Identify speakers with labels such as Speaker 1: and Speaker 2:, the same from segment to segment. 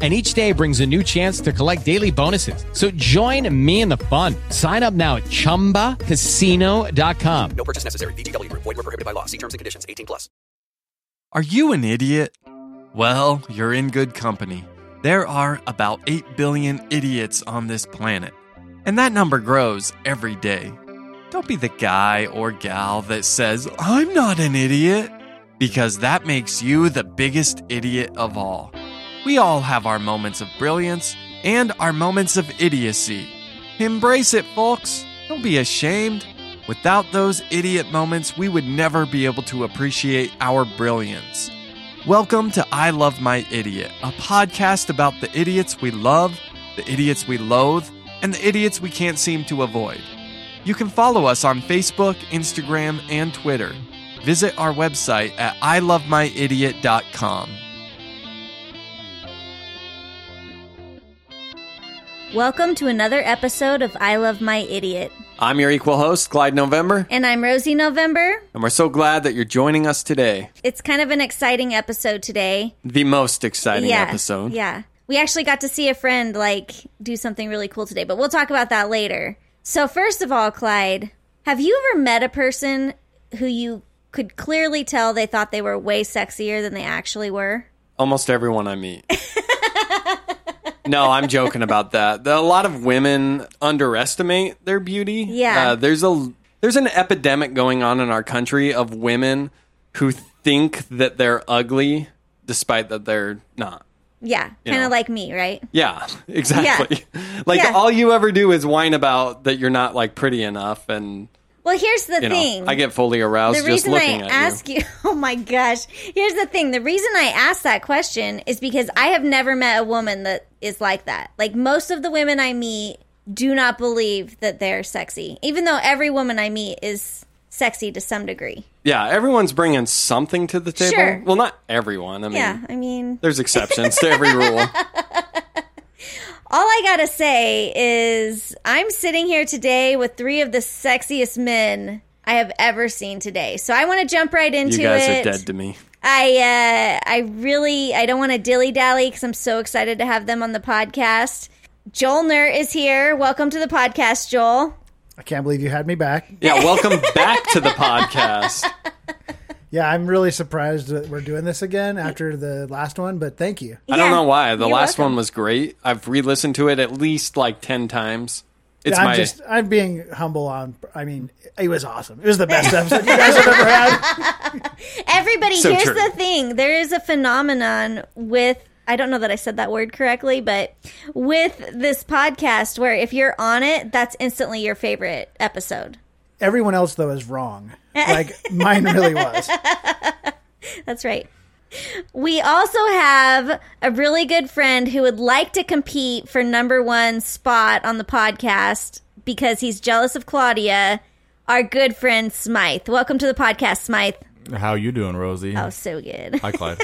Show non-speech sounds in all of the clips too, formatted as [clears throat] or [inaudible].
Speaker 1: and each day brings a new chance to collect daily bonuses. So join me in the fun. Sign up now at ChumbaCasino.com.
Speaker 2: No purchase necessary. VGW Group. Void were prohibited by law. See terms and conditions. 18 plus.
Speaker 3: Are you an idiot? Well, you're in good company. There are about 8 billion idiots on this planet, and that number grows every day. Don't be the guy or gal that says, I'm not an idiot, because that makes you the biggest idiot of all. We all have our moments of brilliance and our moments of idiocy. Embrace it, folks. Don't be ashamed. Without those idiot moments, we would never be able to appreciate our brilliance. Welcome to I Love My Idiot, a podcast about the idiots we love, the idiots we loathe, and the idiots we can't seem to avoid. You can follow us on Facebook, Instagram, and Twitter. Visit our website at ilovemyidiot.com.
Speaker 4: Welcome to another episode of I Love My Idiot.
Speaker 3: I'm your equal host, Clyde November,
Speaker 4: And I'm Rosie November.
Speaker 3: and we're so glad that you're joining us today.
Speaker 4: It's kind of an exciting episode today.
Speaker 3: The most exciting
Speaker 4: yeah.
Speaker 3: episode.
Speaker 4: Yeah. We actually got to see a friend like do something really cool today, but we'll talk about that later. So first of all, Clyde, have you ever met a person who you could clearly tell they thought they were way sexier than they actually were?
Speaker 3: almost everyone I meet. [laughs] no, I'm joking about that. The- A lot of women underestimate their beauty.
Speaker 4: Yeah.
Speaker 3: Uh, there's a there's an epidemic going on in our country of women who think that they're ugly despite that they're not.
Speaker 4: Yeah, kind
Speaker 3: know.
Speaker 4: of like me, right?
Speaker 3: Yeah, [laughs] exactly. [laughs] like
Speaker 4: Yeah.
Speaker 3: all you ever do is whine about that you're not like pretty enough and
Speaker 4: Well, here's the
Speaker 3: you know,
Speaker 4: thing.
Speaker 3: I get fully aroused
Speaker 4: the
Speaker 3: just
Speaker 4: reason
Speaker 3: looking
Speaker 4: I
Speaker 3: at you.
Speaker 4: ask you. [laughs] oh my gosh, here's the thing. The reason I ask that question is because I have never met a woman that is like that. Like most of the women I meet do not believe that they're sexy, even though every woman I meet is sexy to some degree.
Speaker 3: Yeah, everyone's bringing something to the table.
Speaker 4: Sure.
Speaker 3: Well, not everyone. I mean,
Speaker 4: Yeah, I mean,
Speaker 3: there's exceptions
Speaker 4: [laughs]
Speaker 3: to every rule.
Speaker 4: all I gotta say is I'm sitting here today with three of the sexiest men I have ever seen today. So I want to jump right into
Speaker 3: You guys
Speaker 4: it.
Speaker 3: are dead to me.
Speaker 4: I uh, I really I don't want to dilly dally because I'm so excited to have them on the podcast. Joel Nur is here. Welcome to the podcast, Joel.
Speaker 5: I can't believe you had me back.
Speaker 3: Yeah, welcome back to the podcast.
Speaker 5: Yeah, I'm really surprised that we're doing this again after the last one, but thank you.
Speaker 3: I don't
Speaker 4: Yeah,
Speaker 3: know why. The
Speaker 4: you're
Speaker 3: last
Speaker 4: welcome.
Speaker 3: one was great. I've re-listened to it at least like 10 times. It's
Speaker 5: I'm
Speaker 3: my
Speaker 5: just I'm being humble on I mean, it was awesome. It was
Speaker 4: [laughs]
Speaker 5: the best episode you guys have ever had.
Speaker 4: Everybody,
Speaker 3: So
Speaker 4: here's
Speaker 3: true.
Speaker 4: the thing: there is a phenomenon with I don't know that I said that word correctly, but with this podcast where if you're on it, that's instantly your favorite episode.
Speaker 5: Everyone else though is
Speaker 4: [laughs]
Speaker 5: wrong. Like mine really was.
Speaker 4: That's right. We also have a really good friend who would like to compete for number one spot on the podcast because he's jealous of Claudia, our good friend Smythe. Welcome to the podcast, Smythe.
Speaker 6: How you doing, Rosie?
Speaker 4: Oh, so good. [laughs]
Speaker 6: Hi, Clyde.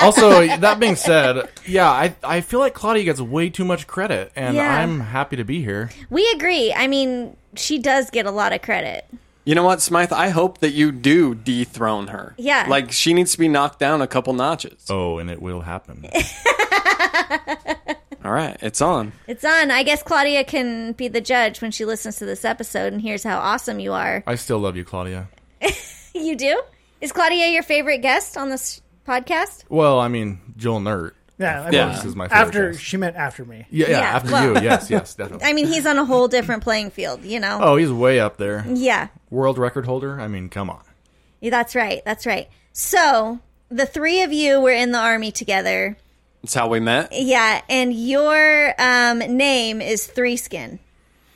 Speaker 6: Also, that being said, yeah, I I feel like Claudia gets way too much credit, and
Speaker 4: Yeah.
Speaker 6: I'm happy to be here.
Speaker 4: We agree. I mean, she does get a lot of credit.
Speaker 3: You know what, Smythe? I hope that you do dethrone her.
Speaker 4: Yeah.
Speaker 3: Like she needs to be knocked down a couple notches.
Speaker 6: Oh, and it
Speaker 4: [laughs]
Speaker 6: will happen.
Speaker 3: All right, it's on.
Speaker 4: It's on. I guess Claudia can be the judge when she listens to this episode and hears how awesome you are. [laughs]
Speaker 6: I still love you, Claudia.
Speaker 4: You do? Is Claudia your favorite guest on this podcast?
Speaker 6: Well, I mean, Joel Nert.
Speaker 5: Yeah, I mean,
Speaker 3: Yeah.
Speaker 6: This is my favorite
Speaker 5: after
Speaker 6: guest.
Speaker 5: she meant after me.
Speaker 6: Yeah, yeah,
Speaker 4: Yeah,
Speaker 6: after
Speaker 4: well-
Speaker 6: you. Yes, yes, definitely.
Speaker 4: I mean, he's on a whole different playing field, you know?
Speaker 6: oh, he's way up there.
Speaker 4: Yeah.
Speaker 6: World record holder. I mean, come on.
Speaker 4: Yeah, That's right. That's right. So the three of you were in the army together.
Speaker 3: It's how we met.
Speaker 4: Yeah. And your um, name is Three Skin.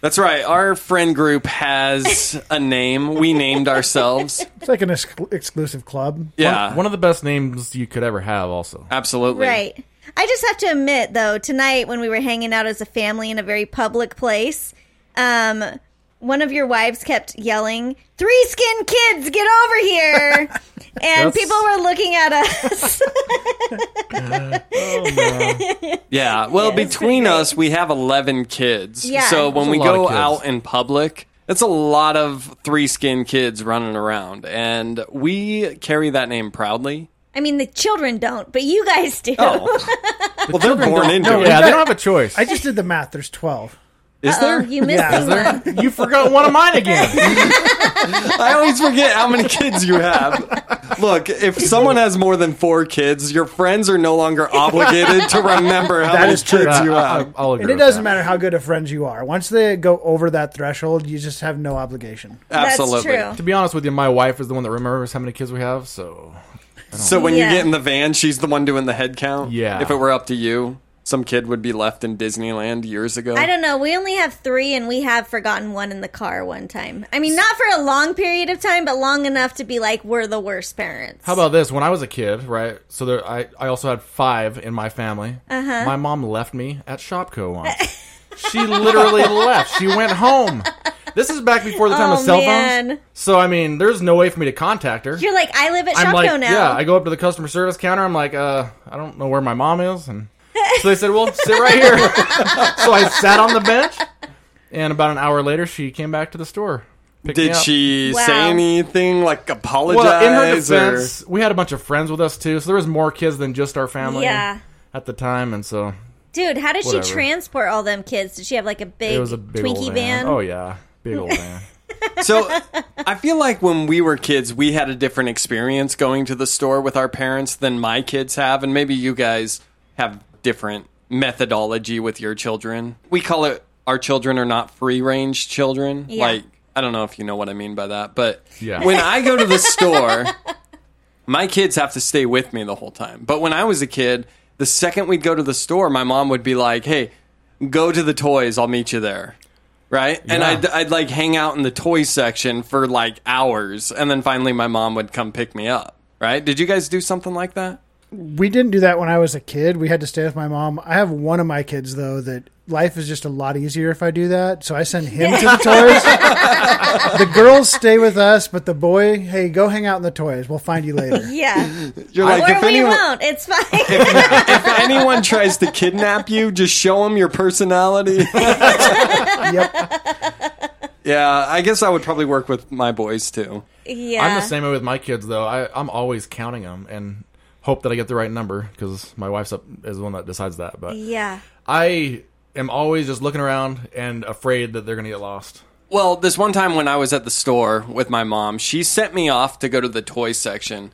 Speaker 3: That's right. Our friend group has a name. We named ourselves.
Speaker 5: [laughs] It's like an exc- exclusive club.
Speaker 3: Yeah.
Speaker 6: One, one of the best names you could ever have. Also,
Speaker 3: absolutely.
Speaker 4: Right. I just have to admit, though, tonight when we were hanging out as a family in a very public place, um, one of your wives kept yelling, Three skin kids, get over here. and
Speaker 6: That's-
Speaker 4: people were looking at us. [laughs]
Speaker 6: Oh,
Speaker 3: [laughs] Yeah. Well, between us, we have 11 kids.
Speaker 4: Yeah.
Speaker 3: So when
Speaker 6: That's a
Speaker 3: we
Speaker 6: lot of
Speaker 3: go
Speaker 6: kids.
Speaker 3: out in public, it's a lot of three skin kids running around. And we carry that name proudly.
Speaker 4: I mean, the children don't, but you guys do.
Speaker 3: Oh.
Speaker 4: [laughs]
Speaker 3: well, they're born into it.
Speaker 6: Yeah, they don't have a choice.
Speaker 5: I just did the math. There's 12.
Speaker 3: Is there?
Speaker 5: [laughs]
Speaker 4: You missed
Speaker 5: Yeah.
Speaker 4: me one.
Speaker 6: you forgot one of mine again.
Speaker 3: I always forget how many kids you have. Look, if someone has more than four kids, your friends are no longer obligated to remember how
Speaker 5: That
Speaker 3: many
Speaker 5: is true.
Speaker 3: kids you
Speaker 6: I,
Speaker 3: have.
Speaker 6: will agree.
Speaker 5: And it
Speaker 6: with
Speaker 5: doesn't
Speaker 6: that.
Speaker 5: matter how good of friends you are. Once they go over that threshold, you just have no obligation.
Speaker 4: [laughs]
Speaker 3: Absolutely.
Speaker 4: That's
Speaker 6: To
Speaker 4: true.
Speaker 6: be honest with you, my wife is the one that remembers how many kids we have. So
Speaker 3: So when
Speaker 4: Yeah.
Speaker 3: you get in the van, she's the one doing the head count.
Speaker 6: Yeah.
Speaker 3: If it were up to you, some kid would be left in Disneyland years ago.
Speaker 4: I don't know. We only have three, and we have forgotten one in the car one time. I mean, not for a long period of time, but long enough to be like, we're the worst parents.
Speaker 6: how about this? When I was a kid, right? So there, I I also had five in my family. Uh-huh. My mom left me at
Speaker 4: [laughs]
Speaker 6: Shopco once. she literally left. She went home. This is back before the time of
Speaker 4: Oh,
Speaker 6: cell
Speaker 4: man.
Speaker 6: phones. So I mean, there's no way for me to contact her.
Speaker 4: You're like, I live at
Speaker 6: I'm
Speaker 4: Shopko
Speaker 6: like,
Speaker 4: now.
Speaker 6: yeah. I go up to the customer service counter. I'm like, uh, I don't know where my mom is, and so they said, well, sit
Speaker 4: [laughs]
Speaker 6: right here. so I sat on the bench, and about an hour later, she came back to the store. picked me
Speaker 3: Did
Speaker 6: up.
Speaker 3: she
Speaker 4: Wow.
Speaker 3: say anything like apologize?
Speaker 6: Well, in her defense,
Speaker 3: or,
Speaker 6: we had a bunch of friends with us too, so there was more kids than just our family
Speaker 4: Yeah.
Speaker 6: at the time, and so
Speaker 4: Dude, how did
Speaker 6: Whatever.
Speaker 4: she transport all them kids? Did she have like a big,
Speaker 6: it was a big
Speaker 4: Twinkie
Speaker 6: old
Speaker 4: van?
Speaker 6: van. Oh yeah, big old van.
Speaker 3: [laughs] so I feel like when we were kids, we had a different experience going to the store with our parents than my kids have, and maybe you guys have different methodology with your children. We call it our children are not free range children.
Speaker 4: Yeah.
Speaker 3: Like I don't know if you know what I mean by that, but
Speaker 6: Yeah.
Speaker 3: when I go to [laughs] the store. my kids have to stay with me the whole time. But when I was a kid, the second we'd go to the store, my mom would be like, "Hey, go to the toys. I'll meet you there." Right? And
Speaker 6: Yeah.
Speaker 3: I'd, I'd like hang out in the toy section for like hours, and then finally my mom would come pick me up. Right? Did you guys do something like that?
Speaker 5: We didn't do that when I was a kid. We had to stay with my mom. I have one of my kids though that life is just a lot easier if I do that. So I send him to the toys. the girls stay with us, but the boy, hey, go hang out in the toys. We'll find you later.
Speaker 4: [laughs] Yeah.
Speaker 3: [laughs] You're like,
Speaker 4: or
Speaker 3: if
Speaker 4: we
Speaker 3: anyone,
Speaker 4: won't. It's fine.
Speaker 3: [laughs]
Speaker 4: [laughs]
Speaker 3: if anyone tries to kidnap you, just show them your [laughs] personality.
Speaker 5: Yep.
Speaker 3: yeah, I guess I would probably work with my boys too.
Speaker 4: yeah.
Speaker 6: I'm the same way with my kids though. I, I'm always counting them and hope that I get the right number because my wife's up is the one that decides that. But
Speaker 4: Yeah.
Speaker 6: I am always just looking around and afraid that they're gonna get lost.
Speaker 3: Well, this one time when I was at the store with my mom, she sent me off to go to the toy section,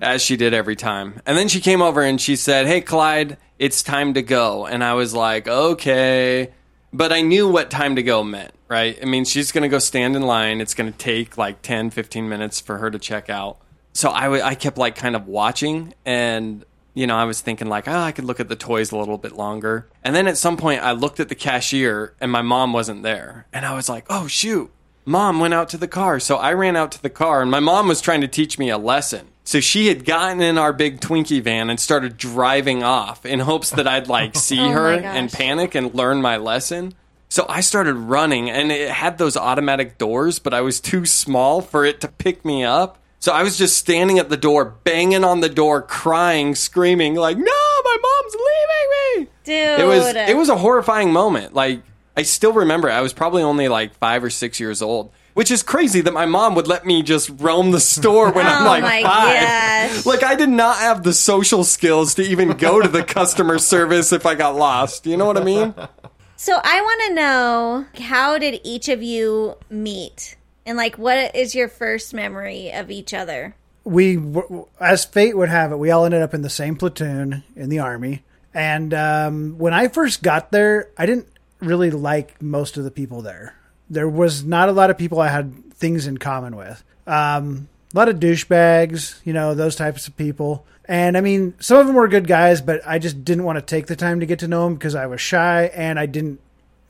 Speaker 3: as she did every time. And then she came over and she said, Hey, Clyde, it's time to go. And I was like, Okay. But I knew what time to go meant, right? I mean, she's going to go stand in line. It's going to take like 10, 15 minutes for her to check out. So I wa- I kept like kind of watching and. You know, I was thinking like, oh, I could look at the toys a little bit longer. And then at some point I looked at the cashier and my mom wasn't there. And I was like, oh shoot mom went out to the car. So I ran out to the car, and my mom was trying to teach me a lesson. So she had gotten in our big Twinkie van and started driving off in hopes that I'd like see her
Speaker 4: gosh.
Speaker 3: and panic and learn my lesson. So I started running, and it had those automatic doors, but I was too small for it to pick me up. So I was just standing at the door, banging on the door, crying, screaming, like, no, my mom's leaving me.
Speaker 4: Dude.
Speaker 3: It was it was a [laughs] horrifying moment. Like I still remember. it. I was probably only like five or six years old, which is crazy that my mom would let me just roam the store when I'm
Speaker 4: Oh
Speaker 3: like
Speaker 4: my
Speaker 3: five.
Speaker 4: gosh.
Speaker 3: Like I did not have the social skills to even go to the customer service if I got lost. You know what I mean?
Speaker 4: So I want to know how did each of you meet? And like what is your first memory of each other?
Speaker 5: We, were- as fate would have it, we all ended up in the same platoon in the army. And um, when I first got there, I didn't really like most of the people there. There was not a lot of people I had things in common with. Um, a lot of douchebags, you know, those types of people. And I mean, some of them were good guys, but I just didn't want to take the time to get to know them because I was shy and I didn't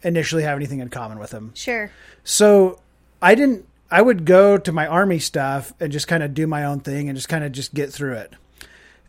Speaker 5: initially have anything in common with them.
Speaker 4: Sure.
Speaker 5: So I didn't. I would go to my army stuff and just kind of do my own thing and just kind of just get through it.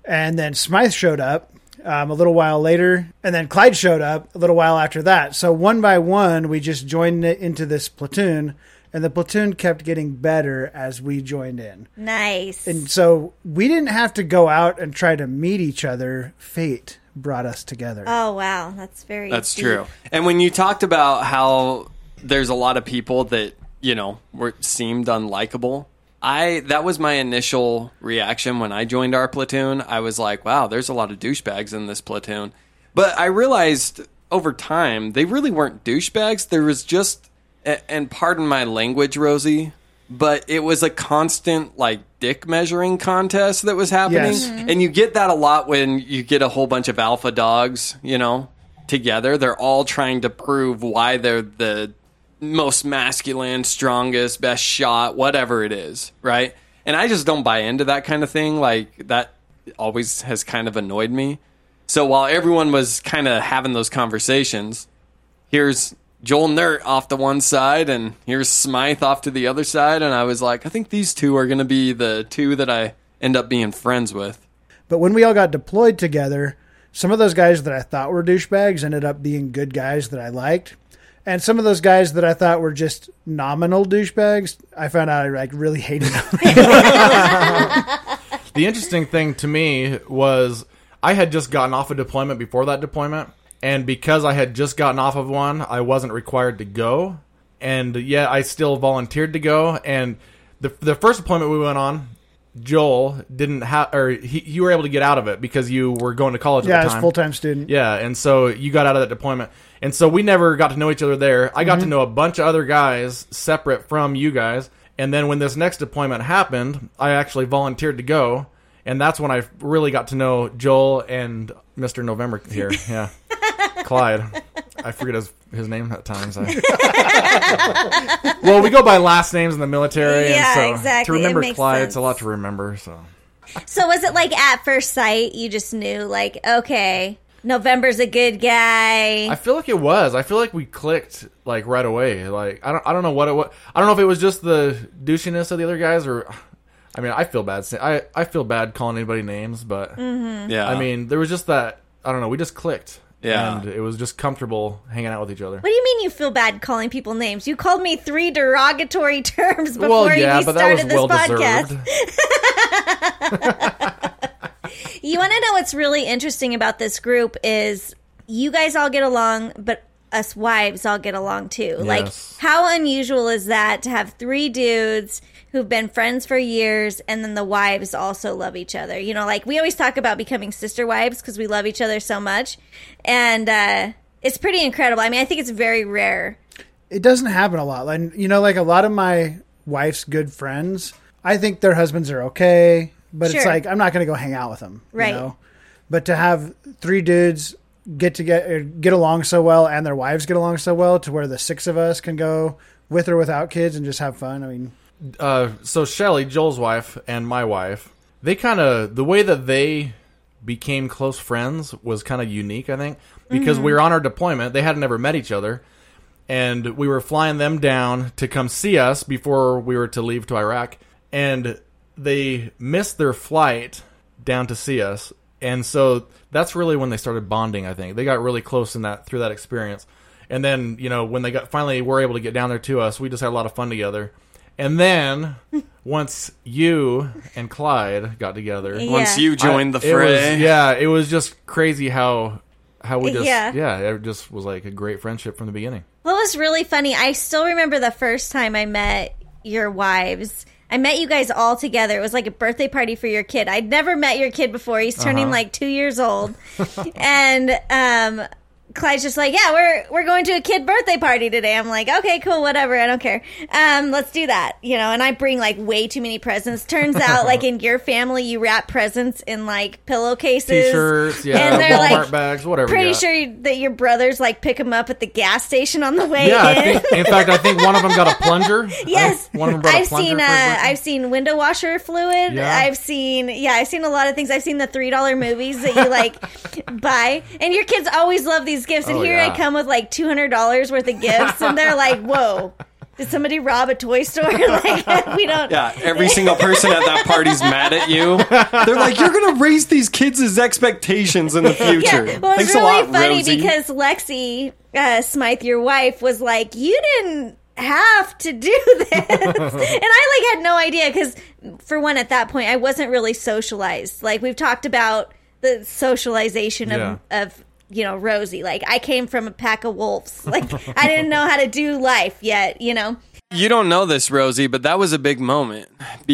Speaker 5: And then Smythe showed up um, a little while later, and then Clyde showed up a little while after that. So one by one, we just joined it into this platoon, and the platoon kept getting better as we joined in.
Speaker 4: Nice.
Speaker 5: And so we didn't have to go out and try to meet each other. Fate brought us together.
Speaker 4: oh wow, that's very.
Speaker 3: That's
Speaker 4: deep.
Speaker 3: true. And when you talked about how there's a lot of people that you know were seemed unlikable, I that was my initial reaction when I joined our platoon. I was like, "Wow, there's a lot of douchebags in this platoon," but I realized over time they really weren't douchebags. There was just a- and pardon my language, Rosie. But it was a constant like dick measuring contest that was happening,
Speaker 5: Yes.
Speaker 3: and you get that a lot when you get a whole bunch of alpha dogs, you know, together. They're all trying to prove why they're the most masculine, strongest, best shot, whatever it is, right? And I just don't buy into that kind of thing. Like, that always has kind of annoyed me. So while everyone was kind of having those conversations, here's Joel Nert off to one side and here's Smythe off to the other side. And I was like, I think these two are going to be the two that I end up being friends with.
Speaker 5: But when we all got deployed together, some of those guys that I thought were douchebags ended up being good guys that I liked. And some of those guys that I thought were just nominal douchebags, I found out I like really hated them.
Speaker 6: The interesting thing to me was I had just gotten off a deployment before that deployment, and because I had just gotten off of one, I wasn't required to go, and yet I still volunteered to go. And the the first deployment we went on, Joel didn't have, or he you were able to get out of it because you were going to
Speaker 5: [laughs]
Speaker 6: college.
Speaker 5: yeah,
Speaker 6: at the
Speaker 5: as
Speaker 6: time.
Speaker 5: full time student.
Speaker 6: Yeah, and so you got out of that deployment. And so we never got to know each other there. I got to know a bunch of other guys separate from you guys. And then when this next deployment happened, I actually volunteered to go. And that's when I really got to know Joel and Mr. November here. Yeah. Clyde. I forget his, his name at times. I... well, we go by last names in the military.
Speaker 4: Yeah,
Speaker 6: and so
Speaker 4: exactly. It
Speaker 6: To remember
Speaker 4: makes
Speaker 6: Clyde,
Speaker 4: sense.
Speaker 6: it's a lot to remember. So.
Speaker 4: So was it like at first sight you just knew like okay November's a good guy.
Speaker 6: I feel like it was. I feel like we clicked like right away. Like I don't I don't know what it was. I don't know if it was just the douchiness of the other guys or [sighs] I mean, I feel bad. say- I I feel bad calling anybody names, but
Speaker 3: Yeah.
Speaker 6: I mean, there was just that I don't know, we just clicked.
Speaker 3: Yeah.
Speaker 6: And it was just comfortable hanging out with each other.
Speaker 4: what do you mean you feel bad calling people names? You called me three derogatory [laughs] terms before
Speaker 6: Well, yeah,
Speaker 4: we
Speaker 6: but that was
Speaker 4: started this
Speaker 6: well
Speaker 4: podcast.
Speaker 6: deserved.
Speaker 4: You want to know what's really interesting about this group is you guys all get along, but us wives all get along too. Like,
Speaker 6: Yes.
Speaker 4: how unusual is that to have three dudes who've been friends for years and then the wives also love each other? You know, like we always talk about becoming sister wives because we love each other so much. And uh, it's pretty incredible. I mean, I think it's very rare.
Speaker 5: It doesn't happen a lot. And you know, like a lot of my wife's good friends, I think their husbands are okay, but it's
Speaker 4: Sure.
Speaker 5: like I'm not going to go hang out with them.
Speaker 4: Right.
Speaker 5: You know? But to have three dudes get to get er, get along so well, and their wives get along so well, to where the six of us can go with or without kids and just have fun. I mean,
Speaker 6: uh, so Shelly, Joel's wife, and my wife, they kind of the way that they became close friends was kind of unique, I think, because we were on our deployment. They had never met each other, and we were flying them down to come see us before we were to leave to Iraq, and they missed their flight down to see us, and so that's really when they started bonding. I think they got really close in that through that experience. And then, you know, when they got finally were able to get down there to us, we just had a lot of fun together. And then once you and Clyde got together,
Speaker 3: Once
Speaker 4: Yeah.
Speaker 3: you joined the
Speaker 6: I- it was-
Speaker 3: fray.
Speaker 6: yeah, it was just crazy how how we just
Speaker 4: Yeah.
Speaker 6: yeah. it just was like a great friendship from the beginning.
Speaker 4: What was really funny, I still remember the first time I met your wives. I met you guys all together. It was like a birthday party for your kid. I'd never met your kid before. He's turning
Speaker 6: Uh-huh.
Speaker 4: like two years
Speaker 6: [laughs]
Speaker 4: old, and um, Clyde's just like, "Yeah, we're we're going to a kid birthday party today." I'm like, "Okay, cool, whatever. I don't care. Um, let's do that." You know, and I bring like way too many presents. Turns out,
Speaker 6: [laughs]
Speaker 4: like in your family, you wrap presents in like pillowcases,
Speaker 6: T-shirts, yeah,
Speaker 4: and they're
Speaker 6: Walmart
Speaker 4: like
Speaker 6: bags, whatever.
Speaker 4: pretty
Speaker 6: you got.
Speaker 4: sure you- that your brothers like pick him up at the gas station on the way
Speaker 6: Yeah, I
Speaker 4: in.
Speaker 6: think, in fact, I think one of them got a plunger. I think
Speaker 4: Yes,
Speaker 6: one of them brought
Speaker 4: I've
Speaker 6: a plunger.
Speaker 4: seen
Speaker 6: for his
Speaker 4: uh,
Speaker 6: birthday.
Speaker 4: I've seen window washer fluid.
Speaker 6: Yeah.
Speaker 4: I've seen yeah, I've seen a lot of things. I've seen the three dollar movies that
Speaker 6: [laughs]
Speaker 4: you like buy, and your kids always love these gifts. And
Speaker 6: Oh,
Speaker 4: here I
Speaker 6: yeah.
Speaker 4: come with like two hundred dollars worth of gifts, and they're like, "Whoa, Did somebody rob a toy store? [laughs] like we don't.
Speaker 3: Yeah, every single person at that party's mad at you. They're like, "You're gonna raise these kids' expectations in the
Speaker 4: [laughs]
Speaker 3: future."
Speaker 4: Yeah, well, it's
Speaker 3: Thanks
Speaker 4: really
Speaker 3: a lot,
Speaker 4: funny
Speaker 3: Rosie.
Speaker 4: because Lexi uh, Smythe, your wife, was like, "You didn't have to do [laughs]
Speaker 3: [laughs]
Speaker 4: this," and I like had no idea because, for one, at that point, I wasn't really socialized. Like we've talked about the socialization of, of you know Rosie. Like I came from a pack of wolves. Like I didn't know how to do life yet. You know.
Speaker 3: [laughs] you don't know this, Rosie, but that was a big moment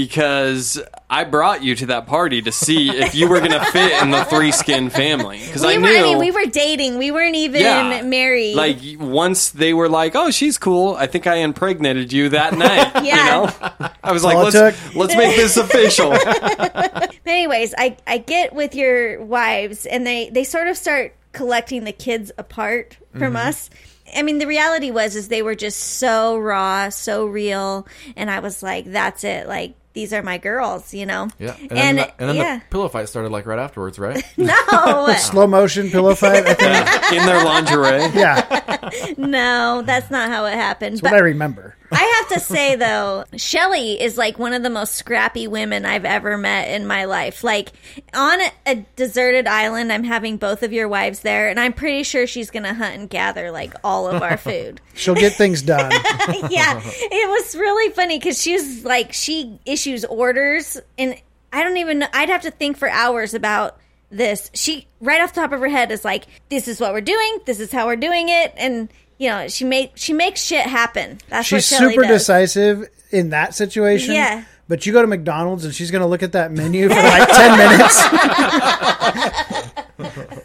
Speaker 3: because I brought you to that party to see if you were gonna fit in the three skin family. Because
Speaker 4: We
Speaker 3: [laughs] I
Speaker 4: were,
Speaker 3: knew
Speaker 4: I mean, we were dating. We weren't even
Speaker 3: Yeah.
Speaker 4: married.
Speaker 3: Like once they were like, "Oh, she's cool." I think I impregnated you that night.
Speaker 4: Yeah.
Speaker 3: You know, I was like,
Speaker 5: all it
Speaker 3: "Let's let's make this official."
Speaker 4: But anyways, I I get with your wives, and they they sort of start collecting the kids apart from
Speaker 6: Mm-hmm.
Speaker 4: us. I mean, the reality was is they were just so raw, so real, and I was like, that's it, like. These are my girls, you know.
Speaker 6: Yeah, and, then,
Speaker 4: and,
Speaker 6: the, and then
Speaker 4: yeah, [laughs]
Speaker 6: the pillow fight started like right afterwards, right?
Speaker 4: no,
Speaker 5: [laughs] Slow motion pillow
Speaker 4: [laughs]
Speaker 5: fight. I think.
Speaker 3: [laughs] in their lingerie.
Speaker 5: yeah, that's
Speaker 4: no, that's not how it happened.
Speaker 5: what I remember.
Speaker 4: I have to say though, Shelly is like one of the most scrappy women I've ever met in my life. Like on a deserted island, I'm having both of your wives there, and I'm pretty sure she's gonna hunt and gather like all of
Speaker 5: [laughs]
Speaker 4: our food.
Speaker 5: She'll get things
Speaker 4: [laughs]
Speaker 5: done.
Speaker 4: yeah, it was really funny because she's like she issues orders, and I don't even know. I'd have to think for hours about this. She right off the top of her head is like, "This is what we're doing. This is how we're doing it," and you know she make she makes shit happen. That's what
Speaker 5: She's
Speaker 4: Shelly
Speaker 5: super
Speaker 4: does.
Speaker 5: decisive in that situation.
Speaker 4: Yeah.
Speaker 5: But you go to McDonald's and she's going to look at that menu
Speaker 4: [laughs]
Speaker 5: for like 10 minutes. [laughs]
Speaker 4: [laughs]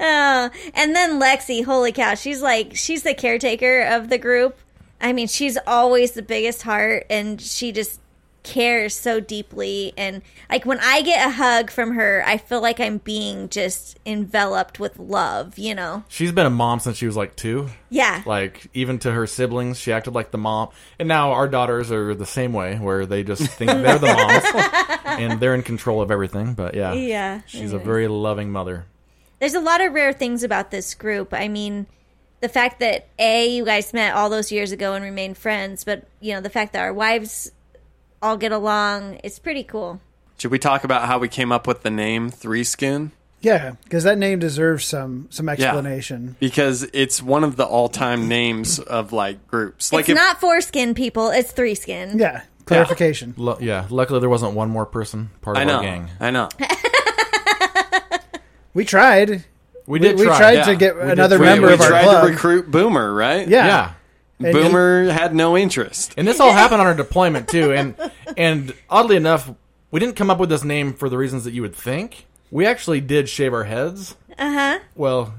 Speaker 4: Oh, And then Lexi, holy cow, she's like she's the caretaker of the group. I mean, she's always the biggest heart and she just cares so deeply and like when I get a hug from her, I feel like I'm being just enveloped with love, you know.
Speaker 6: She's been a mom since she was like two.
Speaker 4: Yeah. [laughs]
Speaker 6: Like even to her siblings, she acted like the mom. And now our daughters are the same way, where they just think they're the
Speaker 4: [laughs]
Speaker 6: moms and they're in control of everything. But yeah,
Speaker 4: Yeah.
Speaker 6: she's a very loving mother.
Speaker 4: There's a lot of rare things about this group. I mean, the fact that A you guys met all those years ago and remained friends, but you know, the fact that our wives all get along, it's pretty cool.
Speaker 3: Should we talk about how we came up with the name Three Skin?
Speaker 5: yeah, because that name deserves some some explanation.
Speaker 3: Because it's one of the all-time names of like groups.
Speaker 4: It's not four skin people, it's three skin.
Speaker 5: Yeah, clarification.
Speaker 6: Lu yeah, luckily there wasn't one more person part of
Speaker 3: I know,
Speaker 6: our gang.
Speaker 3: I know.
Speaker 5: We tried.
Speaker 6: We did.
Speaker 5: we
Speaker 6: try.
Speaker 5: tried
Speaker 3: yeah.
Speaker 5: to get
Speaker 3: We
Speaker 6: did
Speaker 5: another
Speaker 6: try.
Speaker 3: We,
Speaker 5: member
Speaker 3: we
Speaker 5: of our
Speaker 3: tried
Speaker 5: club.
Speaker 3: to recruit Boomer, right?
Speaker 5: yeah.
Speaker 6: Yeah.
Speaker 5: And-
Speaker 3: Boomer had no interest.
Speaker 6: And this all happened on our deployment too, and and oddly enough, we didn't come up with this name for the reasons that you would think. We actually did shave our heads. Uh huh.
Speaker 4: Uh-huh.
Speaker 6: Well,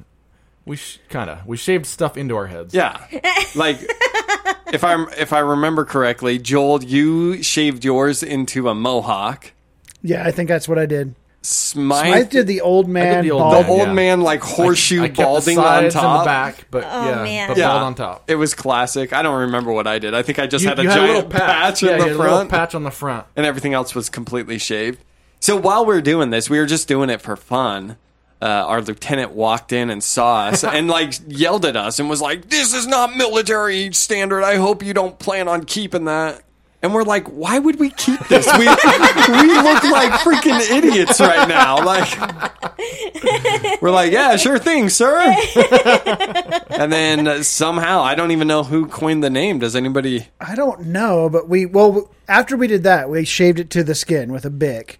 Speaker 6: we sh- kind of we shaved stuff into our heads.
Speaker 3: Yeah, like if I'm if I remember correctly, Joel, you shaved yours into a mohawk.
Speaker 5: Yeah, I think that's what I did. I
Speaker 3: Smythe,
Speaker 5: did the old man
Speaker 6: the old
Speaker 5: bald.
Speaker 6: man,
Speaker 3: old
Speaker 6: yeah.
Speaker 3: man, like horseshoe
Speaker 6: I kept
Speaker 3: balding
Speaker 6: the
Speaker 3: on
Speaker 6: sides
Speaker 3: top.
Speaker 6: and the back, but yeah,
Speaker 4: man.
Speaker 6: but
Speaker 3: Yeah.
Speaker 6: bald on top.
Speaker 3: It was classic. I don't remember what I did. I think I just had a
Speaker 6: you
Speaker 3: giant
Speaker 6: little
Speaker 3: patch,
Speaker 6: yeah,
Speaker 3: in
Speaker 6: you
Speaker 3: the
Speaker 6: had a little
Speaker 3: front,
Speaker 6: patch on the front.
Speaker 3: and everything else was completely shaved. So while we were doing this, we were just doing it for fun. Uh, our lieutenant walked in and saw
Speaker 6: [laughs]
Speaker 3: us and like yelled at us and was like, "This is not military standard. I hope you don't plan on keeping that." And we're like, "Why would we keep this? We we look like freaking idiots right now." Like we're like, "Yeah, sure thing, sir." and then uh, somehow I don't even know who coined the name. Does anybody?
Speaker 5: I don't know, but we well after we did that, we shaved it to the skin with a bic,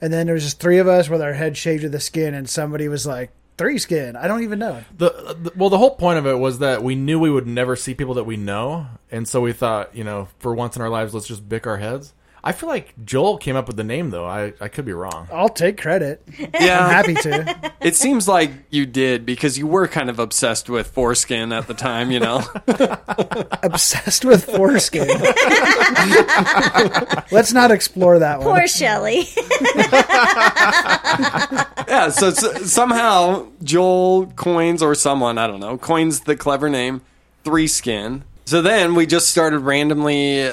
Speaker 5: and then there was just three of us with our heads shaved to the skin, and somebody was like three skin. I don't even know.
Speaker 6: The, the well, the whole point of it was that we knew we would never see people that we know, and so we thought, you know, for once in our lives, let's just bick our heads. I feel like Joel came up with the name though. I, I could be wrong.
Speaker 5: I'll take
Speaker 6: [laughs]
Speaker 5: credit.
Speaker 3: Yeah,
Speaker 5: I'm happy
Speaker 4: [laughs]
Speaker 5: to.
Speaker 3: It seems like you did because you were kind of obsessed with foreskin at the time, you know?
Speaker 5: Obsessed with foreskin. [laughs] Let's not explore that one.
Speaker 4: Poor Shelly.
Speaker 3: yeah, so s- somehow Joel coins or someone, I don't know, coins the clever name Three Skin. So then we just started randomly,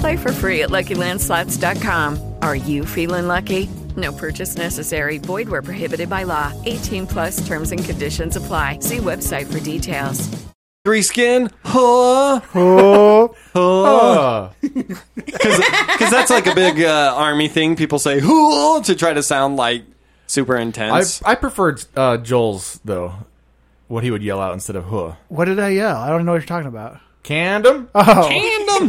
Speaker 7: Play for free at LuckyLandSlots.com. Are you feeling lucky? No purchase necessary. Void where prohibited by law. 18 plus terms and conditions apply. See website for details.
Speaker 3: Three skin, huh?
Speaker 5: Oh,
Speaker 6: Uh,
Speaker 3: Because that's like a big uh, army thing. People say "hoo" to try to sound like super
Speaker 6: I
Speaker 3: intense.
Speaker 6: I preferred uh, Joel's though. What he would yell out instead of "huh."
Speaker 5: what did I yell? I don't know what you're talking about.
Speaker 6: Candom.
Speaker 5: Oh,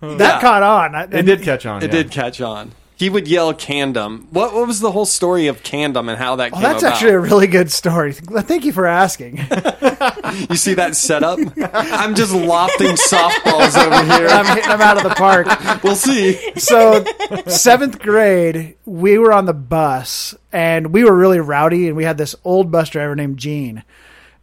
Speaker 4: Oh,
Speaker 3: [laughs]
Speaker 5: That caught on. I,
Speaker 6: it did catch on.
Speaker 3: it did catch on. He would yell "candom." What what was the whole story of "candom" and how that?
Speaker 5: Oh,
Speaker 3: came
Speaker 5: that's
Speaker 3: about?
Speaker 5: actually a really good story. Thank you for asking.
Speaker 3: You see that setup? I'm just lofting softballs over here.
Speaker 5: I'm
Speaker 3: [laughs]
Speaker 5: hitting them out of the park.
Speaker 3: We'll see.
Speaker 5: So, seventh grade, we were on the bus and we were really rowdy, and we had this old bus driver named Gene.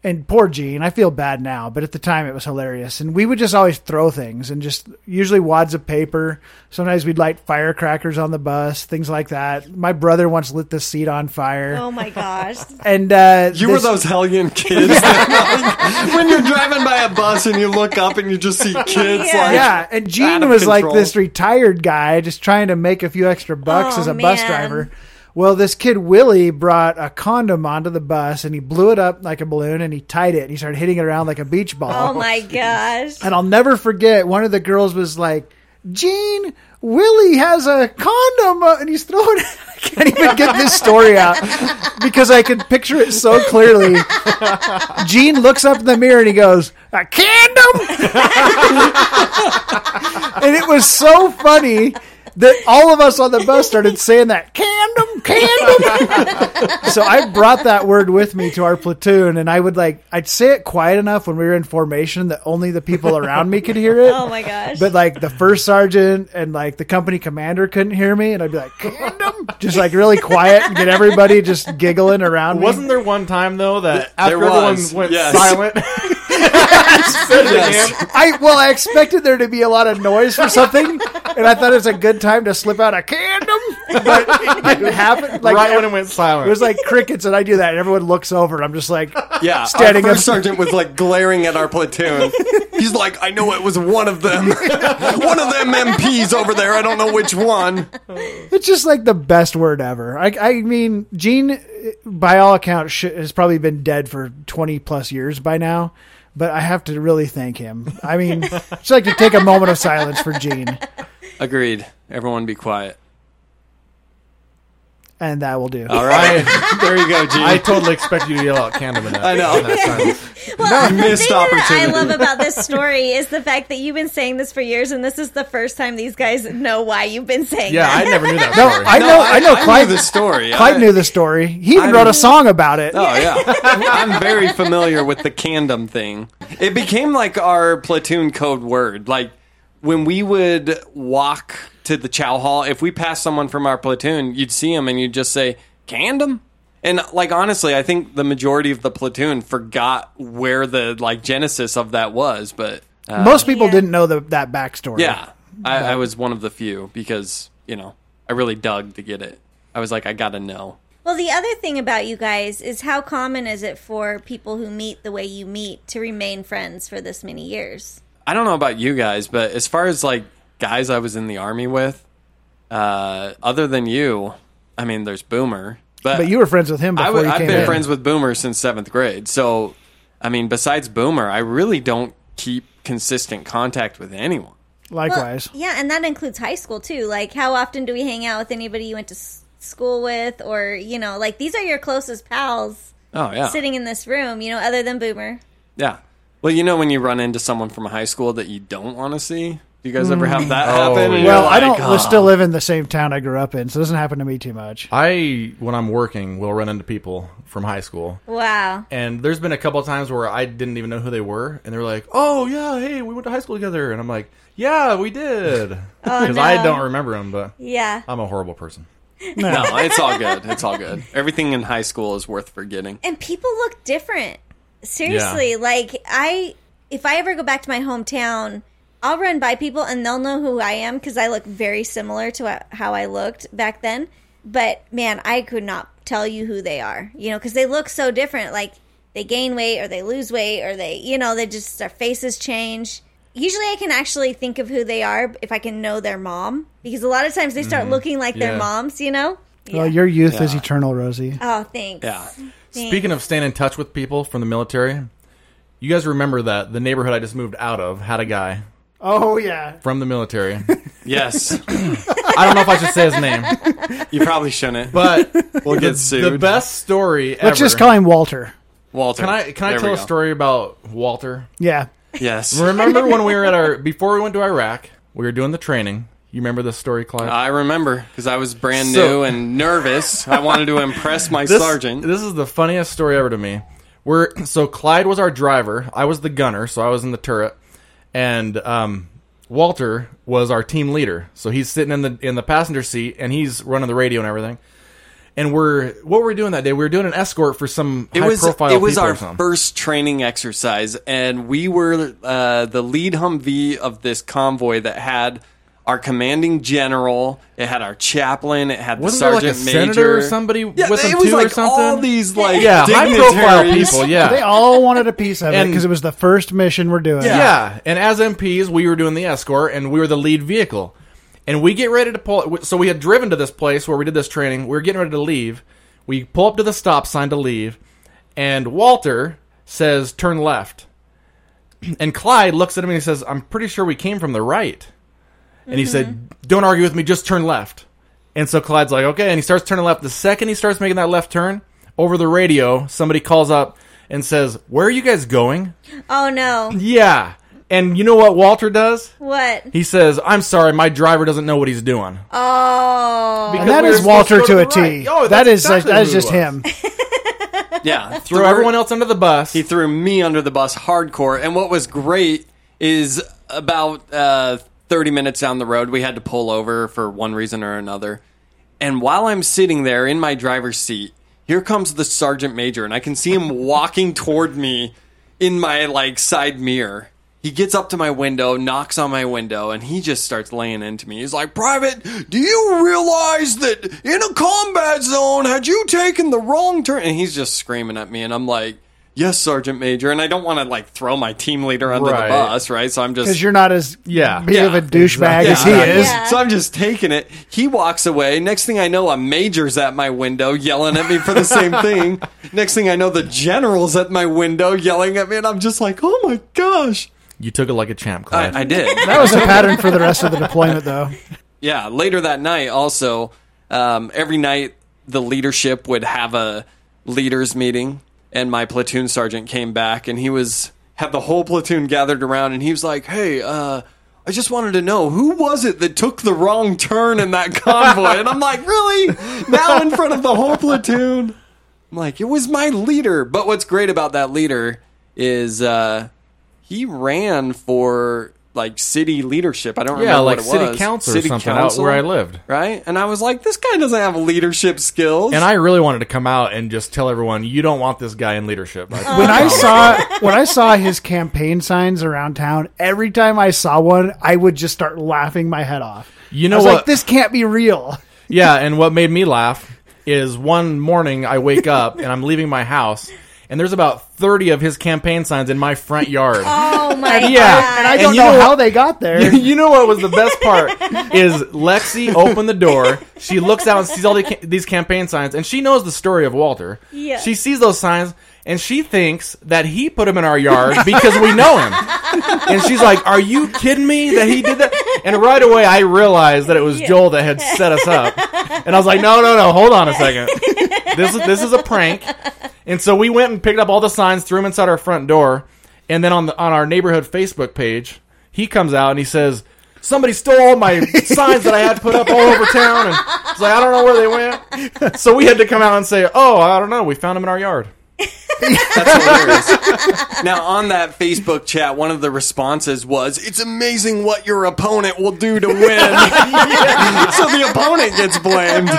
Speaker 5: And poor Gene, I feel bad now, but at the time it was hilarious. And we would just always throw things and just usually wads of paper. Sometimes we'd light firecrackers on the bus, things like that. My brother once lit the seat on fire.
Speaker 4: Oh my gosh.
Speaker 5: And uh,
Speaker 3: You were
Speaker 5: this-
Speaker 3: those hellion kids. that, like, when you're driving by a bus and you look up and you just see [laughs] kids
Speaker 4: Yeah.
Speaker 3: like
Speaker 5: Yeah, and
Speaker 3: out
Speaker 5: Gene
Speaker 3: of
Speaker 5: was like
Speaker 3: control.
Speaker 5: this retired guy just trying to make a few extra bucks
Speaker 4: Oh,
Speaker 5: as a bus
Speaker 4: man.
Speaker 5: driver. Well, this kid Willie brought a condom onto the bus and he blew it up like a balloon and he tied it and he started hitting it around like a beach ball.
Speaker 4: Oh my gosh.
Speaker 5: And I'll never forget one of the girls was like, Gene, Willie [laughs] has a condom uh," and he's throwing [laughs] it. I can't even get this story out because I could picture it so clearly. Gene looks up in the mirror and he goes, A condom? [laughs] and it was so funny that all of us on the bus started saying that condom, condom. so I brought that word with me to our platoon, and I would like I'd say it quiet enough when we were in formation that only the people around me could hear it.
Speaker 4: Oh my gosh.
Speaker 5: But like the first sergeant and like the company commander couldn't hear me, and I'd be like, condom, just like really quiet and get everybody just giggling around. me.
Speaker 6: Wasn't there one time though that
Speaker 3: There
Speaker 6: after everyone
Speaker 3: was,
Speaker 6: went
Speaker 3: yes.
Speaker 4: [laughs]
Speaker 6: silent? Said it
Speaker 3: Yes.
Speaker 6: again.
Speaker 5: I well, I expected there to be a lot of noise for something, and I thought it was a good time to slip out a condom, but it didn't happen. Like
Speaker 6: right when it went silent.
Speaker 5: it was like crickets, and I do that, and everyone looks over, and I'm just like,
Speaker 3: Yeah,
Speaker 5: Standing
Speaker 3: our first
Speaker 5: up-
Speaker 3: sergeant was like glaring at our platoon. He's like, I know it was one of them, [laughs] one of them MPs over there. I don't know which one.
Speaker 5: it's just like the best word ever. I, I mean, Gene, by all accounts, sh- has probably been dead for 20 plus years by now. But I have to really thank him. I mean, just like to take a moment of silence for Gene,
Speaker 3: Agreed. Everyone, be quiet.
Speaker 5: and that will do.
Speaker 3: All
Speaker 6: [laughs]
Speaker 3: right, there you go, G.
Speaker 6: I totally expect you to yell out "candom" in that.
Speaker 3: I
Speaker 6: [laughs]
Speaker 3: know.
Speaker 6: in that silence.
Speaker 4: [laughs] Well, the
Speaker 3: missed
Speaker 4: thing that I
Speaker 3: opportunity.
Speaker 4: love about this story is the fact that you've been saying this for years, and this is the first time these guys know why you've been saying
Speaker 6: Yeah,
Speaker 4: that.
Speaker 6: I never knew
Speaker 5: [laughs]
Speaker 6: that.
Speaker 5: No,
Speaker 6: story.
Speaker 5: I know, I know. Clyde,
Speaker 3: the story.
Speaker 5: Clyde
Speaker 3: I-
Speaker 5: knew the story. He even
Speaker 3: I
Speaker 5: wrote
Speaker 3: knew-
Speaker 5: a song about it.
Speaker 3: Oh yeah, [laughs] I'm very familiar with the candom thing. It became like our platoon code word. Like when we would walk to the chow hall, if we passed someone from our platoon, you'd see him and you'd just say "candom." And like honestly, I think the majority of the platoon forgot where the like genesis of that was. But
Speaker 5: [laughs]
Speaker 3: uh,
Speaker 5: Most people
Speaker 4: Yeah.
Speaker 5: didn't know the, that backstory.
Speaker 3: yeah, I, I was one of the few because you know I really dug to get it. I was like, I gotta know.
Speaker 4: Well, the other thing about you guys is how common is it for people who meet the way you meet to remain friends for this many years?
Speaker 3: I don't know about you guys, but as far as like guys I was in the army with, uh, other than you, I mean, there's Boomer. But,
Speaker 5: But you were friends with him
Speaker 3: I
Speaker 5: before
Speaker 3: w-
Speaker 5: you
Speaker 3: I've
Speaker 5: came
Speaker 3: been
Speaker 5: in.
Speaker 3: friends with Boomer since seventh grade. So, I mean, besides Boomer, I really don't keep consistent contact with anyone.
Speaker 4: Well,
Speaker 5: Likewise.
Speaker 4: yeah, and that includes high school too. Like, how often do we hang out with anybody you went to s- school with, or you know, like these are your closest pals
Speaker 3: Oh yeah.
Speaker 4: sitting in this room, you know, other than Boomer.
Speaker 3: Yeah. Well, you know when you run into someone from high school that you don't want to see. Do you guys ever have that
Speaker 6: Oh,
Speaker 3: happen? And you're
Speaker 5: well, I
Speaker 3: like,
Speaker 5: don't
Speaker 3: "Oh."
Speaker 5: still live in the same town I grew up in, so it doesn't happen to me too much.
Speaker 6: I when I'm working will run into people from high school.
Speaker 4: Wow.
Speaker 6: And there's been a couple of times where I didn't even know who they were, and they're like, "Oh yeah, hey, we went to high school together," and I'm like, "Yeah, we did," [laughs] because I
Speaker 4: Oh, no.
Speaker 6: don't remember them. But
Speaker 4: Yeah.
Speaker 6: I'm a horrible person.
Speaker 3: No. it's all good. It's all good. Everything in high school is worth forgetting.
Speaker 4: And people look different. Seriously,
Speaker 3: Yeah.
Speaker 4: like I if I ever go back to my hometown, I'll run by people and they'll know who I am cuz I look very similar to wha- how I looked back then. But man, I could not tell you who they are. You know, cuz they look so different like they gain weight or they lose weight or they, you know, they just their faces change. Usually I can actually think of who they are if I can know their mom because a lot of times they start
Speaker 5: Mhm.
Speaker 4: looking like their
Speaker 6: Mm-hmm. Yeah.
Speaker 4: moms, you know?
Speaker 5: Well, your youth is
Speaker 6: Yeah.
Speaker 5: eternal, Rosie.
Speaker 4: Oh, thanks.
Speaker 6: Yeah.
Speaker 4: Thanks.
Speaker 6: Speaking of staying in touch with people from the military, you guys remember that the neighborhood I just moved out of had a guy
Speaker 5: Oh yeah.
Speaker 6: from the military.
Speaker 3: [laughs] Yes.
Speaker 6: I don't know if I should say his name.
Speaker 3: You probably shouldn't.
Speaker 6: But
Speaker 3: [laughs] we'll get
Speaker 6: the,
Speaker 3: sued.
Speaker 6: the best story
Speaker 5: [laughs]
Speaker 6: ever.
Speaker 5: Let's just call him Walter.
Speaker 3: Walter.
Speaker 6: Can I can I
Speaker 3: There we
Speaker 6: tell a
Speaker 3: go.
Speaker 6: story about Walter?
Speaker 5: Yeah.
Speaker 3: Yes.
Speaker 6: Remember when we were at our before we went to Iraq, we were doing the training. You remember this story, Clyde?
Speaker 3: I remember because I was brand
Speaker 6: So-
Speaker 3: new and nervous. I wanted to impress my
Speaker 6: [laughs] this,
Speaker 3: sergeant.
Speaker 6: This is the funniest story ever to me. We're so Clyde was our driver. I was the gunner, so I was in the turret, and um, Walter was our team leader. So he's sitting in the in the passenger seat and he's running the radio and everything. And we're what were we doing that day? We were doing an escort for some
Speaker 3: It
Speaker 6: high
Speaker 3: was
Speaker 6: profile.
Speaker 3: it was
Speaker 6: people or
Speaker 3: our
Speaker 6: something.
Speaker 3: first training exercise, and we were uh, the lead Humvee of this convoy that had our commanding general. It had our chaplain. It had
Speaker 6: Wasn't
Speaker 3: the
Speaker 6: there like a
Speaker 3: sergeant major
Speaker 6: senator or somebody
Speaker 3: Yeah,
Speaker 6: with
Speaker 3: it
Speaker 6: them
Speaker 3: was
Speaker 6: too, or
Speaker 3: like
Speaker 6: something?
Speaker 3: all these like
Speaker 6: yeah, high profile
Speaker 3: dignitaries.
Speaker 6: people. Yeah,
Speaker 5: They all wanted a piece of it
Speaker 6: And-
Speaker 5: because it was the first mission we're doing.
Speaker 6: Yeah. and as MPs, we were doing the escort, and we were the lead vehicle. And we get ready to pull. So we had driven to this place where we did this training. We were getting ready to leave. We pull up to the stop sign to leave, and Walter says, "Turn left." [clears throat] And Clyde looks at him and he says, "I'm pretty sure we came from the right." And he said, "Don't argue with me. Just turn left." And so Clyde's like, "Okay," and he starts turning left. The second he starts making that left turn, over the radio, somebody calls up and says, "Where are you guys going?"
Speaker 4: Oh no.
Speaker 6: Yeah. And you know what Walter does?
Speaker 4: What?
Speaker 6: He says, I'm sorry, my driver doesn't know what he's doing.
Speaker 4: Oh.
Speaker 5: And that is Walter to, a T. that is that is just him.
Speaker 3: Yeah,
Speaker 6: [laughs] threw everyone else under the bus.
Speaker 3: He threw me under the bus hardcore. And what was great is about uh, 30 minutes down the road, we had to pull over for one reason or another. And while I'm sitting there in my driver's seat, here comes the sergeant major, and I can see
Speaker 6: [laughs]
Speaker 3: him walking toward me in my like side mirror. He gets up to my window, knocks on my window, and he just starts laying into me. He's like, Private, do you realize that in a combat zone, had you taken the wrong turn? And he's just screaming at me, and I'm like, Yes, Sergeant Major. And I don't want to like throw my team leader under
Speaker 6: Right.
Speaker 3: the bus, right? So I'm just.
Speaker 5: Because you're not as
Speaker 6: yeah,
Speaker 5: big of a douchebag
Speaker 3: Yeah,
Speaker 5: as he
Speaker 3: I'm
Speaker 5: is.
Speaker 3: just- So I'm just taking it. He walks away. Next thing I know, a major's at my window yelling at me for the same thing. Next thing I know, the general's at my window yelling at me, and I'm just like, oh my gosh.
Speaker 6: You took it like a champ, Clyde.
Speaker 3: I did.
Speaker 5: [laughs] That was a pattern for the rest of the deployment, though.
Speaker 3: Yeah. Later that night, also, um, every night the leadership would have a leaders meeting, and my platoon sergeant came back, and he was had the whole platoon gathered around, and he was like, "Hey, uh, I just wanted to know who was it that took the wrong turn in that convoy?" and I'm like, "Really? Now in front of the whole platoon?" I'm like, "It was my leader." But what's great about that leader is uh, he ran for. Like city leadership, I don't
Speaker 6: Yeah,
Speaker 3: remember
Speaker 6: like
Speaker 3: what it
Speaker 6: city
Speaker 3: was.
Speaker 6: council or something out where I lived.
Speaker 3: right? And I was like, this guy doesn't have
Speaker 5: [laughs]
Speaker 3: leadership skills.
Speaker 6: [laughs] And I really wanted to come out and just tell everyone, you don't want this guy in leadership. um,
Speaker 5: When
Speaker 6: Oh.
Speaker 5: I saw when I saw his campaign signs around town, every time I saw one, I would just start laughing my head off.
Speaker 6: You
Speaker 5: I
Speaker 6: know
Speaker 5: was
Speaker 6: what-
Speaker 5: Like, this can't be real.
Speaker 6: yeah, and what made me laugh is one morning I wake up and I'm leaving my house, and there's about 30 of his campaign signs in my front yard.
Speaker 4: Oh my
Speaker 5: [laughs] And-
Speaker 6: Yeah,
Speaker 5: and I
Speaker 6: and
Speaker 5: don't
Speaker 6: you
Speaker 5: know,
Speaker 6: know-
Speaker 5: how they got there.
Speaker 6: You, you know what was the best part is Lexi opened the door. She looks out and sees all the, ca- these campaign signs, and she knows the story of Walter.
Speaker 4: Yeah.
Speaker 6: She sees those signs, and she thinks that he put them in our yard because we know him. And she's like, "Are you kidding me that he did that?" And right away, I realized that it was Joel that had set us up. And I was like, "No, no, no! Hold on a second. This is this is a prank." And so we went and picked up all the signs, threw them inside our front door, and then on the on our neighborhood Facebook page, he comes out and he says, "Somebody stole all my signs that I had put up all over town." And it's like I don't know where they went. So we had to come out and say, "Oh, I don't know. We found them in our yard."
Speaker 3: now on that Facebook chat, one of the responses was, "It's amazing what your opponent will do to win." so the [laughs] opponent gets blamed.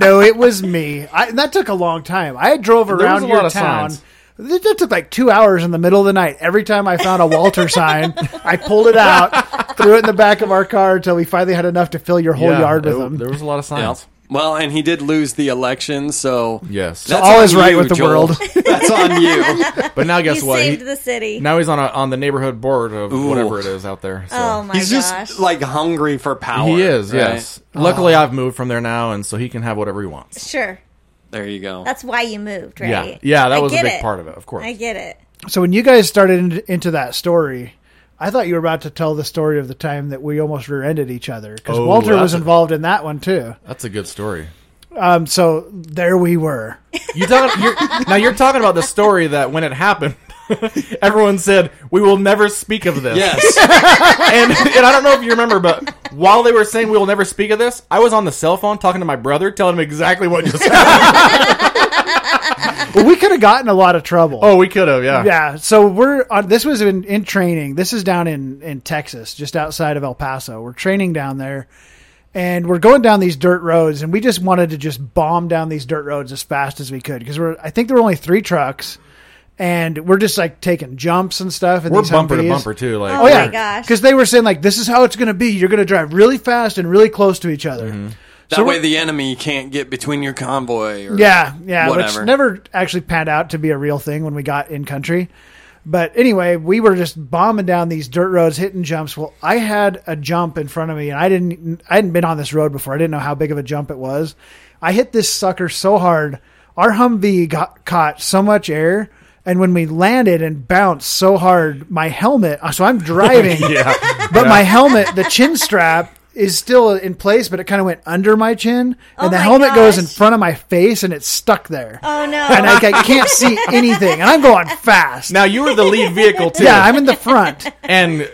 Speaker 5: [laughs] no, it was me. I, that took a long time. I drove
Speaker 6: There was
Speaker 5: around
Speaker 6: a
Speaker 5: your
Speaker 6: lot of
Speaker 5: town.
Speaker 6: signs.
Speaker 5: That that took like two hours in the middle of the night. Every time I found a
Speaker 6: [laughs]
Speaker 5: Walter sign, I pulled it out, threw it in the back of our car until we finally had enough to fill your whole
Speaker 3: Yeah,
Speaker 5: yard with
Speaker 3: there-
Speaker 5: them.
Speaker 6: There was a lot of signs.
Speaker 3: Well, and he did lose the election, so
Speaker 6: yes,
Speaker 5: So all is right with the world.
Speaker 3: That's on you.
Speaker 6: But now guess
Speaker 4: You
Speaker 6: what?
Speaker 4: saved the city.
Speaker 6: Now he's on a, on the neighborhood board of
Speaker 3: Ooh.
Speaker 6: whatever it is out there. So.
Speaker 4: Oh my
Speaker 3: He's
Speaker 4: gosh.
Speaker 3: just like hungry for power.
Speaker 6: he is,
Speaker 3: right?
Speaker 6: yes. Luckily, I've moved from there now, and so he can have whatever he wants.
Speaker 4: Sure.
Speaker 3: There you
Speaker 6: Oh.
Speaker 3: go.
Speaker 4: That's why you moved,
Speaker 6: Yeah.
Speaker 4: right?
Speaker 6: Yeah, that
Speaker 4: I
Speaker 6: was a
Speaker 4: get
Speaker 6: big
Speaker 4: it.
Speaker 6: part of it, of course.
Speaker 4: I get it.
Speaker 5: So when you guys started in, into that story, I thought you were about to tell the story of the time that we almost rear-ended each other because
Speaker 6: Oh,
Speaker 5: Walter
Speaker 6: that's
Speaker 5: was
Speaker 6: a-
Speaker 5: involved in that one too.
Speaker 6: That's a good story.
Speaker 5: Um, so there we were.
Speaker 6: You talking? You're, now you're talking about the story that when it happened, [laughs] everyone said we will never speak of this.
Speaker 3: Yes.
Speaker 6: [laughs] and, and I don't know if you remember, but while they were saying we will never speak of this, I was on the cell phone talking to my brother, telling him exactly what just happened.
Speaker 5: Well, we could have gotten a lot of trouble.
Speaker 6: Oh, we could have, yeah.
Speaker 5: Yeah. So we're on. This was in, in training. This is down in in Texas, just outside of El Paso. We're training down there, and we're going down these dirt roads, and we just wanted to just bomb down these dirt roads as fast as we could because we're. I think there were only three trucks. And we're just like taking jumps and stuff. And
Speaker 6: We're
Speaker 5: these
Speaker 6: bumper to
Speaker 5: Humvees.
Speaker 6: bumper, too, like-
Speaker 4: Oh, my gosh.
Speaker 5: Because they were saying like, "This is how it's going to be. You're going to drive really fast and really close to each other."
Speaker 6: Mm-hmm.
Speaker 3: That
Speaker 5: So
Speaker 3: way, the enemy can't get between your convoy. Or
Speaker 5: Yeah, yeah,
Speaker 3: whatever.
Speaker 5: which never actually panned out to be a real thing when we got in country. But anyway, we were just bombing down these dirt roads, hitting jumps. Well, I had a jump in front of me, and I didn't, I hadn't been on this road before. I didn't know how big of a jump it was. I hit this sucker so hard, our Humvee got caught so much air, and when we landed and bounced so hard, my helmet. So
Speaker 3: [laughs]
Speaker 5: I'm [laughs] driving, but my helmet, the chin strap is still in place, but it kind of went under my chin, and the
Speaker 4: Oh my
Speaker 5: helmet goes in
Speaker 4: gosh.
Speaker 5: front of my face, and it's stuck there.
Speaker 4: Oh no.
Speaker 5: And I, I
Speaker 4: [laughs]
Speaker 5: can't see anything, and I'm going fast.
Speaker 6: Now you were the lead
Speaker 4: [laughs]
Speaker 6: vehicle too.
Speaker 5: Yeah, I'm in the front.
Speaker 6: and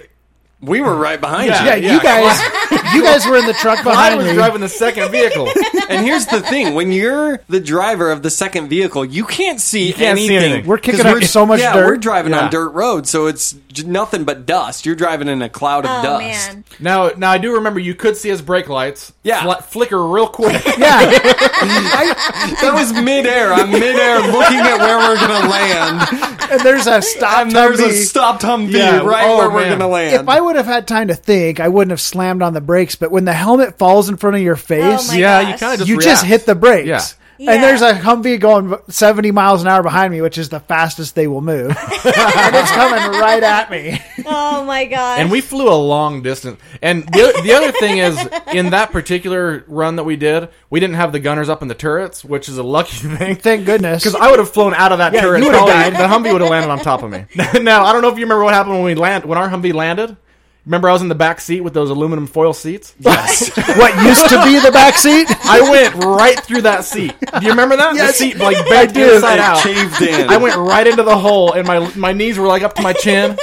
Speaker 3: we were right behind
Speaker 5: Yeah,
Speaker 3: you.
Speaker 5: you guys, [laughs] you guys were in the truck
Speaker 6: I
Speaker 5: behind
Speaker 6: was
Speaker 5: me.
Speaker 6: driving the second vehicle.
Speaker 3: [laughs] And here's the thing: when you're the driver of the second vehicle, you can't see,
Speaker 6: can't see
Speaker 3: anything.
Speaker 6: anything. We're
Speaker 5: kicking
Speaker 3: 'Cause
Speaker 5: up so much
Speaker 3: yeah,
Speaker 5: dirt.
Speaker 3: We're driving
Speaker 6: Yeah.
Speaker 3: on dirt roads, so it's j- nothing but dust. You're driving in a cloud of
Speaker 4: oh
Speaker 3: dust.
Speaker 4: man.
Speaker 6: Now, now I do remember you could see his brake lights.
Speaker 3: Yeah.
Speaker 6: fl- flicker real quick.
Speaker 5: [laughs] Yeah,
Speaker 6: [laughs]
Speaker 3: That was midair. I'm midair, looking at where we're gonna land.
Speaker 5: and there's a stop.
Speaker 3: And [laughs] there's a
Speaker 5: Humvee.
Speaker 3: stopped Humvee
Speaker 6: Yeah,
Speaker 3: right
Speaker 6: oh,
Speaker 3: where we're
Speaker 6: man.
Speaker 3: gonna land.
Speaker 5: If I would have had time to think, I wouldn't have slammed on the brakes. But when the helmet falls in front of your face,
Speaker 4: Oh my
Speaker 6: yeah, you
Speaker 4: gosh.
Speaker 6: kind of just
Speaker 5: you
Speaker 6: react.
Speaker 5: just hit the brakes.
Speaker 6: Yeah.
Speaker 4: Yeah.
Speaker 5: And there's a Humvee going 70 miles an hour behind me, which is the fastest they will move.
Speaker 3: [laughs]
Speaker 5: and it's coming right at me.
Speaker 4: Oh my gosh.
Speaker 6: and we flew a long distance. And the, o- the other thing is, in that particular run that we did, we didn't have the gunners up in the turrets, which is a lucky [laughs] thing.
Speaker 5: Thank goodness.
Speaker 6: Because I would have flown out of that turret.
Speaker 5: you would have
Speaker 6: probably- The Humvee would have landed [laughs] on top of me. now I don't know if you remember what happened when we land when our Humvee landed. Remember, I was in the back seat with those aluminum foil seats.
Speaker 5: [laughs] what used to be the back seat?
Speaker 6: I
Speaker 5: [laughs]
Speaker 6: went right through that seat. Do you remember that? The seat like bent inside out.
Speaker 3: caved in.
Speaker 6: I went right into the hole, and my my knees were like up to my chin.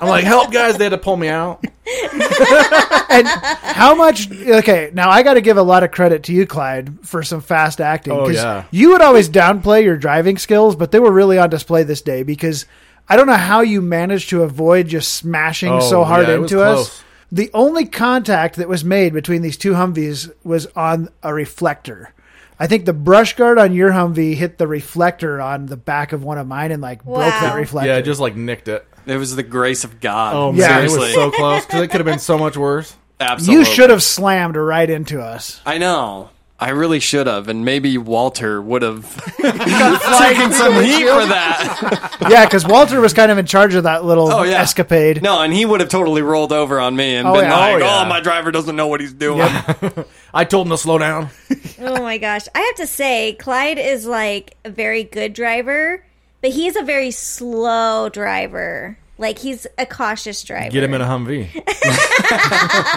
Speaker 6: I'm like, help, guys! They had to pull me out.
Speaker 5: [laughs] and how much okay now i got to give a lot of credit to you clyde for some fast acting
Speaker 6: Oh,
Speaker 5: 'cause
Speaker 6: yeah.
Speaker 5: you would always downplay your driving skills but they were really on display this day because i don't know how you managed to avoid just smashing
Speaker 6: Oh,
Speaker 5: so hard
Speaker 6: yeah, it was
Speaker 5: into us
Speaker 6: close.
Speaker 5: the only contact that was made between these two humvees was on a reflector I think the brush guard on your Humvee hit the reflector on the back of one of mine and like broke
Speaker 4: Wow.
Speaker 5: that reflector.
Speaker 6: Yeah, I just like nicked it.
Speaker 3: it was the grace of God.
Speaker 6: Oh
Speaker 5: Yeah.
Speaker 6: man, it
Speaker 3: seriously,
Speaker 6: was so close because it could have been so much worse.
Speaker 3: absolutely.
Speaker 5: you should have slammed right into us. [laughs]
Speaker 3: I know. I really should have, and maybe Walter would have
Speaker 4: [laughs]
Speaker 3: taken some heat for that.
Speaker 5: yeah, because Walter was kind of in charge of that little
Speaker 3: Oh yeah,
Speaker 5: escapade.
Speaker 3: No, and he would have totally rolled over on me and
Speaker 5: Oh,
Speaker 3: been
Speaker 5: yeah.
Speaker 3: like,
Speaker 5: Oh,
Speaker 3: "Oh,
Speaker 6: yeah.
Speaker 3: my driver doesn't know what he's doing."
Speaker 6: I told him to slow down.
Speaker 4: oh my gosh. I have to say, Clyde is like a very good driver, but he's a very slow driver. Like he's a cautious driver.
Speaker 6: Get him in a Humvee.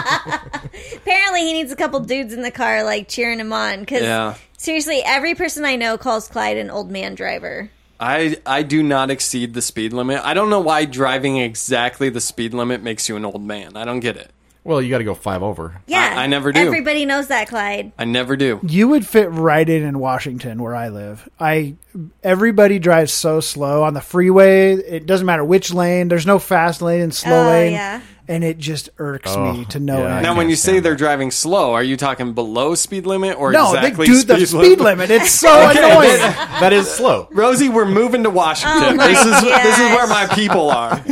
Speaker 4: Apparently, he needs a couple dudes in the car, like cheering him on. Because
Speaker 3: Yeah.
Speaker 4: seriously, every person I know calls Clyde an old man driver.
Speaker 3: I I do not exceed the speed limit. I don't know why driving exactly the speed limit makes you an old man. I don't get it.
Speaker 6: Well, you got to go five over.
Speaker 4: Yeah,
Speaker 3: I, I never do.
Speaker 4: Everybody knows that, Clyde.
Speaker 3: I never do.
Speaker 5: You would fit right in in Washington where I live. I everybody drives so slow on the freeway. It doesn't matter which lane. There's no fast lane and slow
Speaker 4: Oh,
Speaker 5: lane.
Speaker 4: yeah.
Speaker 5: And it just irks
Speaker 3: Oh,
Speaker 5: me to no end.
Speaker 3: now, when you say they're driving slow, are you talking below speed limit or
Speaker 5: No, they
Speaker 3: exactly
Speaker 5: do the speed limit. It's
Speaker 3: [laughs]
Speaker 5: so annoying.
Speaker 3: that-
Speaker 6: that is slow.
Speaker 3: Rosie, [laughs] we're moving to
Speaker 4: Oh
Speaker 3: Washington.
Speaker 4: my
Speaker 3: this is this is where my
Speaker 4: gosh.
Speaker 3: people are.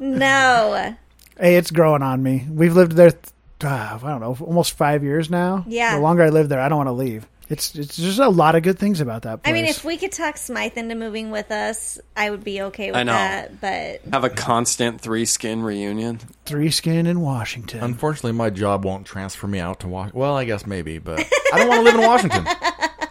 Speaker 4: No.
Speaker 3: [laughs]
Speaker 5: Hey, it's growing on me. We've lived there. th- Uh, I don't know, almost five years now.
Speaker 4: Yeah.
Speaker 5: The longer I live there, I don't want to leave. It's it's just a lot of good things about that place.
Speaker 4: I mean, if we could talk Smythe into moving with us, I would be okay with
Speaker 3: I know.
Speaker 4: that.
Speaker 5: [laughs]
Speaker 4: But
Speaker 3: Have a constant three skin reunion.
Speaker 5: three skin in Washington.
Speaker 6: Unfortunately, my job won't transfer me out to Washington. Well, I guess maybe, but I don't want to live in [laughs] Washington.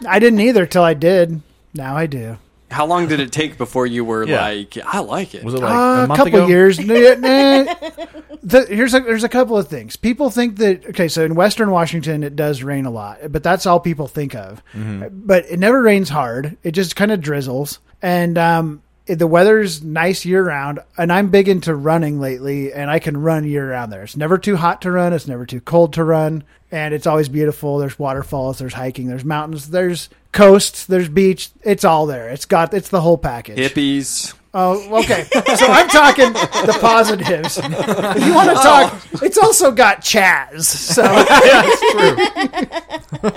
Speaker 5: I didn't either till I did. Now I do.
Speaker 3: How long did it take before you were
Speaker 6: Yeah.
Speaker 3: like, I like it?
Speaker 6: Was it
Speaker 5: Uh, a couple
Speaker 6: [laughs]
Speaker 5: years. Nah, nah. The- here's a, there's a couple of things. People think that okay, so in Western Washington it does rain a lot, but that's all people think of. But it never rains hard. It just kind of drizzles, and um, it- the weather's nice year round. And I'm big into running lately, and I can run year round there. It's never too hot to run. It's never too cold to run, and it's always beautiful. There's waterfalls. There's hiking. There's mountains. There's coasts. There's beach. It's all there. It's got it's the whole package.
Speaker 3: Hippies.
Speaker 5: Oh, okay. So I'm talking the positives. If you want to talk, it's also got Chaz. So [laughs]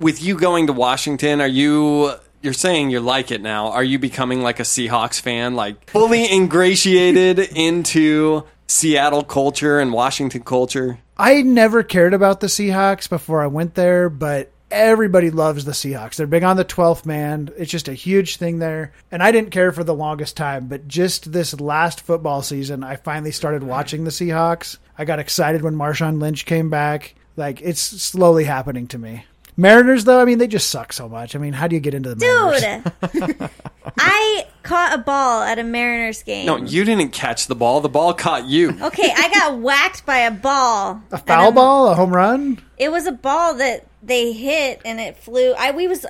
Speaker 3: With you going to Washington, are you? You're saying you like it now. Are you becoming like a Seahawks fan, like fully ingratiated into Seattle culture and Washington culture?
Speaker 5: I never cared about the Seahawks before I went there, but everybody loves the Seahawks. They're big on the 12th man. It's just a huge thing there. And I didn't care for the longest time, but just this last football season, I finally started watching the Seahawks. I got excited when Marshawn Lynch came back. Like, it's slowly happening to me. Mariners, though, I mean, they just suck so much. I mean, how do you get into the Mariners?
Speaker 4: dude,
Speaker 5: [laughs]
Speaker 4: I caught a ball at a Mariners game.
Speaker 3: No, you didn't catch the ball. The ball
Speaker 4: [laughs]
Speaker 3: caught you.
Speaker 4: Okay, I
Speaker 3: [laughs]
Speaker 4: got whacked by a ball.
Speaker 5: A [laughs] foul ball, a home run.
Speaker 4: It was a ball that they hit and it flew. I we was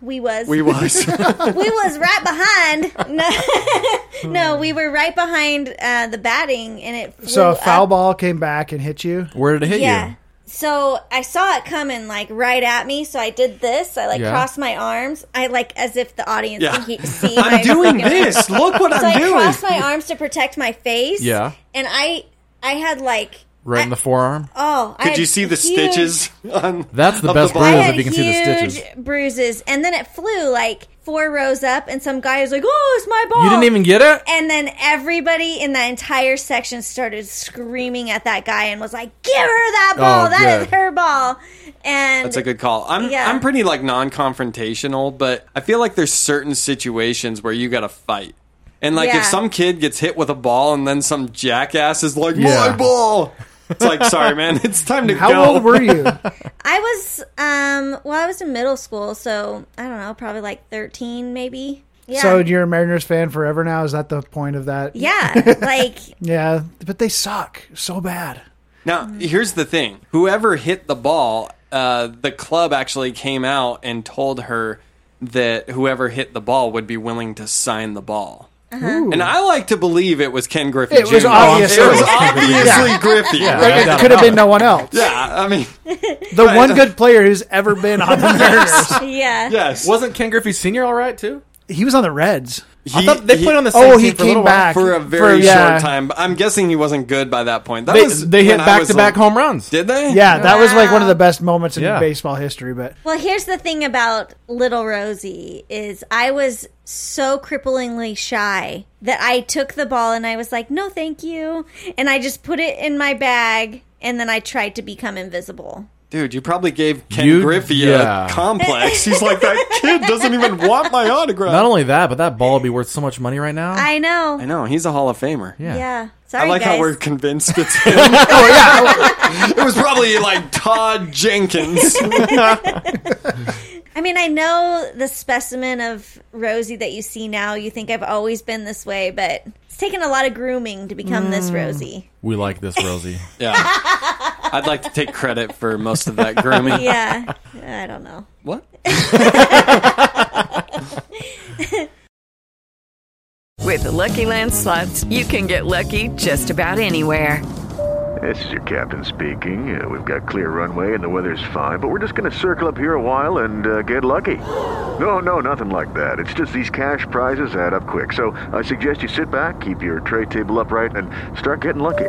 Speaker 4: we was
Speaker 3: We
Speaker 4: [laughs]
Speaker 3: was.
Speaker 4: we was right behind. [laughs] No, [laughs] no, we were right behind uh, the batting and it flew
Speaker 5: So a foul
Speaker 4: up.
Speaker 5: ball came back and hit you.
Speaker 6: Where did it hit
Speaker 4: Yeah. So I saw it coming like right at me. So I did this. I like
Speaker 6: Yeah.
Speaker 4: crossed my arms. I like as if the audience
Speaker 6: Yeah.
Speaker 4: can he- see.
Speaker 6: [laughs] I'm
Speaker 4: my
Speaker 6: doing
Speaker 4: freaking-
Speaker 6: this. Look what
Speaker 4: so
Speaker 6: I'm
Speaker 4: I
Speaker 6: doing.
Speaker 4: crossed my arms to protect my face.
Speaker 6: Yeah.
Speaker 4: And I, I had like
Speaker 6: Right in the forearm.
Speaker 4: oh. I
Speaker 3: Could
Speaker 4: had
Speaker 3: you see the
Speaker 4: huge-
Speaker 3: stitches? On,
Speaker 6: That's the
Speaker 3: of
Speaker 6: best
Speaker 3: ball?
Speaker 6: bruise
Speaker 4: I had
Speaker 6: if you can
Speaker 4: huge
Speaker 6: see the stitches.
Speaker 4: bruises, and then it flew like four rows up, and some guy was like, "Oh, it's my ball!"
Speaker 6: You didn't even get it?
Speaker 4: And then everybody in that entire section started screaming at that guy and was like, "Give her that
Speaker 3: Oh,
Speaker 4: ball! That is
Speaker 3: good.
Speaker 4: her ball!" And
Speaker 3: That's a good call. I'm
Speaker 4: Yeah.
Speaker 3: I'm pretty like non-confrontational, but I feel like there's certain situations where you got to fight. And like
Speaker 4: Yeah.
Speaker 3: if some kid gets hit with a ball and then some jackass is like,
Speaker 6: Yeah.
Speaker 3: "My ball." It's like, "Sorry, man. [laughs] It's time to
Speaker 5: How
Speaker 3: go."
Speaker 5: old were you?
Speaker 4: I was, um, well, I was in middle school, so I don't know, probably like thirteen, maybe. Yeah.
Speaker 5: So you're a Mariners fan forever now. Is that the point of that? [laughs]
Speaker 4: yeah, like
Speaker 5: Yeah, but they suck so bad.
Speaker 3: Now, here's the thing. Whoever hit the ball, uh, the club actually came out and told her that whoever hit the ball would be willing to sign the ball.
Speaker 5: Ooh.
Speaker 3: And I like to believe it was Ken Griffey
Speaker 5: It
Speaker 3: Jr.
Speaker 5: was obvious. [laughs]
Speaker 3: It was
Speaker 5: It was Ken Griffey Jr.
Speaker 3: obviously
Speaker 5: Yeah.
Speaker 3: Griffey.
Speaker 5: Yeah, Like, it could have been no one else.
Speaker 3: Yeah, I mean,
Speaker 5: The one good player who's ever been
Speaker 6: [laughs]
Speaker 5: on the Mariners.
Speaker 4: yeah.
Speaker 3: Yes.
Speaker 6: Wasn't Ken Griffey Senior all right too?
Speaker 5: He was on the Reds.
Speaker 6: I thought they
Speaker 3: he-
Speaker 6: played on the same
Speaker 5: Oh,
Speaker 6: team
Speaker 5: he
Speaker 6: for a little
Speaker 5: came
Speaker 6: while.
Speaker 5: back
Speaker 3: for a very
Speaker 5: yeah.
Speaker 3: short time. I'm guessing he wasn't good by that point. That
Speaker 6: They-
Speaker 3: was
Speaker 6: they hit
Speaker 3: when I was,
Speaker 6: back-to-back
Speaker 3: like-
Speaker 6: home runs.
Speaker 3: Did they?
Speaker 5: Yeah, that was like one of the best moments in
Speaker 6: Yeah.
Speaker 5: baseball history. But
Speaker 4: Well, here's the thing about Little Rosie is I was so cripplingly shy that I took the ball and I was like, "No, thank you." And I just put it in my bag and then I tried to become invisible.
Speaker 3: Dude, you probably gave Ken
Speaker 6: You-
Speaker 3: Griffey
Speaker 6: yeah.
Speaker 3: a complex. [laughs] He's like,
Speaker 6: [laughs]
Speaker 3: that kid doesn't even want my autograph.
Speaker 6: Not only that, but that ball would be worth so much money right now.
Speaker 4: I know.
Speaker 3: I know. He's a Hall of Famer.
Speaker 4: Yeah.
Speaker 6: Oh. Yeah.
Speaker 4: Sorry,
Speaker 3: I like
Speaker 4: guys.
Speaker 3: how we're convinced
Speaker 4: [laughs]
Speaker 3: it's him. oh yeah, it was probably like Todd Jenkins.
Speaker 4: I mean, I know the specimen of Rosie that you see now, you think I've always been this way, but it's taken a lot of grooming to become this
Speaker 6: Mm.
Speaker 4: Rosie.
Speaker 6: We like this, Rosie.
Speaker 3: [laughs] yeah. I'd like to take credit for most of that grooming.
Speaker 4: [laughs] yeah. I don't know. [laughs]
Speaker 3: What?
Speaker 7: With the Lucky Land slots, you can get lucky just about anywhere.
Speaker 8: This is your captain speaking. Uh, we've got clear runway and the weather's fine, but we're just going to circle up here a while and uh, get lucky. No, no, nothing like that. It's just these cash prizes add up quick. So I suggest you sit back, keep your tray table upright, and start getting lucky.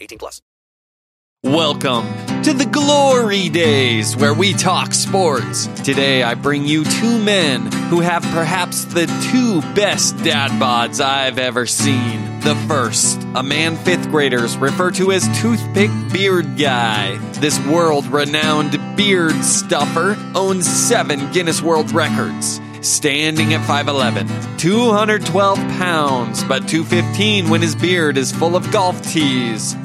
Speaker 2: 18 plus.
Speaker 3: Welcome to the Glory Days, where we talk sports. Today, I bring you two men who have perhaps the two best dad bods I've ever seen. The first, a man fifth graders refer to as Toothpick Beard Guy. This world renowned beard stuffer owns seven Guinness World Records. Standing at 5'11, 212 pounds, but 215 when his beard is full of golf tees.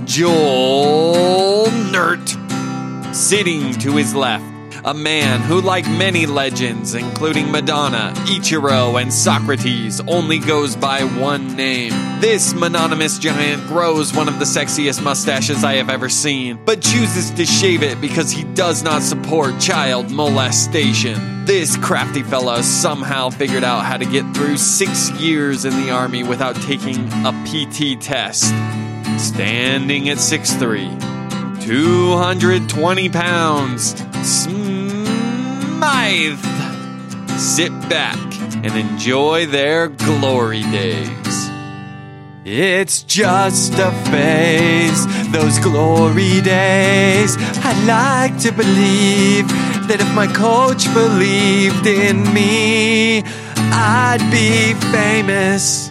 Speaker 3: Joel Nert. Sitting to his left, a man who, like many legends, including Madonna, Ichiro, and Socrates, only goes by one name. This mononymous giant grows one of the sexiest mustaches I have ever seen, but chooses to shave it because he does not support child molestation. This crafty fella somehow figured out how to get through six years in the army without taking a PT test. Standing at 6'3. 220 pounds. Smythe. Sit back and enjoy their glory days. It's just a phase, those glory days. I like to believe that if my coach believed [laughs] in me, I'd be famous.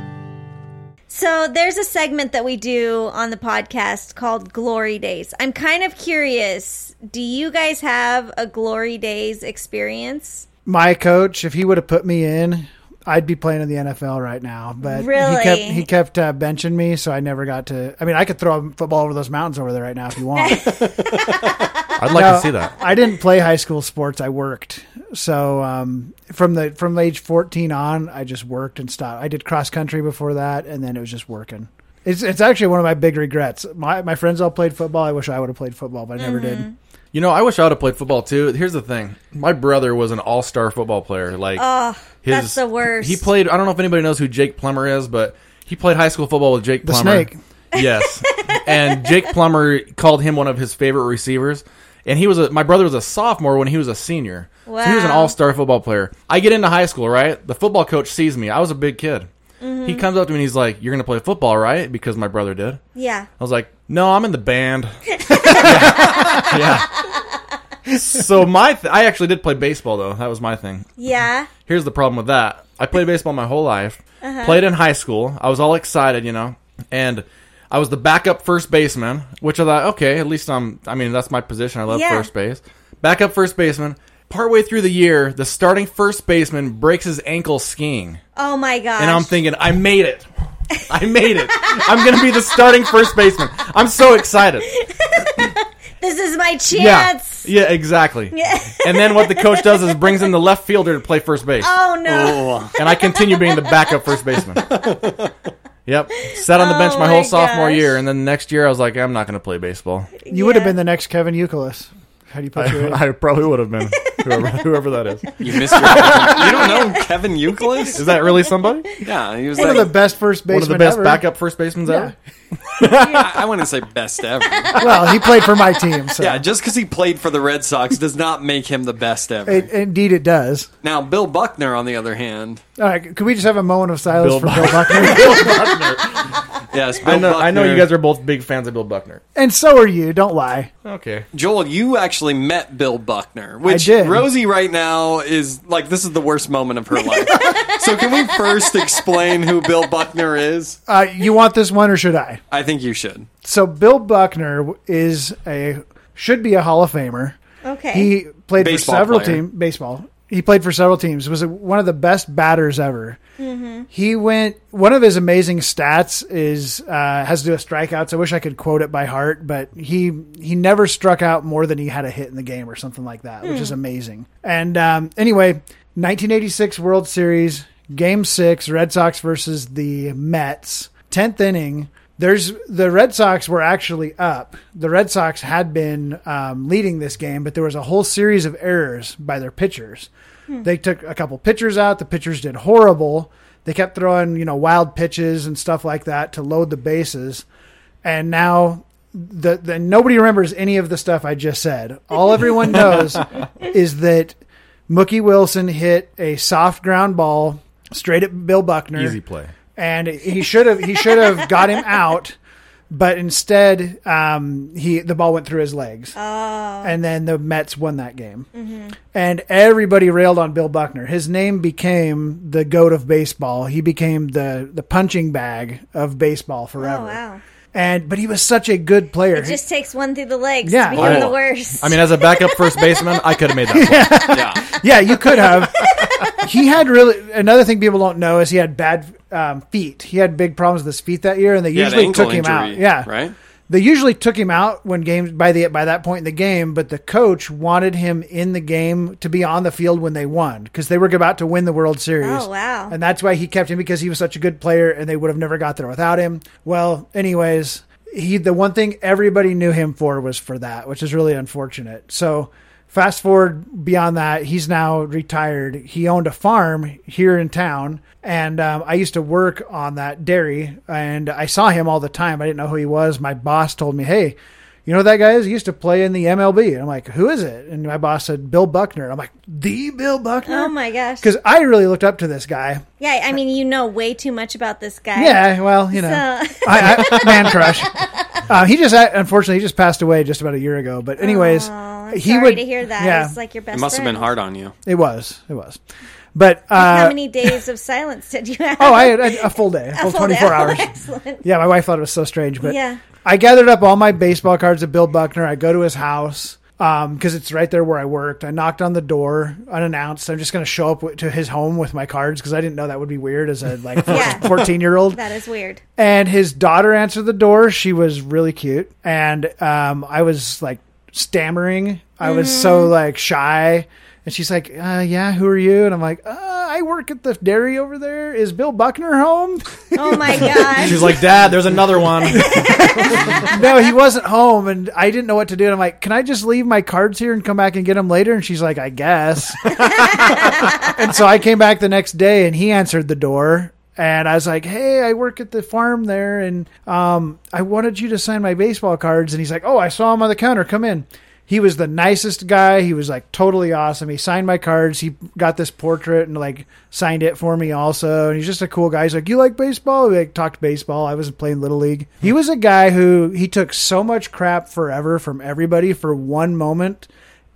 Speaker 4: So there's a segment that we do on the podcast called Glory Days. I'm kind of curious. Do you guys have a Glory Days experience?
Speaker 5: My coach, if he would have put me in, I'd be playing in the NFL right now. But
Speaker 4: Really?
Speaker 5: he kept he kept uh, benching me, so I never got to. I mean, I could throw a football over those mountains over there right now if you want.
Speaker 6: I'd like
Speaker 5: No,
Speaker 6: to see that.
Speaker 5: I didn't play high school sports. I worked. So um, from the from age fourteen on, I just worked and stopped. I did cross country before that, and then it was just working. It's it's actually one of my big regrets. My my friends all played football. I wish I would have played football, but I never did.
Speaker 6: You know, I wish I would have played football too. Here's the thing: my brother was an all-star football player. Like,
Speaker 4: Oh, that's the worst.
Speaker 6: He played. I don't know if anybody knows who Jake Plummer is, but he played high school football with Jake
Speaker 5: The
Speaker 6: Plummer.
Speaker 5: snake.
Speaker 6: [laughs] Yes, and Jake Plummer called him one of his favorite receivers. And he was a, my brother was a sophomore when he was a senior. So he was an
Speaker 9: Wow.
Speaker 6: all-star football player. I get into high school, right? The football coach sees me. I was a big kid.
Speaker 4: Mhm.
Speaker 6: He comes up to me and he's like, "You're going to play football, right?" Because my brother did.
Speaker 4: Yeah.
Speaker 6: I was like, no, I'm in
Speaker 4: [laughs]
Speaker 6: the band. yeah.
Speaker 4: [laughs]
Speaker 6: So my, th- I actually did play baseball though. That was my thing.
Speaker 4: Yeah.
Speaker 6: Here's the problem with that. I played baseball my whole life.
Speaker 4: Uh-huh.
Speaker 6: Played in high school. I was all excited, you know, and I was the backup first baseman, which I thought, okay, at least I'm. I mean, that's my position. I love
Speaker 4: Yeah.
Speaker 6: first base. Backup first baseman. Partway through the year, the starting first baseman breaks his ankle skiing.
Speaker 4: Oh my gosh.
Speaker 6: And I'm thinking, I made it. I made it. I'm going to be the starting first baseman. I'm so excited.
Speaker 4: this is my
Speaker 5: [laughs]
Speaker 4: chance. [laughs]
Speaker 6: Yeah. Yeah, exactly.
Speaker 4: Yeah.
Speaker 6: And then what the coach does is brings in the left fielder to play first base.
Speaker 4: Oh, no.
Speaker 6: Oh. And I continue being the backup first baseman. Yep. Sat on the bench
Speaker 5: Oh,
Speaker 6: my whole
Speaker 5: my
Speaker 6: sophomore
Speaker 5: gosh.
Speaker 6: year and then next year I was like, I'm not going to play baseball.
Speaker 5: You would have been the next Kevin Youkilis. How do you
Speaker 6: [laughs]
Speaker 5: put your?
Speaker 6: I, I probably would have been
Speaker 4: [laughs]
Speaker 6: whoever, whoever that is.
Speaker 3: You missed
Speaker 6: [laughs]
Speaker 3: your opportunity. You don't know [laughs] Kevin Euclid?
Speaker 6: Is that really somebody?
Speaker 3: Yeah, he was
Speaker 5: One of
Speaker 3: like-
Speaker 5: the best first
Speaker 6: One of the
Speaker 5: basemen
Speaker 6: best
Speaker 5: ever.
Speaker 6: backup first basemen
Speaker 5: Yeah.
Speaker 6: ever.
Speaker 3: I, I wouldn't say best ever.
Speaker 5: [laughs] well, he played for my team, so
Speaker 3: Yeah, just because he played for the Red Sox does not make him the best ever.
Speaker 5: it, indeed it does.
Speaker 3: Now, Bill Buckner, on the other hand,
Speaker 5: All right, could we just have a moment of silence
Speaker 6: Bill
Speaker 5: for
Speaker 6: Buck-
Speaker 5: Bill Buckner?
Speaker 3: yes, Bill
Speaker 6: I know. I know
Speaker 3: Buckner-
Speaker 6: you guys are both big fans of Bill Buckner.
Speaker 5: and so are you. Don't lie.
Speaker 6: Okay.
Speaker 3: Joel, you actually met Bill Buckner, which
Speaker 5: did.
Speaker 3: Rosie right now is like this is the worst moment of her
Speaker 5: [laughs]
Speaker 3: life. so can we first explain who Bill Buckner is?
Speaker 5: Uh, you want this one, or should I?
Speaker 3: I think you should.
Speaker 5: So Bill Buckner is a should be a Hall of Famer.
Speaker 4: Okay.
Speaker 5: He played
Speaker 3: Baseball
Speaker 5: for several
Speaker 3: player.
Speaker 5: teams. Baseball. He played for several teams. Was one of the best batters ever.
Speaker 10: Mm-hmm.
Speaker 5: He went. One of his amazing stats is uh, has to do with strikeouts. I wish I could quote it by heart, but he he never struck out more than he had a hit in the game or something like that, which is amazing. And um, anyway, 1986 World Series Game Six, Red Sox versus the Mets. Tenth inning. There's the Red Sox were actually up. The Red Sox had been um, leading this game, but there was a whole series of errors by their pitchers. They took a couple pitchers out. The pitchers did horrible. They kept throwing, you know, wild pitches and stuff like that to load the bases. And now the, the nobody remembers any of the stuff I just said. All everyone knows [laughs] is that Mookie Wilson hit a soft ground ball straight at Bill Buckner
Speaker 6: Easy play.
Speaker 5: and he should have he should
Speaker 6: [laughs]
Speaker 5: have got him out, but instead um, he the ball went through his legs,
Speaker 4: Oh.
Speaker 5: and then the Mets won that game.
Speaker 4: Mm-hmm.
Speaker 5: And everybody railed on Bill Buckner. His name became the goat of baseball. He became the the punching bag of baseball forever.
Speaker 4: Oh, wow.
Speaker 5: And but he was such a good player.
Speaker 4: It just takes one through the legs
Speaker 5: Yeah.
Speaker 4: to become
Speaker 5: Oh.
Speaker 4: the worst.
Speaker 6: I mean, as a backup first baseman, I could have
Speaker 4: [laughs]
Speaker 6: made that. play.
Speaker 5: yeah, you could have. he had really another thing people don't know is he had bad um, feet. He had big problems with his feet that year, and they
Speaker 3: He had an
Speaker 5: usually
Speaker 3: ankle
Speaker 5: took him
Speaker 3: injury,
Speaker 5: out. Yeah,
Speaker 3: right.
Speaker 5: They usually took him out when games by the by that point in the game, but the coach wanted him in the game to be on the field when they won because they were about to win the World Series.
Speaker 4: Oh, wow.
Speaker 5: And that's why he kept him because he was such a good player, and they would have never got there without him. Well, anyways, he the one thing everybody knew him for was for that, which is really unfortunate. So. Fast forward beyond that, he's now retired. He owned a farm here in town, and um, I used to work on that dairy, and I saw him all the time. I didn't know who he was. My boss told me, "Hey, you know who that guy is? He used to play in the MLB." And I'm like, "Who is it?" And my boss said, "Bill Buckner." And I'm like, "The Bill
Speaker 4: [laughs]
Speaker 5: Buckner?"
Speaker 4: oh my gosh.
Speaker 5: Because I really looked up to this guy.
Speaker 4: Yeah, I mean, you know way too much about this guy.
Speaker 5: Yeah, well, you know,
Speaker 4: So-
Speaker 5: I,
Speaker 4: [laughs]
Speaker 5: I, man crush. Uh, he just unfortunately he just passed away just about a year ago. But anyways,
Speaker 4: I'm
Speaker 5: he
Speaker 4: sorry
Speaker 5: would
Speaker 4: to hear that.
Speaker 5: Yeah,
Speaker 4: It's like your best
Speaker 3: It must have
Speaker 4: friend.
Speaker 3: been hard on you.
Speaker 5: it was, it was. But uh,
Speaker 4: How many days of silence did you have?
Speaker 5: [laughs] Oh, I had a
Speaker 4: [laughs]
Speaker 5: full day, a full,
Speaker 4: full day.
Speaker 5: 24
Speaker 4: Oh,
Speaker 5: hours.
Speaker 4: excellent.
Speaker 5: Yeah, my wife thought it was so strange, but
Speaker 4: Yeah.
Speaker 5: I gathered up all my baseball cards of Bill Buckner. I go to his house because it's right there where I worked. I knocked on the door unannounced. I'm just going to show up w- to his home with my cards because I didn't know that would be weird as
Speaker 4: [laughs]
Speaker 5: a like
Speaker 4: Yeah.
Speaker 5: 14 year old.
Speaker 4: That is weird.
Speaker 5: And his daughter answered the door. She was really cute, and um, I was like stammering. I was
Speaker 4: Mm-hmm.
Speaker 5: so like shy, and she's like, uh, "Yeah, who are you?" And I'm like, uh, "I work at the dairy over there. Is Bill Buckner home?"
Speaker 4: Oh my
Speaker 5: [laughs]
Speaker 4: gosh.
Speaker 6: She's like, Dad, there's another one.
Speaker 5: no, he wasn't home, and I didn't know what to do. And I'm like, "Can I just leave my cards here and come back and get them later?" And she's like, "I guess." and so I came back the next day, and he answered the door. And I was like, "Hey, I work at the farm there, and um, I wanted you to sign my baseball cards." And he's like, "Oh, I saw him on the counter. Come in." He was the nicest guy. He was like totally awesome. He signed my cards. He got this portrait and like signed it for me also. And he's just a cool guy. He's like, "You like baseball?" We like talked baseball. I was playing little league. He was a guy who he took so much crap forever from everybody for one moment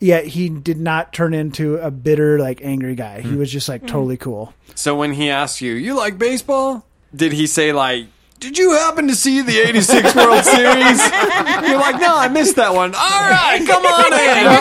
Speaker 5: yet he did not turn into a bitter like angry guy he was just like totally cool
Speaker 3: So when he asked you, "You like baseball?" Did he say like, "Did you happen to see the
Speaker 5: [laughs]
Speaker 3: '86 World Series?" You're like, "No, I missed that one." All right, come on in.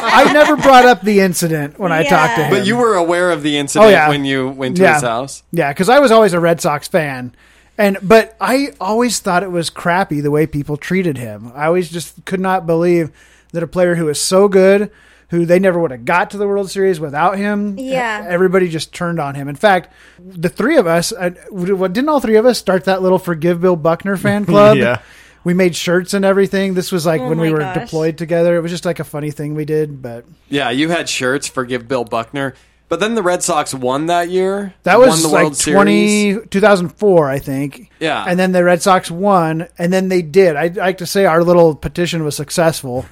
Speaker 5: i never brought up the incident when i talked to him
Speaker 3: But you were aware of the incident
Speaker 5: Oh, yeah.
Speaker 3: when you went to his house.
Speaker 5: yeah because i was always a red sox fan and but i always thought it was crappy the way people treated him i always just could not believe that a player who was so good who they never would have got to the World Series without him. e-,
Speaker 4: Yeah.
Speaker 5: Everybody just turned on him. In fact, uh, the three of us, I, didn't all three of us start that little Forgive Bill Buckner fan club?
Speaker 6: Yeah.
Speaker 5: we made shirts and everything. This was like
Speaker 3: Oh
Speaker 5: when we
Speaker 3: my
Speaker 5: were
Speaker 3: gosh.
Speaker 5: deployed together. It was just like a funny thing we did, but
Speaker 3: Yeah, you had shirts. Forgive Bill Buckner. But then the Red Sox won that year.
Speaker 5: that
Speaker 3: Won
Speaker 5: was
Speaker 3: the
Speaker 5: like
Speaker 3: World
Speaker 5: 20, 2004, I think.
Speaker 3: Yeah.
Speaker 5: And then the Red Sox won, and then they did. I'd like to say our little petition was successful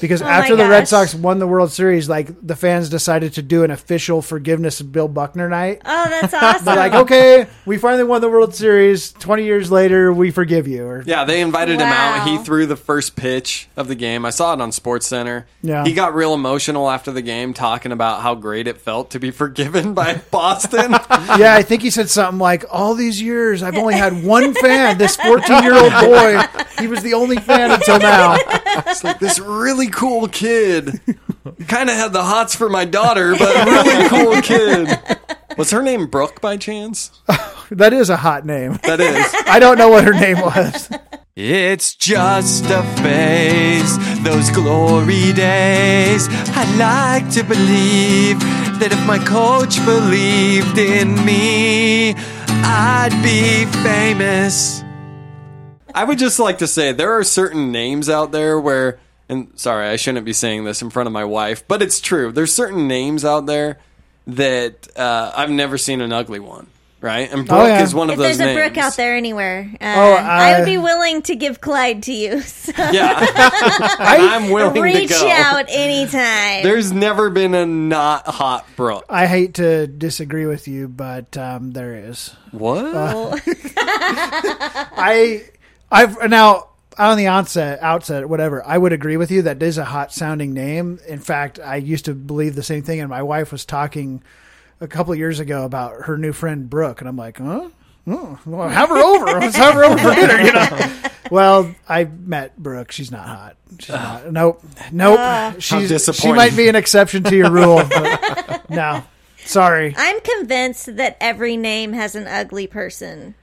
Speaker 5: because
Speaker 9: Oh my
Speaker 5: after the Red
Speaker 9: gosh.
Speaker 5: Sox won the World Series, like the fans decided to do an official forgiveness of Bill Buckner night.
Speaker 4: Oh, that's
Speaker 5: [laughs] They're
Speaker 4: awesome.
Speaker 5: like, okay, we finally won the World Series. Twenty years later, we forgive you. Or
Speaker 3: Yeah, they invited him out. He threw the first pitch of the game. I saw it on Sports Center.
Speaker 5: Yeah.
Speaker 3: He got real emotional after the game talking about how great it felt to be forgiven by Boston.
Speaker 5: [laughs]
Speaker 3: [laughs]
Speaker 5: yeah, I think he said something like, "All these years, I've only had one fan. This fourteen-year-old boy. He was the only fan until now."
Speaker 3: it's like this really cool kid. Kind of had the hots for my daughter, but really cool kid. Was her name Brooke by chance?
Speaker 5: That is a hot name.
Speaker 3: That is.
Speaker 5: I don't know what her name was.
Speaker 11: It's just a phase, those glory days. I like to believe that if my coach believed in me, I'd be famous.
Speaker 3: I would just like to say there are certain names out there where, and sorry, I shouldn't be saying this in front of my wife, but it's true. There's certain names out there that uh, I've never seen an ugly one, right?
Speaker 4: Oh,
Speaker 3: And Brooke is one of
Speaker 4: if
Speaker 3: those
Speaker 4: there's
Speaker 3: names.
Speaker 4: a Brooke out there anywhere, uh,
Speaker 3: Oh,
Speaker 4: I
Speaker 3: I-
Speaker 4: would be willing to give Clyde to you. So [laughs]
Speaker 3: I, am willing
Speaker 4: reach
Speaker 3: to go.
Speaker 4: out anytime.
Speaker 3: There's never been a not hot Brooke.
Speaker 5: I hate to disagree with you, but um, there is.
Speaker 3: What?
Speaker 5: Uh, [laughs] I, I've now on the onset, outset, whatever. I would agree with you that is a hot sounding name. In fact, I used to believe the same thing, and my wife was talking a couple of years ago about her new friend Brooke, and I'm like, huh. Oh, well, have her over. Let's have her over for dinner, you know. Well, I met Brooke. She's not hot. She's not. Nope. Nope.
Speaker 4: Ah.
Speaker 3: How
Speaker 5: She's, she
Speaker 3: disappointing.
Speaker 5: might be an exception to your rule. but no. Sorry.
Speaker 4: I'm convinced that every name has an ugly person.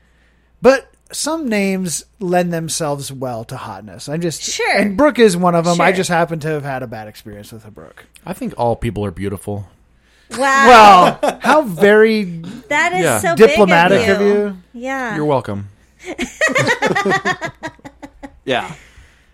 Speaker 5: But some names lend themselves well to hotness. I'm just
Speaker 4: Sure.
Speaker 5: And Brooke is one of them. I
Speaker 4: Sure.
Speaker 5: just happen to have had a bad experience with a Brooke.
Speaker 6: I think all people are beautiful.
Speaker 4: Wow.
Speaker 3: [laughs]
Speaker 5: Well, how very
Speaker 4: that is
Speaker 6: Yeah.
Speaker 4: so [laughs]
Speaker 5: Diplomatic
Speaker 4: big of
Speaker 5: of
Speaker 4: you.
Speaker 5: you.
Speaker 4: Yeah.
Speaker 6: You're welcome.
Speaker 3: Yeah.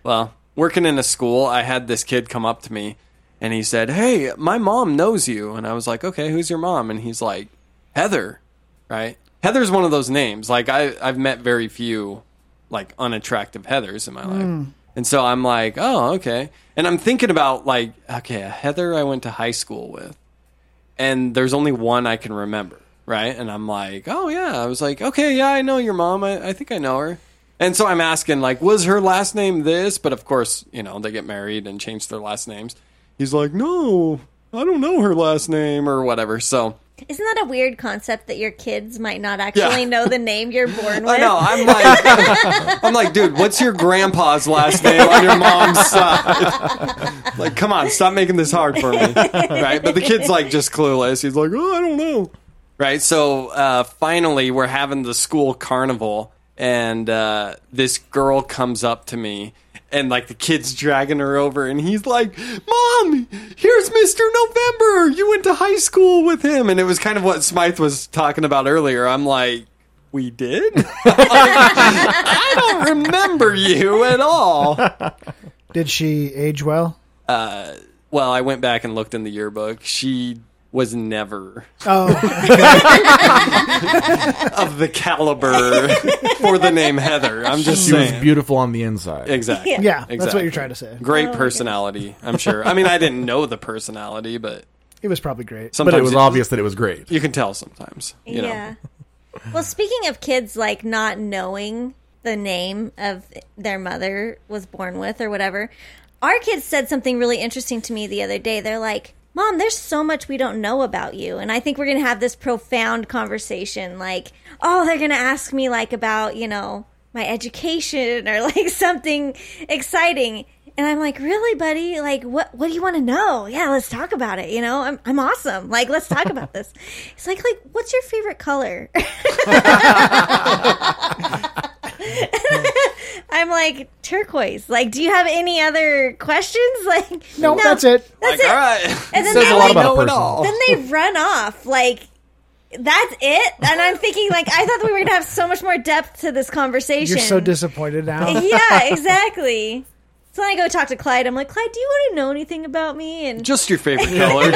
Speaker 3: Well, working in a school, I had this kid come up to me and he said, Hey, my mom knows you. And I was like, Okay, who's your mom? And he's like, Heather, right? Heather's one of those names. Like, I, I've met very few, like, unattractive Heathers in my life.
Speaker 8: Hmm.
Speaker 3: And so I'm like, Oh, okay. And I'm thinking about, like, okay, a Heather I went to high school with. And there's only one I can remember, right? And I'm like, Oh, yeah. I was like, Okay, yeah, I know your mom. I, I think I know her. And so I'm asking, like, was her last name this? But of course, you know, they get married and change their last names. He's like, no, I don't know her last name or whatever. So
Speaker 4: Isn't that a weird concept that your kids might not actually
Speaker 3: Yeah.
Speaker 4: know the name you're born with?
Speaker 3: [laughs] I know I'm like, I'm like, dude, what's your grandpa's last name on your mom's side? like, come on, stop making this hard for me, right? But the kid's like just clueless. He's like, oh, I don't know, right? So uh, finally, we're having the school carnival, and uh, this girl comes up to me. And like the kid's dragging her over, and he's like, "Mom, here's Mister November. You went to high school with him." And it was kind of what Smythe was talking about earlier. I'm like, "We did? I don't remember you at all.
Speaker 5: [laughs] Did she age well?
Speaker 3: Uh, well, I went back and looked in the yearbook. She was never
Speaker 5: Oh.
Speaker 3: of the caliber [laughs] for the name Heather. I'm just
Speaker 6: she
Speaker 3: saying.
Speaker 6: was beautiful on the inside.
Speaker 3: Exactly.
Speaker 5: Yeah, that's what
Speaker 3: Exactly.
Speaker 5: you're trying to say.
Speaker 3: Great
Speaker 5: Oh, okay.
Speaker 3: personality, I'm sure. I mean, I didn't know the personality, but
Speaker 5: It was probably great.
Speaker 3: sometimes
Speaker 6: but it was obvious that it was great.
Speaker 3: You can tell sometimes. You know.
Speaker 4: yeah. well, speaking of kids like not knowing the name of their mother was born with or whatever, our kids said something really interesting to me the other day. They're like, Mom, there's so much we don't know about you. And I think we're going to have this profound conversation. Like, oh, they're going to ask me, like, about, you know, my education or [laughs] like something exciting. And I'm like, really, buddy? Like, what? What do you want to know? Yeah, let's talk about it. You know, I'm I'm awesome. Like, let's talk about this. It's like, like, what's your favorite color? I'm like turquoise. Like, do you have any other questions? [laughs] Like,
Speaker 5: No, that's it.
Speaker 4: That's
Speaker 3: Like,
Speaker 4: it.
Speaker 3: all right.
Speaker 4: And then
Speaker 3: Says
Speaker 4: they
Speaker 3: a lot
Speaker 4: like,
Speaker 3: about a person.
Speaker 4: then they run off. Like, that's it. And I'm thinking, like, I thought that we were gonna have so much more depth to this conversation.
Speaker 5: You're so disappointed now. [laughs]
Speaker 4: yeah, exactly. So then I go talk to Clyde. I'm like, Clyde, do you already know anything about me? And
Speaker 3: Just
Speaker 4: [laughs]
Speaker 3: your favorite color.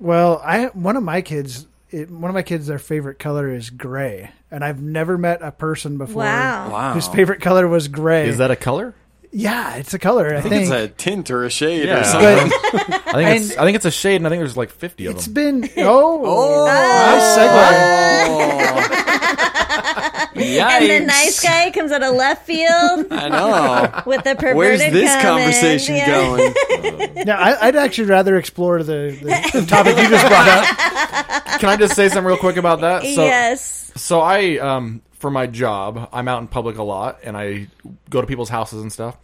Speaker 5: Well, I one of my kids, it, one of my kids, their favorite color is gray, and I've never met a person before
Speaker 3: Wow. Wow.
Speaker 5: whose favorite color was gray.
Speaker 6: Is that a color?
Speaker 5: Yeah, it's a color. I,
Speaker 3: I think, it's a tint or a shade
Speaker 6: Yeah.
Speaker 3: or something.
Speaker 6: [laughs] I think it's, I think it's a shade, and I think there's like 50 of
Speaker 5: it's
Speaker 6: them.
Speaker 5: been
Speaker 3: [laughs]
Speaker 5: oh, nice segue.
Speaker 4: and the nice guy comes out of left field.
Speaker 3: I know.
Speaker 4: With the perverted
Speaker 3: Where's this
Speaker 4: comment.
Speaker 3: conversation
Speaker 4: Yeah.
Speaker 3: going?
Speaker 4: [laughs]
Speaker 3: Oh!
Speaker 5: Yeah, I, I'd actually rather explore the, the, the topic you just brought up.
Speaker 6: Can I just say something real quick about that?
Speaker 4: Yes.
Speaker 6: So I, um, for my job, I'm out in public a lot, and I go to people's houses and stuff.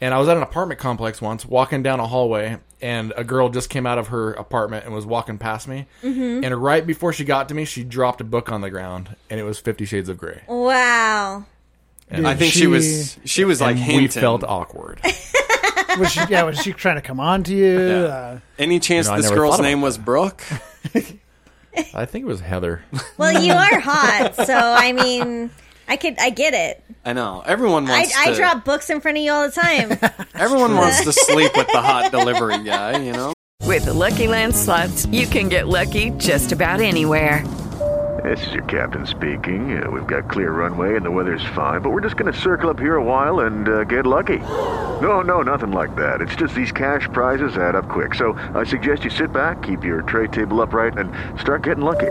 Speaker 6: And I was at an apartment complex once, walking down a hallway, and a girl just came out of her apartment and was walking past me.
Speaker 4: Mhm.
Speaker 6: And right before she got to me, she dropped a book on the ground, and it was Fifty Shades of Grey.
Speaker 4: Wow.
Speaker 6: And
Speaker 3: I think she, was she was like
Speaker 6: and
Speaker 3: hinting.
Speaker 6: we felt awkward.
Speaker 5: Was she, yeah, was she trying to come on to you? Uh,
Speaker 3: Any chance
Speaker 6: You know, I
Speaker 3: this
Speaker 6: never
Speaker 3: girl's
Speaker 6: thought
Speaker 3: name
Speaker 6: about
Speaker 3: was Brooke?
Speaker 6: [laughs] I think it was Heather.
Speaker 4: Well, you are hot, so I mean, I could, I get it.
Speaker 3: I know. Everyone
Speaker 4: I,
Speaker 3: wants
Speaker 4: I
Speaker 3: to
Speaker 4: drop books in front of you all the
Speaker 6: [laughs]
Speaker 4: time.
Speaker 3: everyone wants to sleep with the hot delivery guy, you know?
Speaker 7: With the Lucky Land slots, you can get lucky just about anywhere.
Speaker 8: This is your captain speaking. Uh, we've got clear runway and the weather's fine, but we're just going to circle up here a while and uh, get lucky. No, no, nothing like that. It's just these cash prizes add up quick. So I suggest you sit back, keep your tray table upright, and start getting lucky.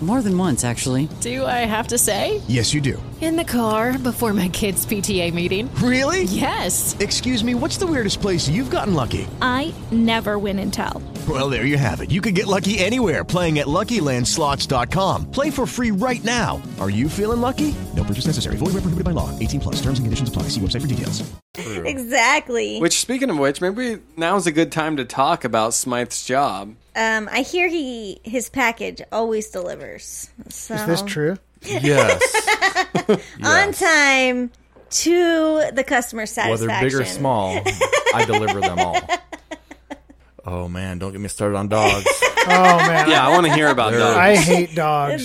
Speaker 12: More than once, actually.
Speaker 10: Do I have to say?
Speaker 13: Yes, you do.
Speaker 10: In the car before my kids' PTA meeting.
Speaker 13: Really?
Speaker 10: Yes.
Speaker 13: Excuse me, what's the weirdest place you've gotten lucky?
Speaker 14: I never win and tell.
Speaker 13: Well, there you have it. You can get lucky anywhere playing at LuckyLandSlots.com. Play for free right now. Are you feeling lucky? No purchase necessary. Void where prohibited by law. 18 plus. Terms and conditions apply. See website for details.
Speaker 4: exactly.
Speaker 3: Which, speaking of which, maybe now's a good time to talk about Smythe's job.
Speaker 4: Um, I hear he his package always delivers. So
Speaker 5: Is this true?
Speaker 3: [laughs]
Speaker 6: Yes.
Speaker 4: On time to the customer
Speaker 6: Whether
Speaker 4: satisfaction.
Speaker 6: big or small, I deliver them all. Oh man, don't get me started
Speaker 4: [laughs]
Speaker 6: on dogs.
Speaker 5: Oh man,
Speaker 3: Yeah, I want to hear about
Speaker 6: There.
Speaker 3: dogs.
Speaker 5: I hate dogs.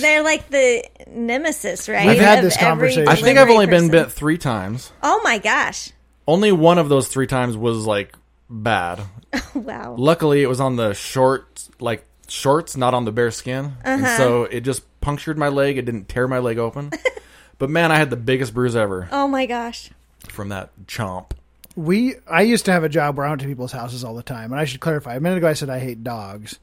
Speaker 4: [laughs] They're like the nemesis, right?
Speaker 6: We've had
Speaker 4: of
Speaker 5: this
Speaker 4: every
Speaker 5: conversation.
Speaker 6: I think I've
Speaker 4: delivery
Speaker 6: only been
Speaker 4: person.
Speaker 6: bit three times.
Speaker 4: Oh my gosh!
Speaker 6: Only one of those three times was like bad.
Speaker 4: [laughs] Wow.
Speaker 6: Luckily, it was on the short, like shorts, not on the bare skin, and
Speaker 4: Uh-huh.
Speaker 6: so it just punctured my leg. It didn't tear my
Speaker 4: [laughs]
Speaker 6: leg open, but man, I had the biggest bruise ever
Speaker 4: Oh my gosh.
Speaker 6: from that chomp.
Speaker 5: We I used to have a job where I went to people's houses all the time, and I should clarify. A minute ago, I said I hate dogs.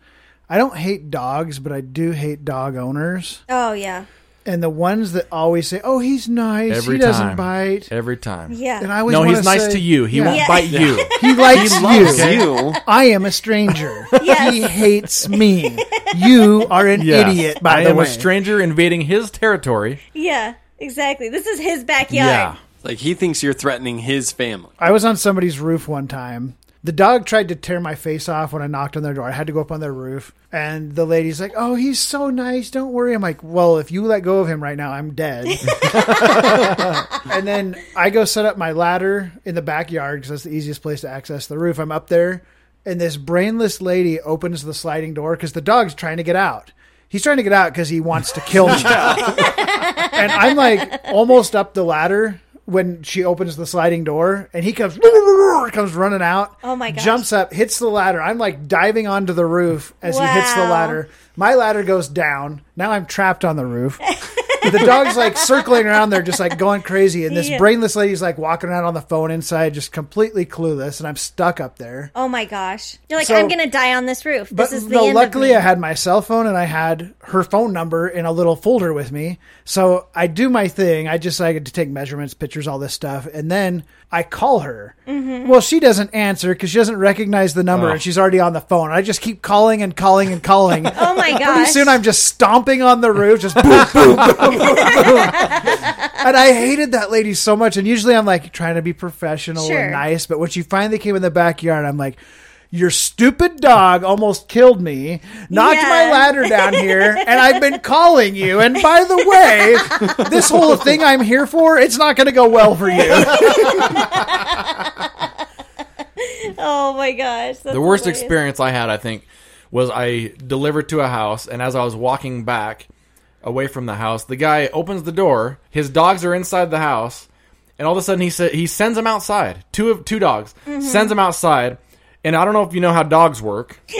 Speaker 5: I don't hate dogs, but I do hate dog owners.
Speaker 4: Oh yeah.
Speaker 5: And the ones that always say, "Oh, he's nice.
Speaker 6: Every
Speaker 5: he doesn't
Speaker 6: time.
Speaker 5: bite."
Speaker 6: Every time.
Speaker 4: Yeah.
Speaker 5: And I always
Speaker 6: No,
Speaker 5: wanna
Speaker 6: he's nice
Speaker 5: say-
Speaker 6: to you. He
Speaker 5: Yeah.
Speaker 6: won't
Speaker 4: Yeah.
Speaker 6: bite you.
Speaker 4: [laughs]
Speaker 5: He likes
Speaker 6: loves
Speaker 5: you.
Speaker 3: you.
Speaker 5: I am a stranger.
Speaker 4: [laughs] Yes.
Speaker 5: He hates me. You are an
Speaker 6: Yeah.
Speaker 5: idiot. By
Speaker 6: I
Speaker 5: the
Speaker 6: am
Speaker 5: way,
Speaker 6: a stranger invading his territory.
Speaker 4: Yeah. Exactly. This is his backyard.
Speaker 3: Like, he thinks you're threatening his family.
Speaker 5: I was on somebody's roof one time. The dog tried to tear my face off when I knocked on their door. I had to go up on their roof, and the lady's like, "Oh, he's so nice. Don't worry." I'm like, "Well, if you let go of him right now, I'm dead." [laughs] and then I go set up my ladder in the backyard because that's the easiest place to access the roof. I'm up there, and this brainless lady opens the sliding door because the dog's trying to get out. He's trying to get out because he wants to kill me. [laughs] and I'm like almost up the ladder when she opens the sliding door, and he comes comes running out.
Speaker 4: Oh my gosh.
Speaker 5: Jumps up, hits the ladder. I'm like diving onto the roof as he hits the
Speaker 4: Wow.
Speaker 5: ladder. My ladder goes down. Now I'm trapped on the roof. [laughs] the dog's like circling around there, just like going crazy. And this
Speaker 4: Yeah.
Speaker 5: brainless lady's like walking around on the phone inside, just completely clueless. And I'm stuck up there.
Speaker 4: Oh my gosh. You're like,
Speaker 5: So-
Speaker 4: I'm gonna die on this roof.
Speaker 5: But
Speaker 4: this is the
Speaker 5: no,
Speaker 4: end
Speaker 5: luckily
Speaker 4: of me.
Speaker 5: I had my cell phone and I had her phone number in a little folder with me. So I do my thing. I just I get to take measurements, pictures, all this stuff, and then I call her. Well, she doesn't answer because she doesn't recognize the number and she's already on the phone. I just keep calling and calling and calling.
Speaker 4: [laughs] Oh my gosh.
Speaker 5: Pretty soon I'm just stomping on the roof, just boom, boom, boom. and I hated that lady so much. And usually I'm like trying to be professional
Speaker 9: Sure.
Speaker 5: and nice, but when she finally came in the backyard, I'm like, your stupid dog almost killed me, knocked my
Speaker 9: Yeah.
Speaker 5: ladder down here, and I've been calling you. And by the way, this whole thing I'm here for, it's not going to go well
Speaker 4: [laughs]
Speaker 5: for you.
Speaker 4: [laughs] oh my gosh. that's
Speaker 6: the worst
Speaker 4: hilarious.
Speaker 6: experience I had, I think, was I delivered to a house, and as I was walking back away from the house, the guy opens the door. His dogs are inside the house, and all of a sudden he said he sends them outside. Two of two dogs
Speaker 4: Mm-hmm.
Speaker 9: Mhm.
Speaker 6: sends them outside, and I don't know if you know how dogs work,
Speaker 4: [laughs]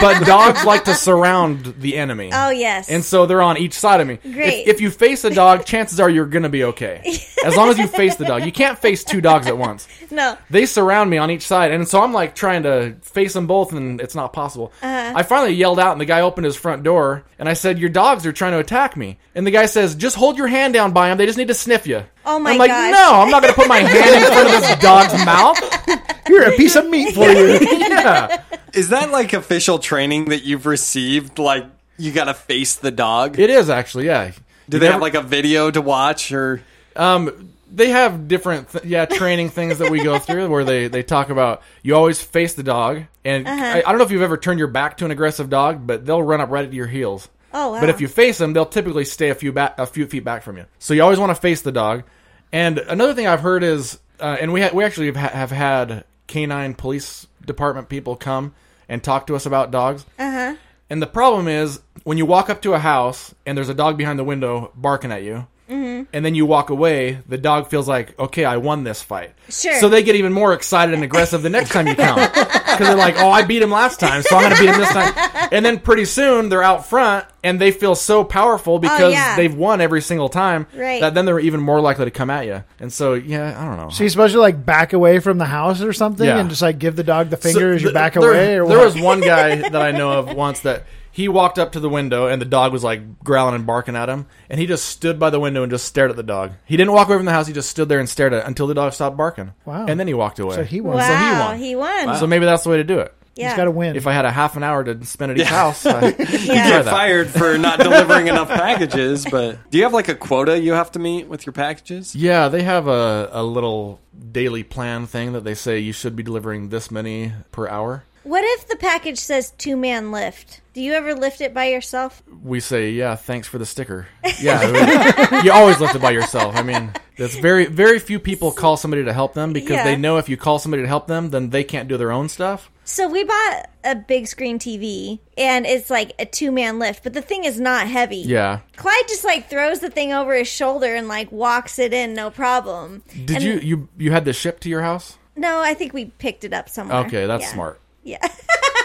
Speaker 6: but dogs like to surround the enemy.
Speaker 4: Oh, yes.
Speaker 6: and so they're on each side of me. If-
Speaker 4: Great.
Speaker 6: If, you face a dog, chances are you're gonna
Speaker 4: [laughs]
Speaker 6: be okay. As long as you face the dog, you can't face two dogs at once
Speaker 4: [laughs] No.
Speaker 6: they surround me on each side, and so I'm like trying to face them both, and it's not possible.
Speaker 4: Uh-huh.
Speaker 6: I finally yelled out, and the guy opened his front door, and I said, "Your dogs are trying to attack me." And the guy says, "Just hold your hand down by him. They just need to sniff you."
Speaker 4: Oh my
Speaker 6: I'm like,
Speaker 4: gosh.
Speaker 6: "No, I'm not going to put my
Speaker 4: [laughs]
Speaker 6: hand in front of this dog's mouth." [laughs]
Speaker 5: You're a piece of meat for you.
Speaker 6: [laughs] yeah.
Speaker 3: Is that like official training that you've received? Like you got to face the dog.
Speaker 6: It is actually, yeah.
Speaker 3: Do they have like a video to watch or?
Speaker 6: Um, they have different, th- yeah, training things that we go through where they they talk about you always face the dog, and
Speaker 4: Uh-huh.
Speaker 6: I, I don't know if you've ever turned your back to an aggressive dog, but they'll run up right at your heels.
Speaker 4: Oh, wow.
Speaker 6: But if you face them, they'll typically stay a few back, a few feet back from you. So you always want to face the dog. And another thing I've heard is, uh, and we ha- we actually have, ha- have had canine police department people come and talk to us about dogs.
Speaker 4: Uh huh.
Speaker 6: And the problem is when you walk up to a house and there's a dog behind the window barking at you,
Speaker 4: Mhm.
Speaker 6: and then you walk away, the dog feels like, okay, I won this fight.
Speaker 4: Sure.
Speaker 6: So they get even more excited and aggressive the next time
Speaker 5: [laughs]
Speaker 6: you come because they're like, oh, I beat him last time, so I'm gonna beat him this time. And then pretty soon they're out front and they feel so powerful because
Speaker 5: yeah.
Speaker 6: they've won every single time
Speaker 5: Right.
Speaker 6: that then they're even more likely to come at you. And so yeah, I don't know.
Speaker 5: So you're supposed to like back away from the house or something
Speaker 6: Yeah.
Speaker 5: and just like give the dog the finger as you
Speaker 6: th-
Speaker 5: back
Speaker 6: there,
Speaker 5: away or
Speaker 6: there
Speaker 5: what?
Speaker 6: was one guy that I know of once that he walked up to the window and the dog was like growling and barking at him, and he just stood by the window and just stared at the dog. He didn't walk away from the house; he just stood there and stared at it until the dog stopped barking.
Speaker 5: Wow.
Speaker 6: And then he walked away.
Speaker 5: So he won.
Speaker 4: Wow.
Speaker 6: So he won.
Speaker 4: He won.
Speaker 6: So maybe that's the way to do it.
Speaker 4: Yeah. He's gotta
Speaker 5: win.
Speaker 6: If I had a half an hour to spend at each
Speaker 3: [laughs]
Speaker 6: house, I, would
Speaker 3: You get fired for not delivering enough packages, but do you have like a quota you have to meet with your packages?
Speaker 6: Yeah, they have a, a little daily plan thing that they say you should be delivering this many per hour.
Speaker 4: What if the package says two man lift? Do you ever lift it by yourself?
Speaker 6: we say, yeah, thanks for the sticker. Yeah, I mean, [laughs] you always lift it by yourself. I mean, that's very very few people call somebody to help them because
Speaker 4: Yeah.
Speaker 6: they know if you call somebody to help them, then they can't do their own stuff.
Speaker 4: So we bought a big screen TV and it's like a two man lift, but the thing is not heavy.
Speaker 6: Yeah.
Speaker 4: Clyde just like throws the thing over his shoulder and like walks it in, no problem.
Speaker 6: Did
Speaker 4: And-
Speaker 6: you you you had this shipped to your house?
Speaker 4: No, I think we picked it up somewhere.
Speaker 6: Okay, that's
Speaker 4: Uh-huh. Yeah.
Speaker 6: smart.
Speaker 4: Yeah.
Speaker 6: [laughs]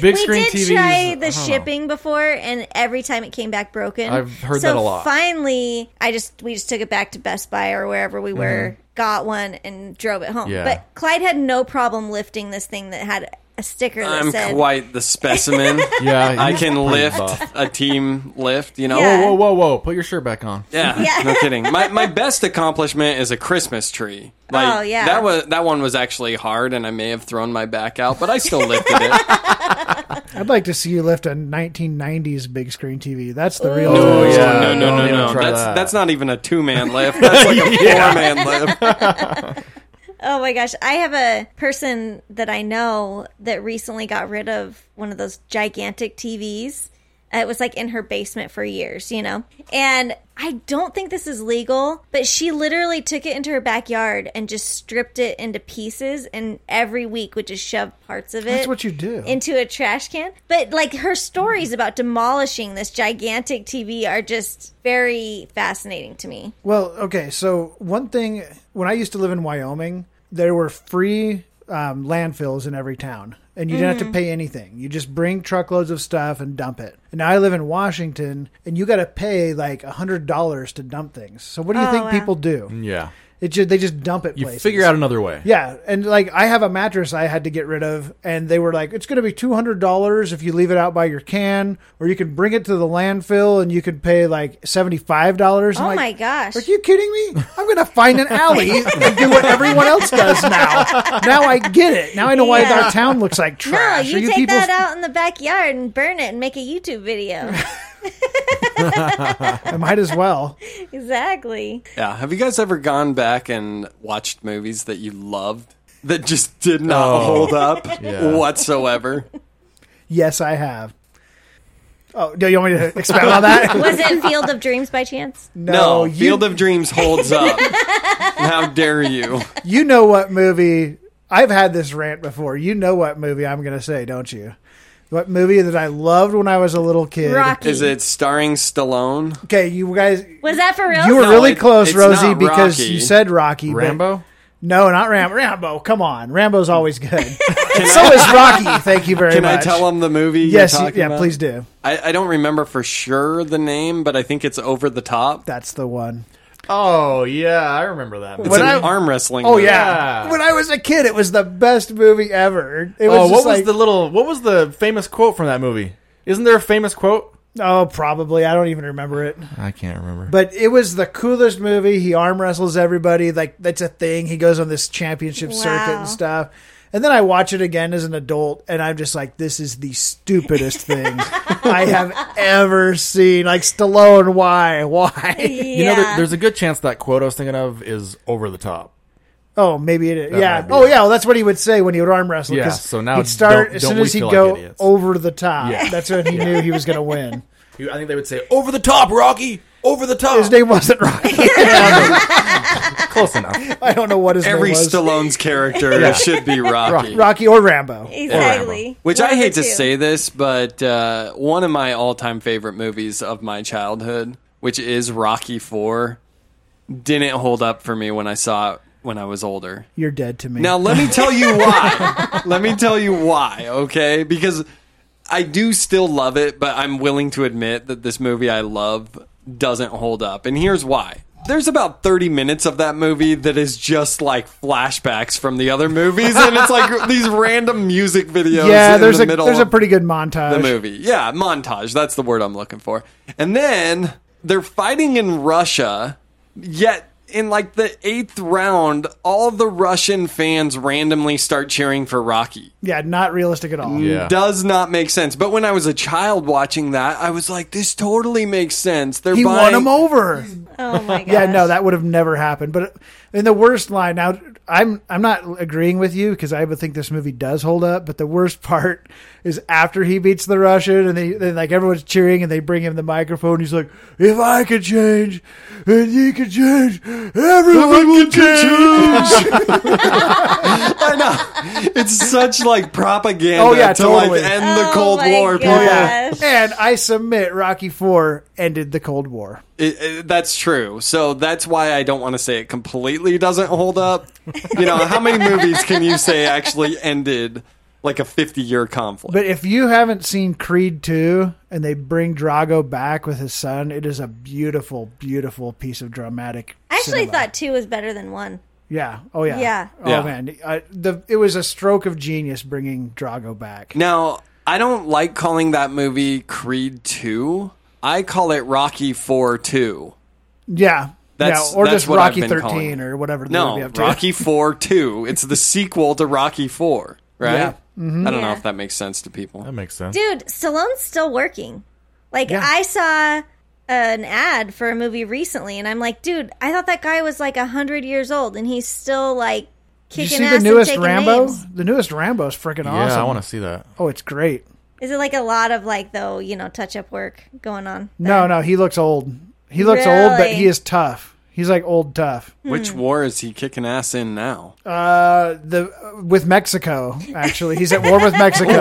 Speaker 6: Big
Speaker 4: we
Speaker 6: screen
Speaker 4: did
Speaker 6: TVs.
Speaker 4: try the
Speaker 6: I don't know.
Speaker 4: shipping before, and every time it came back broken.
Speaker 6: I've heard
Speaker 4: so
Speaker 6: that a lot.
Speaker 4: Finally, I just we just took it back to Best Buy or wherever we
Speaker 6: Mm-hmm.
Speaker 4: were, got one, and drove it home.
Speaker 3: Yeah.
Speaker 4: But Clyde had no problem lifting this thing that had a sticker that
Speaker 3: I'm
Speaker 4: said. [laughs]
Speaker 3: quite the specimen.
Speaker 6: [laughs] Yeah,
Speaker 3: I
Speaker 6: he's
Speaker 3: can
Speaker 6: pretty
Speaker 3: lift
Speaker 6: buff.
Speaker 3: a team lift. You know,
Speaker 6: Whoa, whoa, whoa, whoa! Put your shirt back on.
Speaker 3: Yeah, no kidding. My my best accomplishment is a Christmas tree. Like,
Speaker 4: Oh, yeah.
Speaker 3: that was that one was actually hard, and I may have thrown my back out, but I still lifted it.
Speaker 5: I'd like to see you lift a 1990s big screen TV. That's the real.
Speaker 3: No,
Speaker 5: thing.
Speaker 3: Oh, yeah, no, no, no, no.
Speaker 6: try
Speaker 3: That's
Speaker 6: that.
Speaker 3: that's not even a two man lift. That's like a
Speaker 6: Yeah.
Speaker 3: four man lift.
Speaker 4: Oh my gosh! I have a person that I know that recently got rid of one of those gigantic TVs. Uh, It was like in her basement for years, you know. And I don't think this is legal, but she literally took it into her backyard and just stripped it into pieces, and every week would just shove parts of it.
Speaker 5: That's what you do.
Speaker 4: Into a trash can. But like her stories about demolishing this gigantic TV are just very fascinating to me.
Speaker 5: Well, okay. So one thing, when I used to live in Wyoming, there were free um, landfills in every town, and you didn't have
Speaker 3: Mm-hmm.
Speaker 15: Mhm.
Speaker 5: to pay anything. You just bring truckloads of stuff and dump it. And now I live in Washington, and you got to pay like a hundred dollars to dump things. So what do you
Speaker 6: Oh,
Speaker 5: think
Speaker 6: wow.
Speaker 5: people do?
Speaker 6: Yeah,
Speaker 5: It ju- they just dump it.
Speaker 6: you
Speaker 5: places.
Speaker 6: figure out another way.
Speaker 5: Yeah, and like I have a mattress I had to get rid of, and they were like, "It's going to be two hundred dollars if you leave it out by your can, or you can bring it to the landfill and you could pay like seventy five dollars."
Speaker 4: oh my gosh!
Speaker 5: Are you kidding me? I'm going to find an alley [laughs] and do what everyone else does now. Now I get it. Now I know why
Speaker 4: Yeah.
Speaker 5: our town looks like
Speaker 4: [laughs] No,
Speaker 5: trash.
Speaker 4: you,
Speaker 5: Are you
Speaker 4: take
Speaker 5: people? [laughs]
Speaker 4: that out in the backyard and burn it and make a YouTube video.
Speaker 5: I might as well. [laughs]
Speaker 4: Exactly.
Speaker 3: Yeah. Have you guys ever gone back and watched movies that you loved that just did not
Speaker 5: Oh.
Speaker 3: hold up
Speaker 5: Yeah.
Speaker 3: whatsoever?
Speaker 5: Yes, I have. Oh, do you want me
Speaker 4: [laughs]
Speaker 5: to expound on that?
Speaker 4: Was it Field of Dreams by chance?
Speaker 3: No, Field of Dreams holds up. How dare you?
Speaker 5: You know what movie? I've had this rant before. You know what movie I'm going to say, don't you? What movie that I loved when I was a little kid?
Speaker 3: Is it starring Stallone?
Speaker 5: Okay, you guys,
Speaker 4: Was that for real?
Speaker 5: you were
Speaker 3: No,
Speaker 5: really
Speaker 3: it-
Speaker 5: close,
Speaker 3: it's
Speaker 5: Rosie,
Speaker 3: not
Speaker 5: because
Speaker 3: Rocky.
Speaker 5: you said Rocky. but-
Speaker 3: Rambo?
Speaker 5: No, not Rambo. Rambo, come on. Rambo's always
Speaker 6: [laughs]
Speaker 5: good. And so is Rocky. Thank you very
Speaker 3: Can
Speaker 5: much.
Speaker 3: I tell them the movie?
Speaker 5: Yes,
Speaker 3: you're talking
Speaker 5: yeah,
Speaker 3: about?
Speaker 5: please do.
Speaker 3: I, I don't remember for sure the name, but I think it's Over the Top.
Speaker 5: That's the one.
Speaker 6: Oh yeah, I remember that.
Speaker 3: It's
Speaker 5: When
Speaker 3: an
Speaker 5: I-
Speaker 3: arm wrestling.
Speaker 5: Oh
Speaker 3: movie.
Speaker 5: yeah. When I was a kid, it was the best movie ever. It was
Speaker 6: oh, what
Speaker 5: just
Speaker 6: was
Speaker 5: like-
Speaker 6: the little? What was the famous quote from that movie? Isn't there a famous quote?
Speaker 5: Oh, probably. I don't even remember it.
Speaker 6: I can't remember.
Speaker 4: [laughs]
Speaker 5: But it was the coolest movie. He arm wrestles everybody. Like that's a thing. He goes on this championship circuit
Speaker 9: Wow.
Speaker 5: and stuff. And then I watch it again as an adult, and I'm just like, this is the stupidest thing I have ever seen. Like Stallone, why, why?
Speaker 6: You know, there, there's a good chance that quote I was thinking of is over the top.
Speaker 5: oh, maybe it is.
Speaker 6: That
Speaker 5: yeah.
Speaker 6: might be
Speaker 5: Oh, yeah. Well, that's what he would say when he would arm wrestle.
Speaker 6: Yeah,
Speaker 5: 'cause
Speaker 6: so now
Speaker 5: he'd start
Speaker 6: don't-
Speaker 5: as
Speaker 6: don't
Speaker 5: soon
Speaker 6: we
Speaker 5: as he'd
Speaker 6: feel like
Speaker 5: go
Speaker 6: idiots.
Speaker 5: over the top.
Speaker 6: [laughs] Yeah.
Speaker 5: That's when he knew he was going to win.
Speaker 6: I think they would say over the top, Rocky, over the top.
Speaker 5: His name wasn't Rocky.
Speaker 6: Close enough.
Speaker 5: I don't know what his
Speaker 3: Every
Speaker 5: name was.
Speaker 3: Stallone's character
Speaker 5: Yeah. [laughs]
Speaker 3: should be Rocky.
Speaker 5: Rocky or Rambo.
Speaker 4: Exactly.
Speaker 3: Which
Speaker 4: One
Speaker 3: I
Speaker 4: of the
Speaker 3: hate to
Speaker 4: two.
Speaker 3: say this, but uh, one of my all-time favorite movies of my childhood, which is Rocky Four, didn't hold up for me when I saw it when I was older.
Speaker 5: You're dead to me.
Speaker 3: Now
Speaker 5: [laughs]
Speaker 3: let me tell you why. let me tell you why, okay? Because I do still love it, but I'm willing to admit that this movie I love doesn't hold up. And here's why. There's about 30 minutes of that movie that is just like flashbacks from the other movies and
Speaker 5: [laughs]
Speaker 3: it's like these random music videos
Speaker 5: yeah,
Speaker 3: in
Speaker 5: there's
Speaker 3: the
Speaker 5: a
Speaker 3: middle
Speaker 5: there's a
Speaker 3: of
Speaker 5: pretty good montage.
Speaker 3: the movie. Yeah, montage. That's the word I'm looking for. And then they're fighting in Russia, yet in like the eighth round, all the Russian fans randomly start cheering for Rocky.
Speaker 5: Yeah, not realistic at all.
Speaker 3: Does not make sense. But when I was a child watching that, I was like, this totally makes sense. They're
Speaker 5: he
Speaker 3: buying
Speaker 5: won him over.
Speaker 4: Oh my
Speaker 5: [laughs] Yeah, no, that would have never happened. But in the worst line now, I'm I'm not agreeing with you because I would think this movie does hold up. But the worst [laughs] part is after he beats the Russian and they then like everyone's cheering and they bring him the microphone. he's like, "If I could change, and you could change, everyone will change."
Speaker 4: [laughs]
Speaker 3: [laughs] I know. It's such like propaganda
Speaker 5: Oh, yeah,
Speaker 3: to
Speaker 5: totally.
Speaker 3: like end the Cold
Speaker 4: Oh
Speaker 5: my
Speaker 3: War. people.
Speaker 5: and I submit Rocky Four ended the Cold War.
Speaker 3: It, it, that's true. So that's why I don't want to say it completely doesn't hold up. You know, how many movies can you say actually ended like a 50 year conflict?
Speaker 5: But if you haven't seen Creed 2 and they bring Drago back with his son, it is a beautiful, beautiful piece of dramatic.
Speaker 4: I actually
Speaker 5: cinema.
Speaker 4: thought two was better than one.
Speaker 5: Yeah. Oh, yeah.
Speaker 4: Yeah.
Speaker 5: Oh,
Speaker 3: Yeah.
Speaker 5: man. I, the, it was a stroke of genius bringing Drago back.
Speaker 3: Now, I don't like calling that movie Creed 2. I call it Rocky 4 2.
Speaker 5: Yeah.
Speaker 3: That's-
Speaker 5: yeah. Or
Speaker 3: that's
Speaker 5: just
Speaker 3: what I've
Speaker 5: Rocky
Speaker 3: been
Speaker 5: 13
Speaker 3: calling it.
Speaker 5: or whatever. they would be
Speaker 3: No,
Speaker 5: up to.
Speaker 3: Rocky 4 2. It's the sequel to Rocky 4, right?
Speaker 5: Yeah. Mhm.
Speaker 3: I don't know
Speaker 4: Yeah.
Speaker 3: if that makes sense to people. That
Speaker 6: makes sense.
Speaker 4: Dude, Stallone's still working. Like I saw an ad for a movie recently, and I'm like, dude, I thought that guy was like hundred years old, and he's still like
Speaker 5: Did you
Speaker 4: kicking
Speaker 5: see
Speaker 4: ass
Speaker 5: the newest
Speaker 4: and taking
Speaker 5: Rambo?
Speaker 4: names.
Speaker 5: The newest Rambo is freaking
Speaker 6: Yeah,
Speaker 5: awesome.
Speaker 6: I want to see that.
Speaker 5: Oh, it's great.
Speaker 4: Is it like a lot of like though you know touch up work going on?
Speaker 5: No, no. He looks old. He looks old, but
Speaker 4: Really?
Speaker 5: he is tough. He's like old tough.
Speaker 3: Which war is he kicking ass in now?
Speaker 5: Uh, the with Mexico actually, he's at war with
Speaker 6: [laughs]
Speaker 5: Mexico.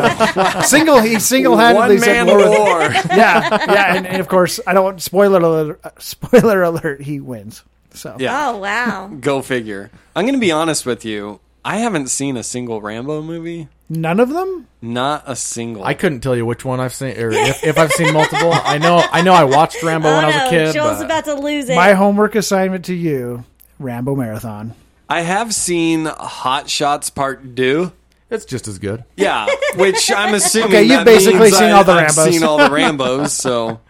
Speaker 5: single, he's single-handedly
Speaker 3: One
Speaker 5: at
Speaker 3: man
Speaker 5: war. with-
Speaker 3: war.
Speaker 5: [laughs] yeah, yeah, and, and of course, I don't. Spoiler alert! uh, Spoiler alert! He wins. So
Speaker 4: Oh wow.
Speaker 3: [laughs] Go figure. I'm going to be honest with you. I haven't seen a single Rambo movie.
Speaker 5: none of them.
Speaker 3: Not a single.
Speaker 6: I couldn't tell you which one I've seen, or if, if
Speaker 4: [laughs]
Speaker 6: I've seen multiple. I know, I know, I watched Rambo when I was a kid.
Speaker 4: Oh, Joel's
Speaker 6: but-
Speaker 4: about to lose it.
Speaker 5: My homework assignment to you: Rambo marathon.
Speaker 3: I have seen Hot Shots Part 2.
Speaker 6: It's just as good.
Speaker 3: Yeah, which I'm assuming.
Speaker 5: Okay, you've
Speaker 3: that
Speaker 5: basically
Speaker 3: means
Speaker 5: seen
Speaker 3: I-
Speaker 5: all the
Speaker 3: I've
Speaker 5: Rambos.
Speaker 3: Seen all
Speaker 6: [laughs]
Speaker 3: the Rambos. So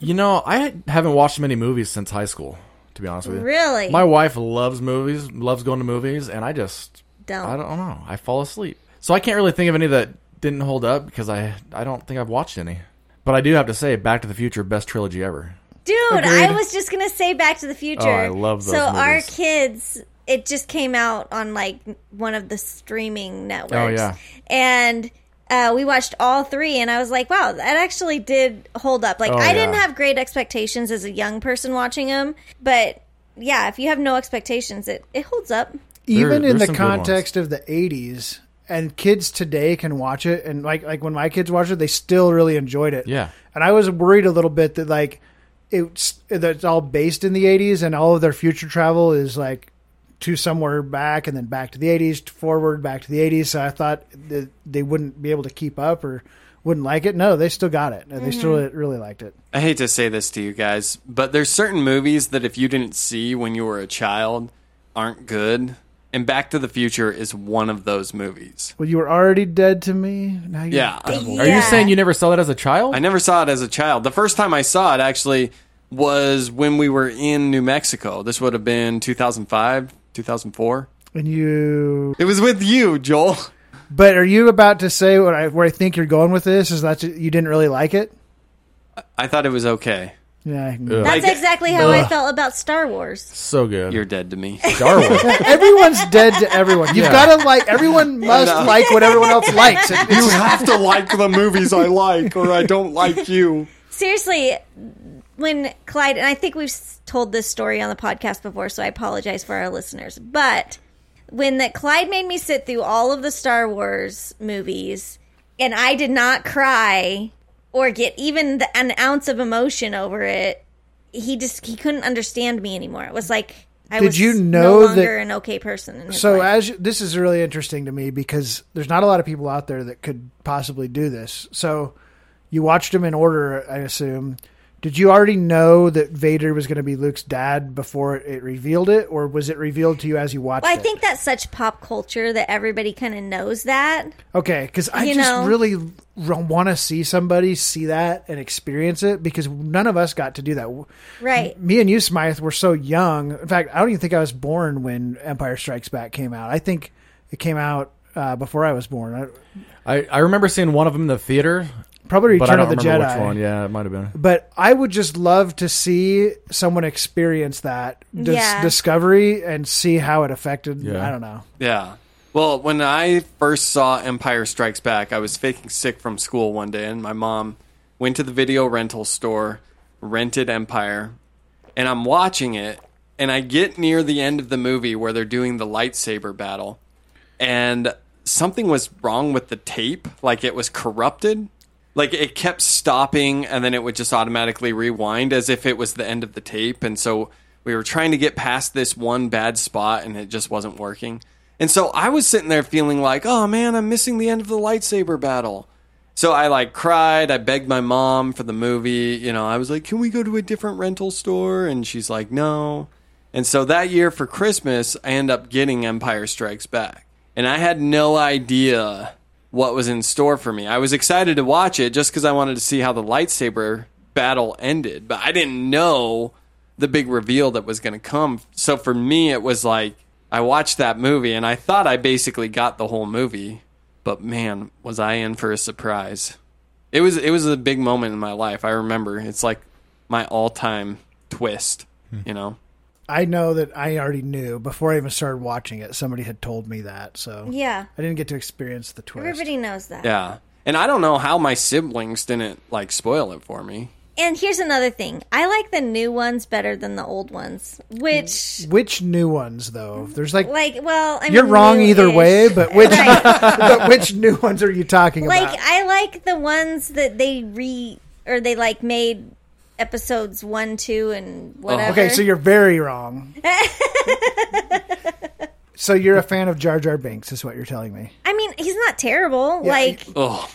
Speaker 6: You know, I haven't watched many movies since high school. To be honest with you,
Speaker 4: Really?
Speaker 6: My wife loves movies, loves going to movies, and I just
Speaker 4: Don't.
Speaker 6: I don't know. I fall asleep, so I can't really think of any that didn't hold up because I I don't think I've watched any. But But I do have to say, Back to the Future, best trilogy ever.
Speaker 4: Dude, I
Speaker 6: Agreed.
Speaker 4: was just gonna say Back to the Future.
Speaker 6: Oh, I love those
Speaker 4: So our
Speaker 6: movies.
Speaker 4: kids, it just came out on like one of the streaming networks.
Speaker 6: Oh, yeah.
Speaker 4: and uh, we watched all three, and I was like, wow, that actually did hold up. Like
Speaker 9: Oh,
Speaker 4: I didn't
Speaker 9: yeah.
Speaker 4: have great expectations as a young person watching them, but yeah, if you have no expectations, it it holds up.
Speaker 5: even
Speaker 6: there's
Speaker 5: in the
Speaker 6: some good ones.
Speaker 5: context of the 80s and kids today can watch it and like like when my kids watched it they still really enjoyed it
Speaker 6: Yeah.
Speaker 5: and i was worried a little bit that like it's that's all based in the 80s and all of their future travel is like to somewhere back and then back to the 80s to forward back to the 80s so i thought that they wouldn't be able to keep up or wouldn't like it no they still got it and they still
Speaker 3: Mhm.
Speaker 5: really liked it
Speaker 3: I hate to say this to you guys, but there's certain movies that if you didn't see when you were a child aren't good. And Back to the Future is one of those movies.
Speaker 5: well you were already dead to me now you're
Speaker 3: Yeah.
Speaker 5: double.
Speaker 6: Are you saying you never saw that as a child?
Speaker 3: I never saw it as a child. The first time I saw it actually was when we were in New Mexico. This would have been 2005, 2004.
Speaker 5: and you
Speaker 3: It was with you, Joel.
Speaker 5: But are you about to say what I where I think you're going with this? Is that you didn't really like it?
Speaker 3: I thought it was okay.
Speaker 5: Yeah, I
Speaker 3: Ugh.
Speaker 4: That's
Speaker 3: Like-
Speaker 4: exactly how I
Speaker 3: Ugh.
Speaker 4: felt about Star Wars.
Speaker 6: So good.
Speaker 3: You're dead to me.
Speaker 5: [laughs] everyone's dead to everyone. You've
Speaker 3: Yeah.
Speaker 5: got to like.
Speaker 4: [laughs]
Speaker 5: Everyone must
Speaker 3: No.
Speaker 5: like what everyone else
Speaker 3: [laughs]
Speaker 5: likes. It- it's-
Speaker 3: to like the movies I like, or I don't like you.
Speaker 4: Seriously, when Clyde and I think we've s- told this story on the podcast before, so I apologize for our listeners. But when that Clyde made me sit through all of the Star Wars movies, and I did not cry or get even the, an ounce of emotion over it, he just he couldn't understand me anymore. It was like I
Speaker 5: Did
Speaker 4: was
Speaker 5: you
Speaker 4: no
Speaker 5: know that-
Speaker 4: longer an okay person. In his
Speaker 5: so
Speaker 4: life.
Speaker 5: as you, this is really interesting to me because there's not a lot of people out there that could possibly do this. So you watched them in order, I assume. Did you already know that Vader was going to be Luke's dad before it revealed it, or was it revealed to you as you watched
Speaker 4: well, I
Speaker 5: it?
Speaker 4: think that's such pop culture that everybody kind of knows that.
Speaker 5: Okay, because I
Speaker 4: You
Speaker 5: just
Speaker 4: know?
Speaker 5: really want to see somebody see that and experience it because none of us got to do that. W-
Speaker 4: Right.
Speaker 5: Me and you, Smythe, were so young. In fact, I don't even think I was born when Empire Strikes Back came out. I think it came out uh, before I was born. I-
Speaker 6: I, I remember seeing one of them in the theater.
Speaker 5: Probably
Speaker 6: but I
Speaker 5: Return
Speaker 6: don't
Speaker 5: of the
Speaker 6: remember
Speaker 5: Jedi.
Speaker 6: Which one? Yeah, it might have been.
Speaker 5: But I would just love to see someone experience that dis-
Speaker 3: Yeah.
Speaker 5: discovery and see how it affected.
Speaker 3: Yeah.
Speaker 5: I don't know.
Speaker 3: Yeah. Well, when I first saw Empire Strikes Back, I was faking sick from school one day, and my mom went to the video rental store, rented Empire, and I'm watching it, and I get near the end of the movie where they're doing the lightsaber battle, and something was wrong with the tape, like it was corrupted. Like it kept stopping and then it would just automatically rewind as if it was the end of the tape. And so we were trying to get past this one bad spot and it just wasn't working. And so I was sitting there feeling like, oh man, I'm missing the end of the lightsaber battle. So I like cried. I begged my mom for the movie. You know, I was like, can we go to a different rental store? And she's like, no. And so that year for Christmas, I end up getting Empire Strikes Back. And I had no idea what was in store for me. I was excited to watch it just because I wanted to see how the lightsaber battle ended, but I didn't know the big reveal that was going to come. So for me, it was like I watched that movie and I thought I basically got the whole movie, but man, was I in for a surprise. It was it was a big moment in my life. I remember. It's like my all-time twist,
Speaker 5: Hmm.
Speaker 3: you know.
Speaker 5: I know that I already knew before I even started watching it. Somebody had told me that, so
Speaker 4: Yeah.
Speaker 5: I didn't get to experience the twist.
Speaker 4: Everybody knows that.
Speaker 3: Yeah. And I don't know how my siblings didn't like spoil it for me.
Speaker 4: And here's another thing. I like the new ones better than the old ones, which
Speaker 5: Which new ones though? There's like,
Speaker 4: like well, I mean,
Speaker 5: you're wrong
Speaker 4: new-ish.
Speaker 5: either way,
Speaker 4: [laughs]
Speaker 5: but which [laughs] but which new ones are you talking
Speaker 4: Like
Speaker 5: about?
Speaker 4: I like the ones that they re or they like made episodes 1, 2 and whatever.
Speaker 5: Oh, Okay, so you're very
Speaker 4: [laughs]
Speaker 5: wrong. so you're a fan of Jar Jar Binks, is what you're telling me.
Speaker 4: I mean, he's not terrible. like
Speaker 5: [laughs]
Speaker 3: Oh.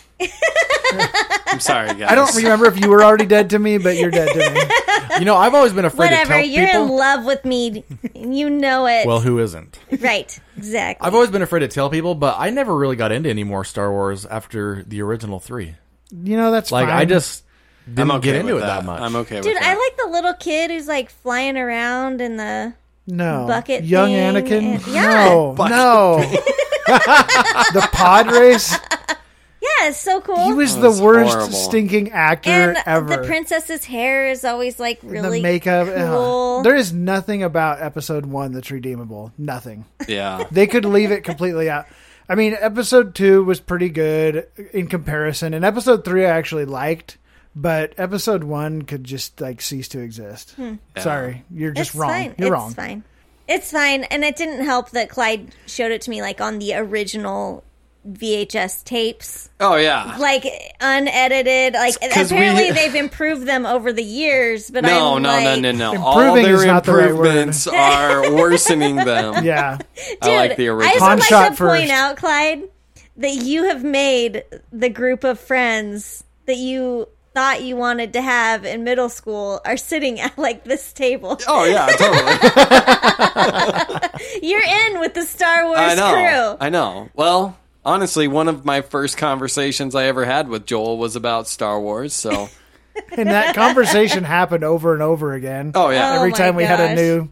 Speaker 3: I'm sorry, guys.
Speaker 5: I don't remember if you were already dead to me, but you're dead to me.
Speaker 4: [laughs]
Speaker 6: You know, I've always been afraid
Speaker 4: whatever,
Speaker 6: to tell
Speaker 4: you're
Speaker 6: people.
Speaker 4: in love with
Speaker 5: [laughs]
Speaker 4: me. You know it.
Speaker 6: well, who isn't?
Speaker 4: right. Exactly.
Speaker 6: I've always been afraid to tell people, but I never really got into any more Star Wars after the original three.
Speaker 5: You know that's
Speaker 6: like
Speaker 5: fine.
Speaker 6: I just didn't
Speaker 3: okay
Speaker 6: get into
Speaker 3: with
Speaker 6: it that,
Speaker 3: that.
Speaker 6: much.
Speaker 3: I'm okay
Speaker 4: Dude, I like the little kid who's like flying around in the
Speaker 5: no
Speaker 4: bucket
Speaker 5: young
Speaker 4: thing
Speaker 5: Anakin.
Speaker 4: and- yeah.
Speaker 5: No, no. the pod race.
Speaker 4: Yeah, it's so cool.
Speaker 5: He was the worst stinking actor
Speaker 4: and
Speaker 5: ever.
Speaker 4: the princess's hair is always like
Speaker 5: The
Speaker 4: really
Speaker 5: makeup. uh-huh. ugh.
Speaker 4: cool.
Speaker 5: There is nothing about episode one that's redeemable. Nothing.
Speaker 3: [laughs] Yeah.
Speaker 5: they could leave it completely out. I mean, episode two was pretty good in comparison, and episode three I actually liked, but episode one could just like cease to exist.
Speaker 4: Hmm.
Speaker 3: Yeah.
Speaker 5: Sorry, you're just
Speaker 4: It's
Speaker 5: wrong.
Speaker 4: Fine.
Speaker 5: You're
Speaker 4: it's
Speaker 5: wrong.
Speaker 4: fine. It's fine. And it didn't help that Clyde showed it to me like on the original VHS tapes,
Speaker 3: Oh yeah.
Speaker 4: like unedited. Like
Speaker 3: 'cause we- [laughs]
Speaker 4: apparently they've improved them over the years, but
Speaker 3: no,
Speaker 4: I'm
Speaker 3: no,
Speaker 4: like,
Speaker 3: no, no, no, All
Speaker 5: Improving
Speaker 3: their
Speaker 5: is not the right word.
Speaker 3: improvements are worsening
Speaker 5: [laughs]
Speaker 3: them.
Speaker 5: Yeah,
Speaker 4: [laughs]
Speaker 3: I like the
Speaker 4: I
Speaker 3: original.
Speaker 4: just would like to point out, Clyde, that you have made the group of friends that you thought you wanted to have in middle school are sitting [laughs] at like this table.
Speaker 3: Oh yeah, totally.
Speaker 4: [laughs] You're in with the Star Wars
Speaker 3: I know.
Speaker 4: crew.
Speaker 3: I know. Well, honestly, one of my first conversations I ever had with Joel was about Star Wars.
Speaker 5: [laughs]
Speaker 3: So
Speaker 5: And
Speaker 4: [laughs]
Speaker 5: that conversation happened over and over again.
Speaker 3: Oh, yeah. Oh,
Speaker 5: every
Speaker 3: my
Speaker 5: time we had a
Speaker 3: gosh.
Speaker 5: new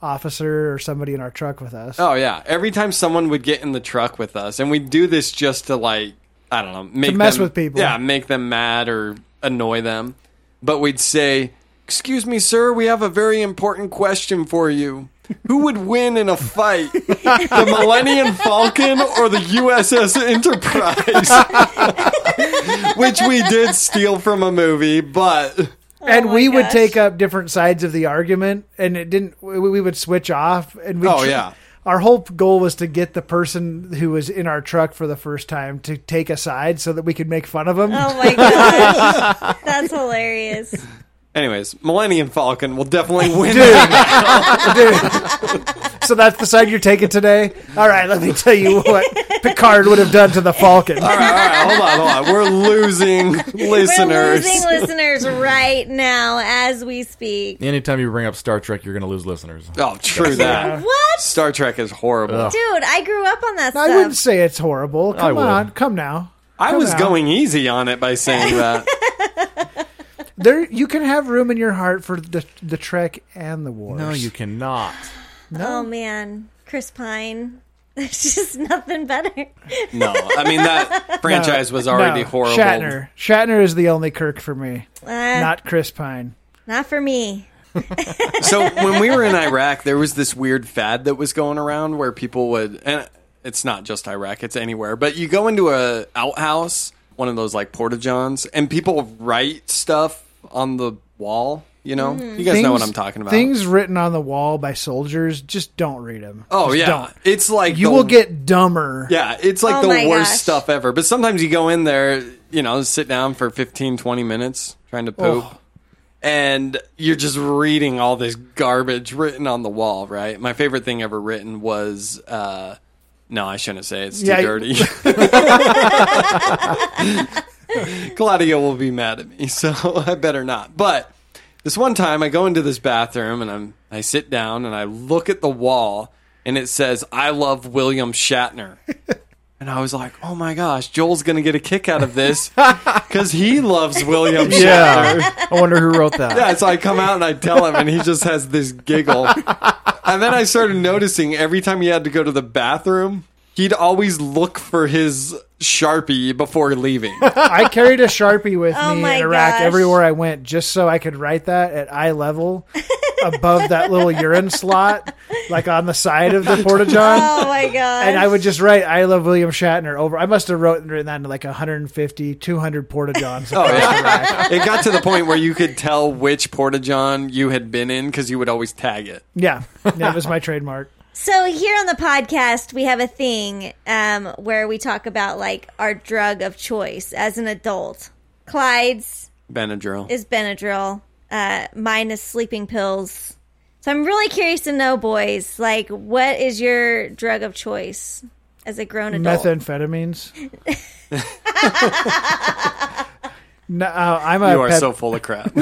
Speaker 5: officer or somebody in our truck with us.
Speaker 3: Oh yeah, every time someone would get in the truck with us, and we'd do this just to like I don't know, make
Speaker 5: mess
Speaker 3: them-
Speaker 5: with people.
Speaker 3: Yeah, make them mad or annoy them. But we'd say, "Excuse me, sir, we have a very important question for you. Who would win in a fight, the Millennium Falcon or the USS Enterprise?" [laughs] Which we did steal from a movie, but
Speaker 4: Oh
Speaker 5: and we would [laughs]
Speaker 3: gosh.
Speaker 5: take up different sides of the argument, and it didn't. We, we would switch off, and we.
Speaker 3: Oh, yeah.
Speaker 5: Our whole goal was to get the person who was in our truck for the first time to take a side, so that we could make fun of them.
Speaker 4: Oh my
Speaker 3: [laughs]
Speaker 4: gosh. That's hilarious.
Speaker 3: anyways, Millennium Falcon
Speaker 5: [laughs]
Speaker 3: will definitely win.
Speaker 5: [laughs] Dude. So that's the side you're taking today. All right, let me tell you what Picard would have done to the Falcon.
Speaker 3: All right, all right, hold on, hold on. We're losing
Speaker 4: We're
Speaker 3: listeners.
Speaker 4: losing listeners right now as we speak.
Speaker 6: [laughs] Anytime you bring up Star Trek, you're going to lose listeners.
Speaker 3: Oh, true that.
Speaker 4: What?
Speaker 3: Star Trek is horrible.
Speaker 4: Dude, I grew up on that
Speaker 5: I
Speaker 4: stuff.
Speaker 5: wouldn't say it's horrible.
Speaker 3: I
Speaker 5: Come
Speaker 3: would.
Speaker 5: on, come now.
Speaker 3: I
Speaker 5: Come
Speaker 3: was
Speaker 5: now.
Speaker 3: going easy on it by saying that.
Speaker 5: [laughs] There, you can have room in your heart for the the Trek and the Wars.
Speaker 6: No, you cannot.
Speaker 4: Oh man, Chris Pine. [laughs] There's just nothing better.
Speaker 3: No, I mean that franchise was
Speaker 5: No,
Speaker 3: already
Speaker 5: no.
Speaker 3: horrible.
Speaker 5: Shatner. Shatner is the only Kirk for me.
Speaker 4: Uh.
Speaker 5: Not Chris Pine.
Speaker 4: Not for me.
Speaker 3: So when we were in Iraq, there was this weird fad that was going around where people would, and it's not just Iraq, it's anywhere, but you go into a outhouse, one of those like porta johns, and people write stuff on the wall. You know, you guys know what I'm talking about.
Speaker 5: Mm-hmm. Things written on the wall by soldiers, just don't read them.
Speaker 3: Oh yeah, it's like
Speaker 5: You
Speaker 3: the-
Speaker 5: will get dumber.
Speaker 3: Yeah, it's like
Speaker 5: Oh
Speaker 3: the
Speaker 5: my [laughs]
Speaker 3: worst
Speaker 5: gosh.
Speaker 3: stuff ever. But sometimes you go in there, you know, sit down for 15, 20 minutes trying to poop.
Speaker 5: Oh.
Speaker 3: And you're just reading all this garbage written on the wall, right? My favorite thing ever written was uh no, I shouldn't say it. it's too
Speaker 5: Yeah, you-
Speaker 3: dirty. [laughs] Claudia will be mad at me, [laughs] so I better not. But this one time I go into this bathroom and I'm I sit down and I look at the wall and it says I love William Shatner. And I was like, "Oh my gosh, Joel's going to get a kick out of this cuz he loves William Shatner."
Speaker 6: [laughs] Yeah. I wonder who wrote
Speaker 3: [laughs]
Speaker 6: that.
Speaker 3: Yeah, so I come out and I tell him, and he just has this giggle. And then I started noticing every time he had to go to the bathroom, he'd always look for his Sharpie before leaving.
Speaker 5: I carried a sharpie with
Speaker 3: Oh
Speaker 5: me
Speaker 3: my
Speaker 5: in Iraq
Speaker 3: gosh.
Speaker 5: everywhere I went, just so I could write that at eye level above that little urine slot, like on the side of the porta john.
Speaker 4: [laughs] Oh my god.
Speaker 5: and I would just write "I love William Shatner" over. I must have wrote written that into like 150, 200 porta johns.
Speaker 3: [laughs] Oh, yeah. it got to the point where you could tell which Porta John you had been in because you would always tag it.
Speaker 5: yeah, that was
Speaker 4: [laughs]
Speaker 5: my trademark.
Speaker 4: So here on the podcast, we have a thing um, where we talk about like our drug of choice as an adult. Clyde's
Speaker 3: Benadryl.
Speaker 4: is Benadryl. Uh, mine is sleeping pills. So I'm really curious to know, boys, like what is your drug of choice as a grown adult? [laughs]
Speaker 5: Methamphetamines. no, uh, I'm a.
Speaker 3: you are
Speaker 5: Pep-
Speaker 3: so full
Speaker 5: [laughs]
Speaker 3: of crap.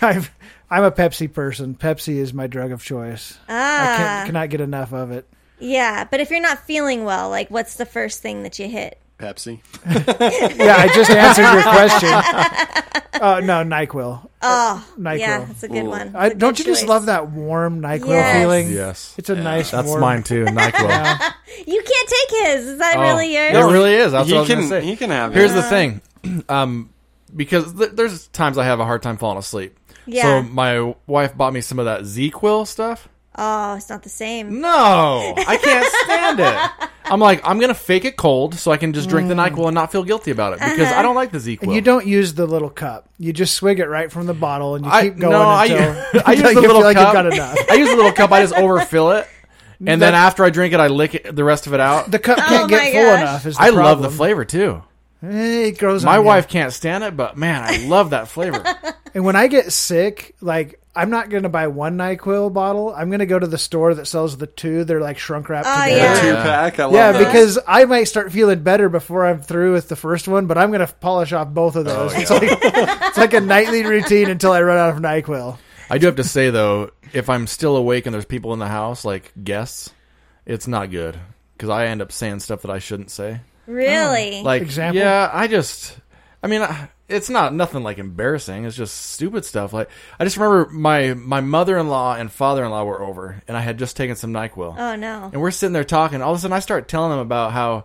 Speaker 5: I'm, I'm a Pepsi person. Pepsi is my drug of choice. I
Speaker 4: Ah.
Speaker 5: can't, cannot get enough of it.
Speaker 4: Yeah, but if you're not feeling well, like what's the first thing that you hit?
Speaker 3: Pepsi.
Speaker 5: [laughs] yeah, I just answered your question.
Speaker 4: [laughs]
Speaker 5: [laughs] Uh, no, Nyquil.
Speaker 4: Oh,
Speaker 5: Nyquil.
Speaker 4: yeah, that's a good Ooh. one.
Speaker 5: I, don't you just love that warm Nyquil
Speaker 4: Yes.
Speaker 5: feeling?
Speaker 6: Yes.
Speaker 5: it's a nice.
Speaker 6: That's
Speaker 5: warm-
Speaker 6: mine too. Nyquil.
Speaker 5: Yeah.
Speaker 4: [laughs] You can't take his. Is that
Speaker 6: Oh,
Speaker 4: really yours?
Speaker 6: It really is. That's
Speaker 3: He
Speaker 6: what I was
Speaker 3: can-
Speaker 6: gonna say.
Speaker 3: he can have
Speaker 6: Here's
Speaker 3: it.
Speaker 6: the thing, um, because th- there's times I have a hard time falling asleep.
Speaker 4: Yeah.
Speaker 6: So my wife bought me some of that Z-Quil stuff.
Speaker 4: Oh, it's not the same.
Speaker 6: No, I can't
Speaker 4: [laughs]
Speaker 6: stand it. [laughs] I'm like, I'm gonna fake it cold so I can just drink the
Speaker 4: Mm.
Speaker 6: Nyquil and not feel guilty about it because
Speaker 4: Uh-huh.
Speaker 6: I don't like the Z-Quil.
Speaker 5: Uh-huh. And you don't use the little cup. You just swig it right from the bottle, and you
Speaker 6: I-
Speaker 5: keep going
Speaker 6: no, [laughs]
Speaker 5: [laughs]
Speaker 6: I,
Speaker 5: until,
Speaker 6: I use
Speaker 5: until
Speaker 6: the
Speaker 5: you
Speaker 6: little
Speaker 5: feel like
Speaker 6: cup.
Speaker 5: you've got enough.
Speaker 6: I use the little cup. I just overfill it, and then
Speaker 5: That-
Speaker 6: after I drink it, I lick it, the rest of it out.
Speaker 5: The cup can't
Speaker 4: Oh my
Speaker 5: get full
Speaker 4: gosh.
Speaker 5: enough. Is the
Speaker 6: I love the
Speaker 5: problem.
Speaker 6: flavor too.
Speaker 5: Eh, It grows.
Speaker 6: My
Speaker 5: on you.
Speaker 6: wife can't stand it, but man, I love that flavor.
Speaker 5: And when I get sick, like I'm not going to buy one Nyquil bottle. I'm going to go to the store that sells the two. They're like shrunk wrapped
Speaker 4: Oh,
Speaker 5: together.
Speaker 4: yeah.
Speaker 3: Two pack. I love
Speaker 5: Yeah,
Speaker 3: that.
Speaker 5: because I might start feeling better before I'm through with the first one, but I'm going to polish off both of those.
Speaker 3: Oh,
Speaker 5: it's, like, it's like a nightly routine until I run out of Nyquil.
Speaker 6: I do have to say though, if I'm still awake and there's people in the house, like guests, it's not good because I end up saying stuff that I shouldn't say. Oh.
Speaker 4: Really?
Speaker 6: Like,
Speaker 5: Example?
Speaker 6: yeah, I just, I mean, I, it's not nothing like embarrassing. It's just stupid stuff. Like, I just remember my my mother in law and father in law were over, and I had just taken some Nyquil.
Speaker 4: oh no.
Speaker 6: And we're sitting there talking. All of a sudden, I start telling them about how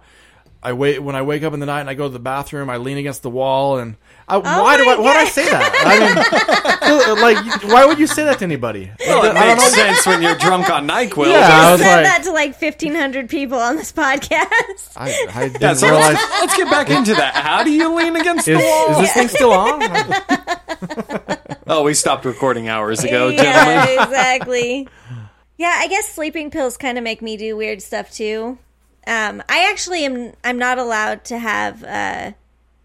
Speaker 6: I wait when I wake up in the night and I go to the bathroom. I lean against the wall, and I, why do
Speaker 4: Oh my
Speaker 6: I why do I say that? I mean, like, why would you say that to anybody?
Speaker 3: Well, it
Speaker 6: I don't know.
Speaker 3: makes sense when you're drunk on Nyquil.
Speaker 6: Yeah, I was
Speaker 4: Said
Speaker 6: like,
Speaker 4: that to like fifteen hundred people on this podcast.
Speaker 6: I, I
Speaker 3: [laughs]
Speaker 6: didn't
Speaker 3: yeah, so
Speaker 6: realize.
Speaker 3: let's, let's get back into that. How do you lean
Speaker 6: [laughs]
Speaker 3: against
Speaker 6: Is,
Speaker 3: the wall?
Speaker 6: is this thing still on?
Speaker 3: Oh, we stopped recording hours ago,
Speaker 4: yeah,
Speaker 3: gentlemen.
Speaker 4: [laughs] exactly. Yeah, I guess sleeping pills kind of make me do weird stuff too. Um, I actually am. I'm not allowed to have uh,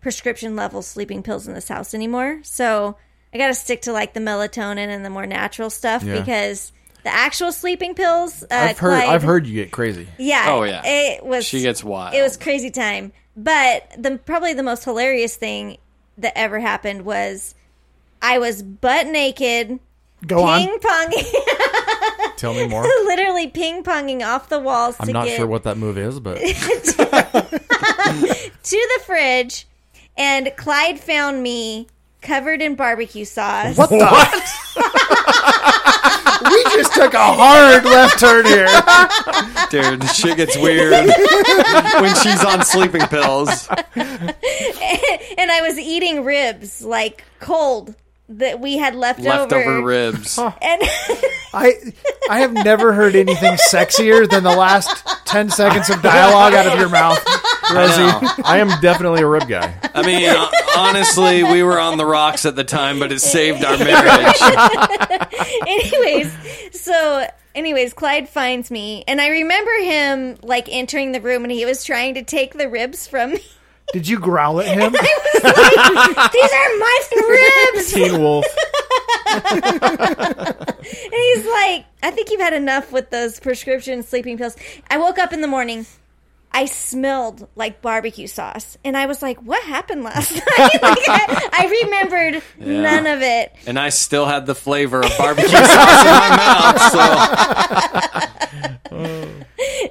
Speaker 4: prescription level sleeping pills in this house anymore. So I got to stick to like the melatonin and the more natural stuff
Speaker 6: Yeah.
Speaker 4: because the actual sleeping pills. Uh,
Speaker 6: I've heard.
Speaker 4: Clyde-
Speaker 6: I've heard you get crazy.
Speaker 4: Yeah.
Speaker 3: Oh, yeah.
Speaker 4: It was.
Speaker 3: She gets wild.
Speaker 4: It was crazy time. But the probably the most hilarious thing that ever happened was I was butt naked,
Speaker 5: Go on.
Speaker 4: ping ponging, [laughs]
Speaker 6: [laughs] Tell me more.
Speaker 4: literally ping ponging off the walls
Speaker 6: I'm
Speaker 4: to
Speaker 6: not
Speaker 4: get [laughs]
Speaker 6: sure what that move is, but
Speaker 4: to the fridge, and Clyde found me covered in barbecue sauce.
Speaker 5: What the?
Speaker 4: [laughs]
Speaker 5: we just took [laughs] a hard left turn here.
Speaker 3: Dude, shit gets weird when she's on sleeping pills.
Speaker 4: and I was eating ribs like cold that we had left,
Speaker 3: Leftover
Speaker 4: over.
Speaker 3: ribs.
Speaker 4: And
Speaker 5: I I have never heard anything sexier than the last ten seconds of dialogue out of your mouth.
Speaker 3: I, know.
Speaker 6: I am definitely a rib guy.
Speaker 3: I
Speaker 4: [laughs]
Speaker 3: mean, hon- honestly, we were on the rocks at the time, but it saved our marriage.
Speaker 4: [laughs] anyways, so anyways, Clyde finds me, and I remember him like entering the room, and he was trying to take the ribs from me. [laughs]
Speaker 5: Did you growl at him?
Speaker 4: These are my ribs, and
Speaker 6: [laughs] Teen Wolf.
Speaker 4: he's like, "I think you've had enough with those prescription sleeping pills." I woke up in the morning. I smelled like barbecue sauce, and I was like, "What happened last [laughs] night?" Like, I, I remembered none of it. [laughs]
Speaker 3: And I still had the flavor of barbecue sauce in my mouth,
Speaker 4: [laughs]
Speaker 3: so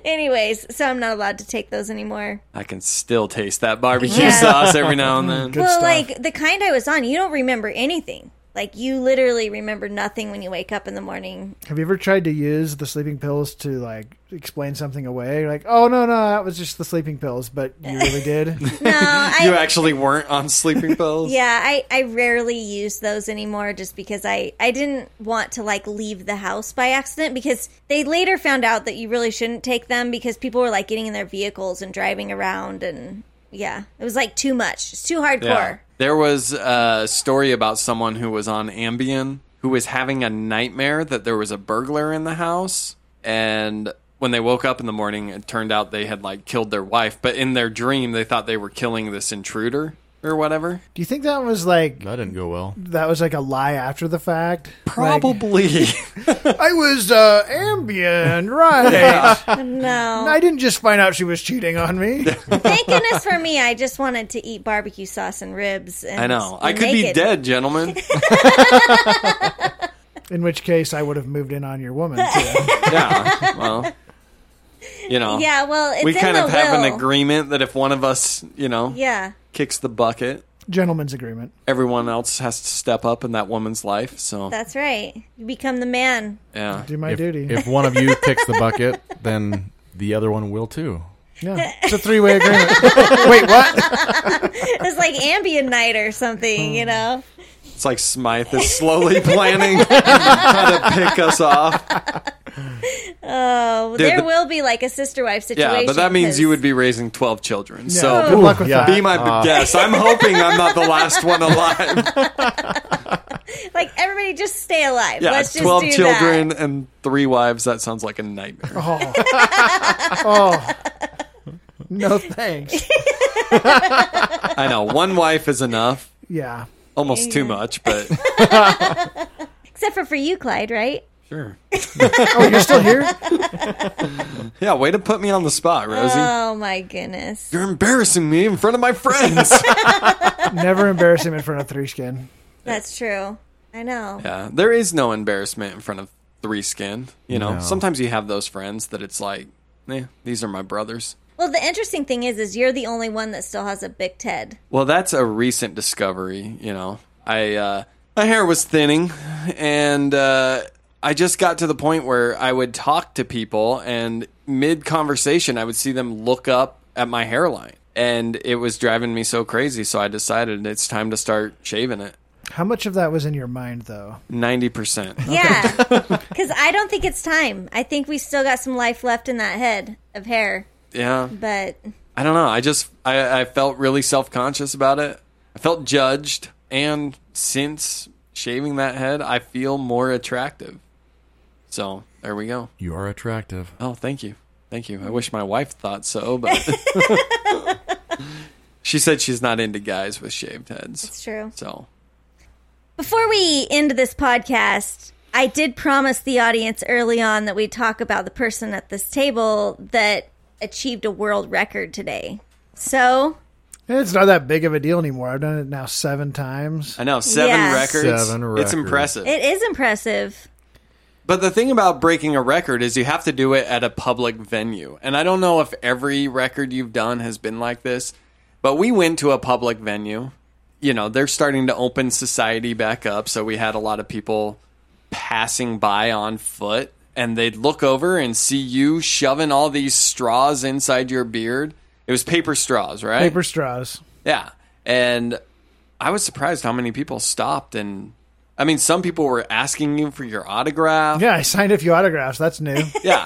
Speaker 4: Anyways, so I'm not allowed to take those anymore.
Speaker 3: I can still taste that barbecue
Speaker 4: Yeah.
Speaker 3: sauce every now and then.
Speaker 4: well, like the kind I was on, you don't remember anything. Like you literally remember nothing when you wake up in the morning.
Speaker 5: Have you ever tried to use the sleeping pills to like explain something away? You're like, oh no, no, that was just the sleeping pills, but
Speaker 4: [laughs]
Speaker 5: you really did.
Speaker 4: No, I
Speaker 3: You actually weren't on sleeping pills?
Speaker 4: yeah, I I rarely use those anymore just because I I didn't want to like leave the house by accident because they later found out that you really shouldn't take them because people were like getting in their vehicles and driving around and yeah, it was like too much. It's too hardcore.
Speaker 3: There was a story about someone who was on Ambien who was having a nightmare that there was a burglar in the house. And when they woke up in the morning, it turned out they had like killed their wife. But in their dream, they thought they were killing this intruder or whatever.
Speaker 5: Do you think that was like
Speaker 6: That didn't go well.
Speaker 5: that was like a lie after the fact? Like,
Speaker 3: Probably.
Speaker 5: [laughs] I was uh,
Speaker 6: [laughs]
Speaker 5: Ambien, right?
Speaker 4: No.
Speaker 5: I didn't just find out she was cheating on
Speaker 6: [laughs]
Speaker 5: me.
Speaker 4: [laughs] Thank goodness for me. I just wanted to eat barbecue sauce and ribs. And
Speaker 3: I know.
Speaker 4: be
Speaker 3: I could be
Speaker 4: naked.
Speaker 3: dead, gentlemen.
Speaker 4: [laughs] [laughs]
Speaker 5: In which case, I would have moved in on your woman. Too.
Speaker 3: Yeah. Well, You know.
Speaker 4: Yeah, well, it's
Speaker 3: we
Speaker 4: in
Speaker 3: kind
Speaker 4: the
Speaker 3: of have an
Speaker 4: will.
Speaker 3: agreement that if one of us, you know,
Speaker 4: Yeah.
Speaker 3: kicks the bucket,
Speaker 5: Gentleman's agreement.
Speaker 3: everyone else has to step up in that woman's life. So
Speaker 4: That's right. You become the
Speaker 3: [laughs]
Speaker 4: man.
Speaker 3: yeah,
Speaker 5: Do my
Speaker 6: if,
Speaker 4: [laughs]
Speaker 5: duty.
Speaker 6: If one of you kicks the bucket, then the other one will too.
Speaker 5: Yeah, it's a three way agreement.
Speaker 6: [laughs]
Speaker 5: Wait,
Speaker 4: what? it's like ambient night or something, you know?
Speaker 3: it's like Smythe is slowly planning how to pick us off.
Speaker 4: Oh,
Speaker 3: Dude,
Speaker 4: there
Speaker 3: the-
Speaker 4: will be like a sister wife situation.
Speaker 3: Yeah, but that means
Speaker 4: 'cause-
Speaker 3: you would be raising twelve children.
Speaker 4: Yeah.
Speaker 3: So
Speaker 4: Good luck with
Speaker 3: yeah.
Speaker 4: that. Ah.
Speaker 3: be my
Speaker 6: Uh.
Speaker 3: guest. I'm hoping I'm not the last one alive.
Speaker 4: like everybody just stay alive.
Speaker 3: Yeah,
Speaker 4: Let's just
Speaker 3: twelve
Speaker 4: do
Speaker 3: children and three wives. That sounds like a nightmare.
Speaker 5: Oh. [laughs] oh. No
Speaker 3: [laughs]
Speaker 5: thanks.
Speaker 3: I know one wife is enough.
Speaker 5: Yeah.
Speaker 3: Almost too much, but
Speaker 4: that. Except for for you, Clyde, right?
Speaker 3: sure.
Speaker 5: [laughs] oh, you're still here?
Speaker 3: Yeah, way to put me on the spot, Rosie.
Speaker 4: Oh my
Speaker 3: [laughs]
Speaker 4: goodness.
Speaker 3: You're embarrassing me in front of my friends.
Speaker 5: Never embarrass him in front of Three Skin.
Speaker 4: That's true. I know.
Speaker 3: yeah, there is no embarrassment in front of three skin. You know,
Speaker 6: No.
Speaker 3: sometimes you have those friends that it's like, eh, these are my brothers.
Speaker 4: Well, the interesting thing is, is you're the only one that still has a big Ted.
Speaker 3: Well, that's a recent discovery. You know, I uh, my hair was thinning, and uh, I just got to the point where I would talk to people, and mid conversation, I would see them look up at my hairline, and it was driving me so crazy. So I decided it's time to start shaving it.
Speaker 5: How much of that was in your mind, though?
Speaker 3: Ninety percent.
Speaker 4: Yeah, because I don't think it's time. I think we still got some life left in that head of hair,
Speaker 3: Yeah.
Speaker 4: but
Speaker 3: I don't know. I just I, I felt really self conscious about it. I felt judged, and since shaving that head, I feel more attractive. So there we go.
Speaker 6: You are attractive.
Speaker 3: Oh, thank you, thank you. I wish my wife thought so, but she said she's not into guys with shaved heads. That's
Speaker 4: true.
Speaker 3: So
Speaker 4: Before we end this podcast, I did promise the audience early on that we'd talk about the person at this table that achieved a world record today. So,
Speaker 5: It's not that big of a deal anymore. I've done it now seven times.
Speaker 3: I know seven
Speaker 4: Yeah.
Speaker 3: records. It's
Speaker 6: Seven records.
Speaker 3: impressive.
Speaker 4: it is impressive.
Speaker 3: But the thing about breaking a record is you have to do it at a public venue. And I don't know if every record you've done has been like this, but we went to a public venue. You know, they're starting to open society back up. So we had a lot of people passing by on foot and they'd look over and see you shoving all these straws inside your beard. It was paper straws, right?
Speaker 5: Paper straws.
Speaker 3: Yeah. And I was surprised how many people stopped and I mean some people were asking you for your autograph.
Speaker 5: Yeah, I signed a few autographs. That's new.
Speaker 3: Yeah. [laughs]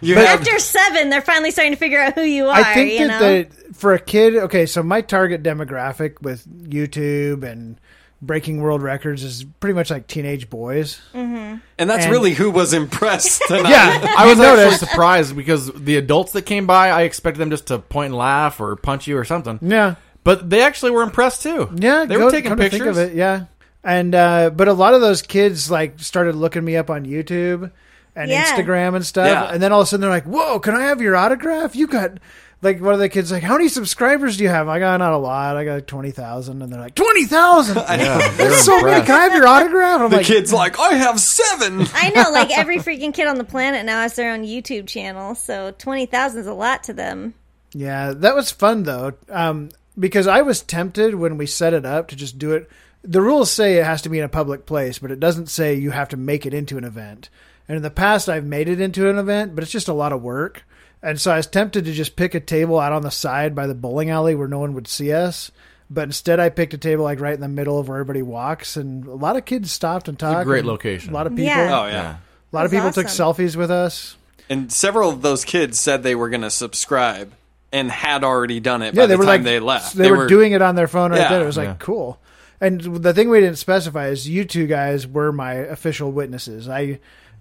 Speaker 3: you
Speaker 4: But
Speaker 3: have
Speaker 4: after seven, they're finally starting to figure out who you are.
Speaker 5: I think
Speaker 4: you
Speaker 5: that
Speaker 4: know?
Speaker 5: the, for a kid, okay, so my target demographic with YouTube and breaking world records is pretty much like teenage boys.
Speaker 4: hmm
Speaker 3: and that's
Speaker 5: and-
Speaker 3: really who
Speaker 4: [laughs]
Speaker 5: [laughs]
Speaker 3: was impressed tonight.
Speaker 5: Yeah.
Speaker 6: I was
Speaker 5: You
Speaker 6: actually
Speaker 5: noticed.
Speaker 6: surprised because the adults that came by, I expected them just to point and laugh or punch you or something.
Speaker 5: Yeah.
Speaker 6: But they actually were impressed too.
Speaker 5: Yeah,
Speaker 6: they
Speaker 5: go-
Speaker 6: were taking
Speaker 5: come to
Speaker 6: pictures.
Speaker 5: think of it, yeah. And uh, but a lot of those kids like started looking me up on YouTube and
Speaker 4: Yeah.
Speaker 5: Instagram and stuff,
Speaker 6: Yeah.
Speaker 5: and then all of a sudden they're like, "Whoa, can I have your autograph? You got." Like one of the kids, like, how many subscribers do you have? I got not a lot. I got like twenty thousand, and they're like, twenty thousand. [laughs] That's so many. Can I have your autograph? I'm
Speaker 3: the
Speaker 5: like,
Speaker 3: kid's like, I have seven.
Speaker 4: I know, like every freaking kid on the planet now has their own YouTube channel, so twenty thousand is a lot to them.
Speaker 5: Yeah, that was fun though, um, because I was tempted when we set it up to just do it. The rules say it has to be in a public place, but it doesn't say you have to make it into an event. And in the past, I've made it into an event, but it's just a lot of work. And so I was tempted to just pick a table out on the side by the bowling alley where no one would see us. But instead, I picked a table like right in the middle of where everybody walks, and a lot of kids stopped and talked.
Speaker 6: great
Speaker 5: and
Speaker 6: location.
Speaker 5: A lot of people.
Speaker 4: Yeah.
Speaker 3: Oh yeah.
Speaker 5: A lot of
Speaker 4: That's
Speaker 5: people took selfies with us.
Speaker 3: And several of those kids said they were gonna subscribe and had already done it by the time they left.
Speaker 5: They, were, doing it on their phone right
Speaker 3: Yeah.
Speaker 5: there. It was like
Speaker 6: Yeah.
Speaker 5: cool. And the thing we didn't specify is you two guys were my official witnesses. I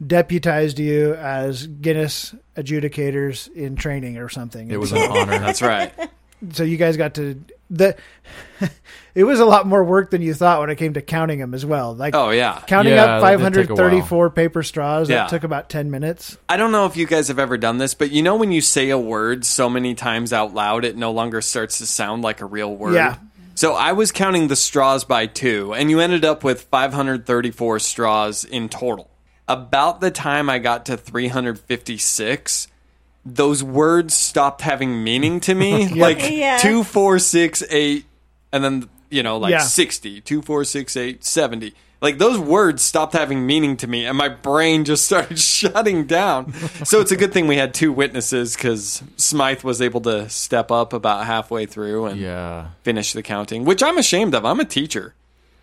Speaker 5: deputized you as Guinness adjudicators in training or something. [laughs]
Speaker 6: It was an honor.
Speaker 3: That's right.
Speaker 5: so you guys got to the. [laughs] it was a lot more work than you thought when it came to counting them as well. Like
Speaker 3: Oh yeah.
Speaker 5: counting
Speaker 6: Yeah,
Speaker 5: up
Speaker 6: that did take a while.
Speaker 5: 534 paper straws
Speaker 3: Yeah.
Speaker 5: that took about 10 minutes.
Speaker 3: I don't know if you guys have ever done this, but you know when you say a word so many times out loud, it no longer starts to sound like a real word.
Speaker 5: Yeah.
Speaker 3: So I was counting the straws by two, and you ended up with 534 straws in total. About the time I got to 356, those words stopped having meaning to me.
Speaker 4: Yeah.
Speaker 3: Like
Speaker 4: Yeah.
Speaker 3: two, four, six, eight, and then you know, like
Speaker 4: Yeah.
Speaker 3: 60, 2, 4, 6, 8, 70. Like those words stopped having meaning to me, and my brain just [laughs] started shutting down. so it's a good thing we had two witnesses because Smythe was able to step up about halfway through and finish the counting, which I'm ashamed of. I'm a teacher.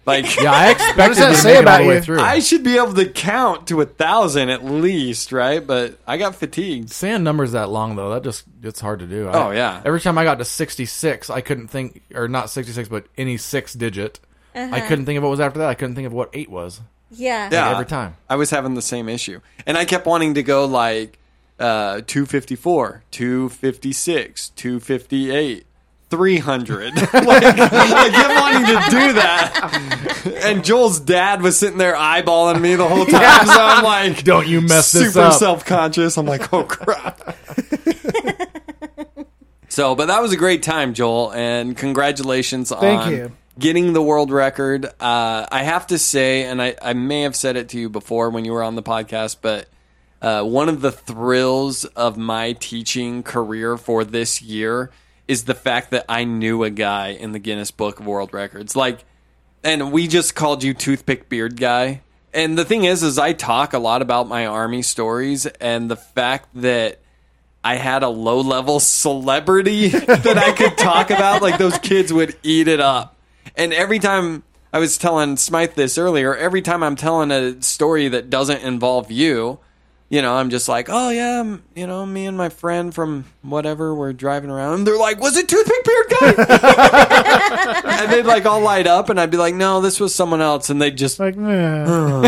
Speaker 3: Like, [laughs]
Speaker 6: yeah, I expected What does that you to say make it all about the way you? through.
Speaker 3: I should be able to count to a thousand at least, right? But I got fatigued.
Speaker 6: Saying numbers that long though, that just it's hard to do. I-
Speaker 3: Oh, yeah.
Speaker 6: Every time I got to sixty six, I couldn't think, or not sixty six, but any six digit. I
Speaker 3: Uh-huh.
Speaker 6: couldn't think of what was after that. I couldn't think of what eight was.
Speaker 4: Yeah.
Speaker 6: Like, every time.
Speaker 3: I was having the same issue. And I kept wanting to go like uh, 254, 256, 258, 300. [laughs] like, I kept wanting to do that. And Joel's dad was sitting there eyeballing me the whole [laughs] time.
Speaker 6: Yeah.
Speaker 3: So I'm like,
Speaker 6: Don't you mess
Speaker 3: super
Speaker 6: this up.
Speaker 3: self conscious. I'm like, oh crap. so, but that was a great time, Joel. And congratulations
Speaker 5: Thank
Speaker 3: on
Speaker 5: you.
Speaker 3: getting the world record. Uh, I have to say, and I, I may have said it to you before when you were on the podcast, but uh, one of the thrills of my teaching career for this year is the fact that I knew a guy in the Guinness Book of World Records. Like, and we just called you toothpick beard guy and the thing is is i talk a lot about my army stories and the fact that i had a low level celebrity [laughs] that i could talk about like those kids would eat it up and every time i was telling smythe this earlier every time i'm telling a story that doesn't involve you you know i'm just like oh yeah m- you know me and my friend from whatever were driving around and they're like was it toothpick beard guy and they'd like all light up, and I'd be like, "No, this was someone else," and they'd just like, [laughs] [laughs] "Well,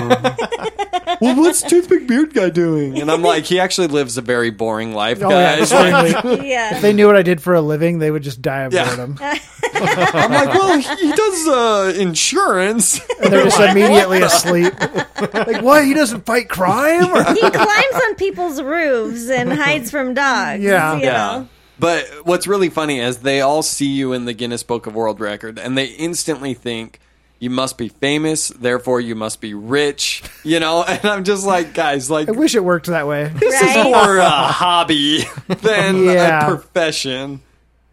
Speaker 3: what's toothpick beard guy doing?" And I'm like, "He actually lives a very boring life,
Speaker 5: Oh, yeah, [laughs]
Speaker 3: guys."
Speaker 5: totally.
Speaker 4: yeah.
Speaker 5: If they knew what I did for a living, they would just die of
Speaker 3: Yeah.
Speaker 5: boredom.
Speaker 3: I'm like, "Well, he does uh, insurance."
Speaker 5: And they're
Speaker 3: [laughs]
Speaker 5: just immediately asleep. [laughs] Like, what? He doesn't fight
Speaker 3: [laughs]
Speaker 5: crime?
Speaker 4: [laughs]
Speaker 5: Or-
Speaker 4: he climbs on people's roofs and hides from dogs. you know?
Speaker 3: But what's really funny is they all see you in the Guinness Book of World Record and they instantly think you must be famous, therefore you must be rich, you know? [laughs] And I'm just like, guys, like
Speaker 5: I wish it worked that way.
Speaker 3: [laughs] this is more
Speaker 5: [laughs]
Speaker 3: uh, a hobby [laughs] than
Speaker 5: Yeah.
Speaker 3: a profession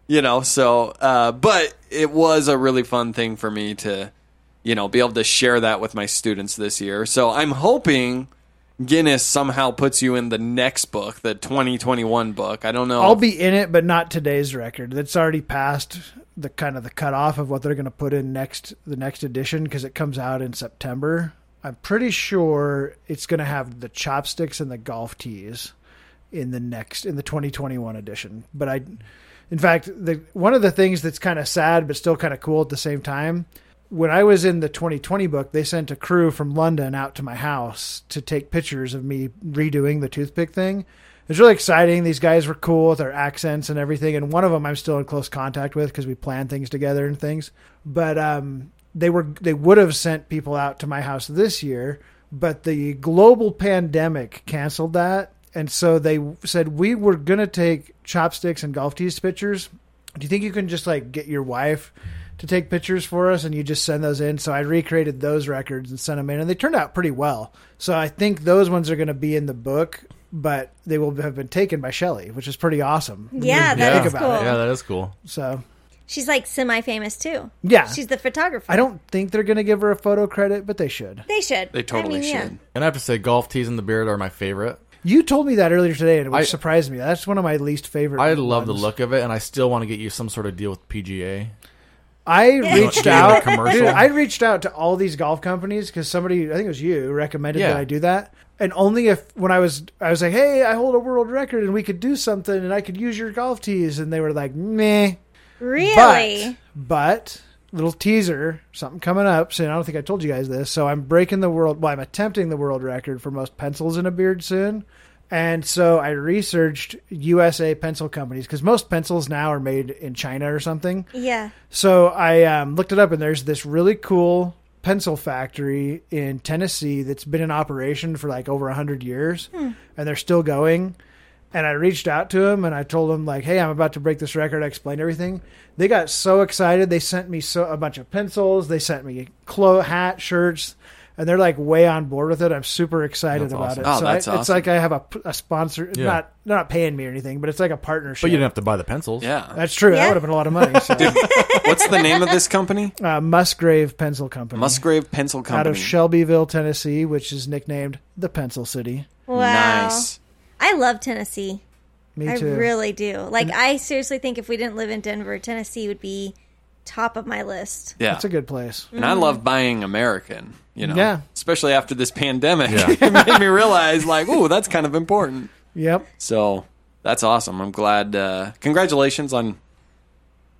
Speaker 3: you know so uh, but it was a really fun thing for me to you know be able to share that with my students this year so i'm hoping guinness somehow puts you in the next book the 2021 book i don't know
Speaker 5: I'll be in it, but not today's record. That's already past the kind of the cutoff of what they're going to put in next the next edition because it comes out in September. I'm pretty sure it's going to have the chopsticks and the golf tees in the next in the 2021 edition. But I, in fact, the one of the things that's kind of sad but still kind of cool at the same time. When I was in the 2020 book, they sent a crew from London out to my house to take pictures of me redoing the toothpick thing. It was really exciting. These guys were cool with their accents and everything. And one of them I'm still in close contact with because we plan things together and things. But um, they were they would have sent people out to my house this year, but the global pandemic canceled that, and so they said we were gonna take chopsticks and golf tees pictures. Do you think you can just like get your wife to take pictures for us and you just send those in? So I recreated those records and sent them in, and they turned out pretty well. So I think those ones are going to be in the book, but they will have been taken by Shelley, which is pretty awesome. when you
Speaker 4: Yeah, that
Speaker 5: think
Speaker 4: is
Speaker 5: about
Speaker 4: cool.
Speaker 5: it.
Speaker 6: Yeah, that is cool.
Speaker 5: So
Speaker 4: She's like semi famous too.
Speaker 5: Yeah.
Speaker 4: She's the photographer.
Speaker 5: I don't think they're going to give her a photo credit, but they should.
Speaker 4: They should.
Speaker 6: They
Speaker 4: I mean, yeah.
Speaker 6: And I have to say, golf tees and the beard are my favorite.
Speaker 5: You told me that earlier today, and it
Speaker 6: I-
Speaker 5: surprised me. That's one of my least favorite.
Speaker 6: I love the
Speaker 5: ones.
Speaker 6: look of it, and I still want to get you some sort of deal with PGA.
Speaker 5: I
Speaker 6: Yeah.
Speaker 5: reached
Speaker 6: Do a
Speaker 5: out.
Speaker 6: commercial.
Speaker 5: [laughs] Dude, I reached out to all these golf companies because somebody, I think it was you, recommended
Speaker 6: Yeah.
Speaker 5: that I do that. And only if when I was, I was like, "Hey, I hold a world record, and we could do something, and I could use your golf tees." And they were like, "Meh."
Speaker 4: Really?
Speaker 5: But, but little teaser, something coming up soon. I don't think I told you guys this. So I'm breaking the world. Well, I'm attempting the world record for most pencils in a beard soon. And so I researched USA pencil companies because most pencils now are made in China or something.
Speaker 4: Yeah.
Speaker 5: So I um, looked it up, and there's this really cool pencil factory in Tennessee that's been in operation for like over 100 years,
Speaker 4: Hmm.
Speaker 5: and they're still going. And I reached out to him and I told him like, "Hey, I'm about to break this record." I explained everything. They got so excited. They sent me so a bunch of pencils. They sent me clo- hat, shirts, and they're like way on board with it. I'm super excited
Speaker 6: That's
Speaker 5: about
Speaker 6: awesome.
Speaker 5: it.
Speaker 6: Oh,
Speaker 5: so
Speaker 6: that's
Speaker 5: I, it's
Speaker 6: awesome.
Speaker 5: like I have a, p- a sponsor.
Speaker 6: Yeah.
Speaker 5: Not they're not paying me or anything, but it's like a partnership.
Speaker 6: But you didn't have to buy the pencils.
Speaker 3: Yeah.
Speaker 5: That's true. That would have been a lot of money.
Speaker 3: [laughs]
Speaker 5: So. [laughs]
Speaker 3: What's the name of this company?
Speaker 5: uh, Musgrave Pencil Company.
Speaker 3: Musgrave Pencil Company.
Speaker 5: Out of Shelbyville, Tennessee, which is nicknamed the Pencil City.
Speaker 4: Wow.
Speaker 3: Nice.
Speaker 4: I love Tennessee.
Speaker 5: Me
Speaker 4: I
Speaker 5: too.
Speaker 4: really do. Like, I seriously think if we didn't live in Denver, Tennessee would be top of my list.
Speaker 3: Yeah.
Speaker 5: It's a good place.
Speaker 3: And I love buying American, you know.
Speaker 5: Yeah.
Speaker 3: Especially after this pandemic. [laughs] it made me realize like, ooh, that's kind of important. [laughs]
Speaker 5: Yep.
Speaker 3: [laughs] So that's awesome. I'm glad uh congratulations on